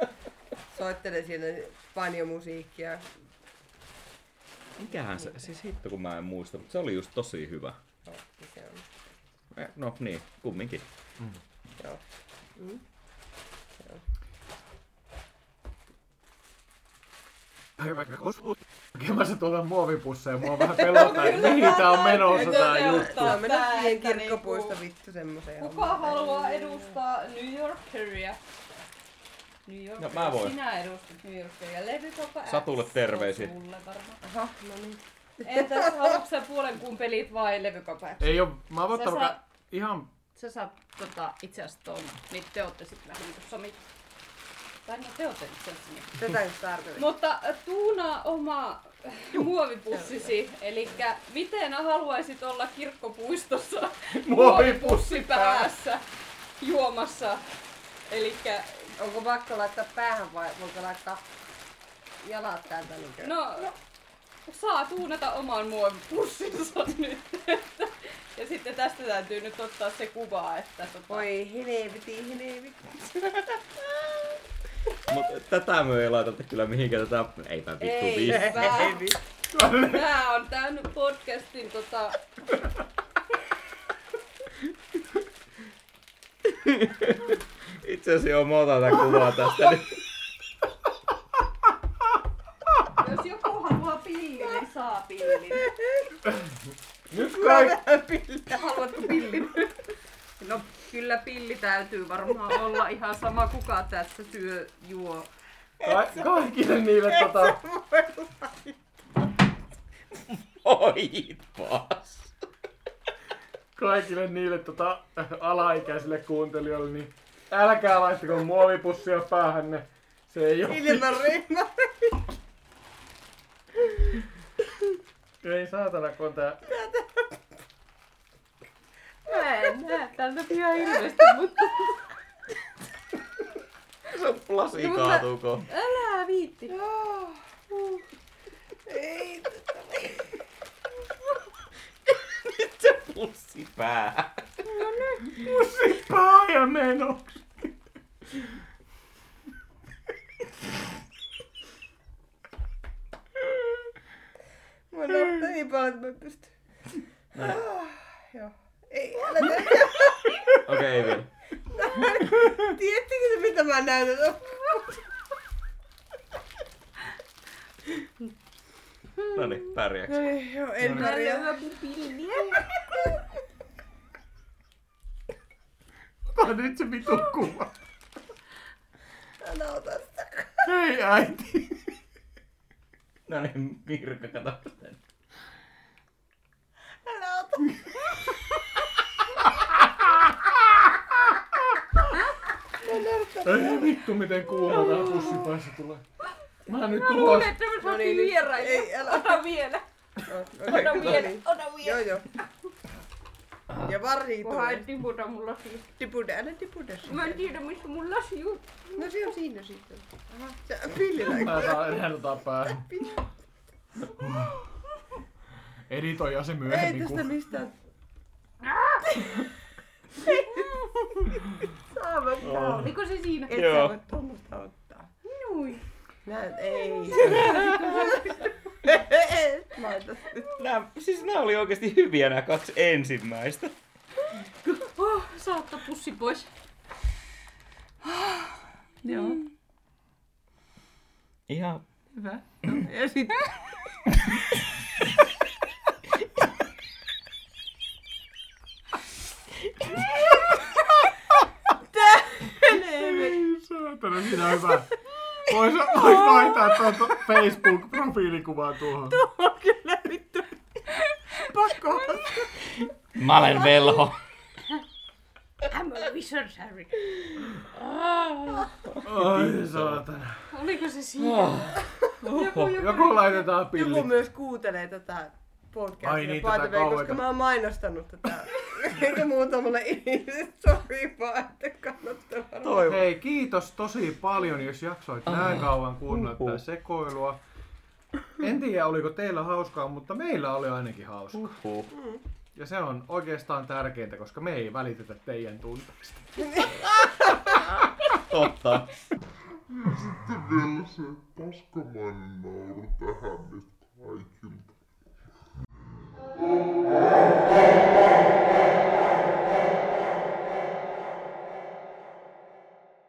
S2: soittelee siellä panjomusiikkia.
S3: Mikähän se, siis hitto kun mä en muista, mutta se oli just tosi hyvä.
S2: No, se on.
S3: Eh, No niin, kumminkin.
S2: Joo.
S1: Päivä koskus. Hakemassa tuolta muovipusseja, mua vähän pelottaa, että mihin tää on menossa tää juttu.
S2: Tuo mennä
S8: Tää,
S2: siihen
S8: että
S2: kirkkopuista
S8: niinku-
S2: vittu semmoiseen
S8: Kuka haluaa edustaa New Yorkeria? New Yorkeria.
S3: No, mä voin.
S8: Sinä edustat New Yorkeria. Levykoppa X.
S3: Satulle
S8: Se on
S3: terveisiä.
S8: Sulle varmaan.
S2: Aha, no niin.
S8: Entäs haluatko sä puolen kumpelit vai levykoppa X?
S1: Ei oo, mä oon
S8: Sä
S1: ottanut
S8: saa-
S1: ka- ihan,
S8: Sä saat tota, itse asiassa ton, niin te ootte sit vähän niinku somit. Tai no te ootte itse asiassa niin.
S2: Tätä nyt tarkoitin.
S8: Mutta äh, tuuna oma äh, muovipussisi, eli miten haluaisit olla kirkkopuistossa muovipussi päässä juomassa? Eli
S2: Onko pakko laittaa päähän vai voiko laittaa jalat täältä niinkö?
S8: no, saa tuunata oman muovipussinsa nyt. että- ja sitten tästä täytyy nyt ottaa se kuva, että tota,
S2: Voi helvetti, helvetti.
S3: Mutta tätä me ei laiteta kyllä mihinkään tätä, eipä vittu
S8: Ei.
S3: vittu.
S8: Tää, tää on tämän podcastin tota...
S3: Itse asiassa joo, mä otan tämän kuvaa tästä. Niin.
S8: Jos joku haluaa pillin, niin saa pillin.
S1: nyt kaikki,
S8: Haluatko pillin? No kyllä pilli täytyy varmaan olla ihan sama kuka tässä syö juo.
S1: ka- kaikille niille tota,
S3: Oi paas.
S1: kaikille niille tota, alaikäisille kuuntelijoille, niin älkää laittako muovipussia päähänne. Se ei oo,
S2: Ilman reima.
S1: ei saatana, kun on tää
S8: Mä en näe tältä ihan hirveästi, mutta
S3: Se lasi
S8: No, mutta-
S3: kaatuu kohta.
S8: älä viitti.
S3: Se pussi pää.
S1: pää ja meno.
S2: Mä näyttää niin paljon, että mä pystyn. Ah, Joo. Ei, älä tee.
S3: Okei, okay, ei vielä.
S2: Tiedättekö te, mitä mä näytän?
S3: No niin, pärjääks.
S2: Ei, Joo, en
S8: niin.
S2: pärjää.
S1: Ota nyt se vitu kuva.
S2: Älä ota sitä.
S1: Hei äiti.
S3: No niin, Mirka, kato sen.
S2: Älä ota.
S1: Ei vittu miten kuuma tää pussipäässä tulee. Mä nyt tulos.
S2: No niin, nyt. Ei, älä.
S8: Ota vielä.
S2: Oh, okei, no
S8: Ota vielä.
S2: niin.
S8: Ota vielä.
S2: Joo, joo. Ja varri
S8: Kunhan
S2: tulee.
S8: et tiputa mun lasi.
S2: Tipude, älä tipude.
S8: Mä en tiedä missä mun lasi on.
S2: No se on siinä sitten. Aha, se pillillä.
S1: Mä saan enää tota päähän. Editoija se
S2: Ei
S1: myöhemmin
S2: tästä
S1: kun...
S2: mistään. Saa mä tää.
S8: Oliko se siinä?
S2: Et sä voi tuommoista ottaa.
S8: Nui.
S2: Näet, ei. Laita sitä.
S3: Nää, siis nämä oli oikeasti hyviä nämä kaksi ensimmäistä.
S8: Oh, saatta pussi pois. Ah.
S2: Joo.
S3: Ihan
S2: Hyvä. No, ja sit... Tää menee.
S1: Ei saatana, mitä hyvä. Vois, vois vaihtaa tuon tu- Facebook-profiilikuvaan tuohon.
S18: Kyllä vittu.
S1: Pakko olla.
S3: Mä olen velho.
S8: I'm a wizard, Harry.
S1: Ai saatana.
S19: Oliko se siinä?
S1: Joku laitetaan pilli.
S2: Joku myös kuuntelee tätä podcastia
S1: Ai niin,
S2: by the
S1: tätä
S2: way,
S1: kauheita.
S2: koska mä oon mainostanut tätä. Eikä muutamalle ihmiselle. Sori vaan, että kannattaa varmaan.
S20: Toivon.
S1: Hei, kiitos tosi paljon, jos jaksoit näin kauan kuunnella tätä sekoilua. En tiedä, oliko teillä hauskaa, mutta meillä oli ainakin hauskaa.
S20: Huh.
S1: Ja se on oikeastaan tärkeintä, koska me ei välitetä teidän tunteista.
S20: Totta.
S21: Paskamainen nauru tähän nyt kaikilta.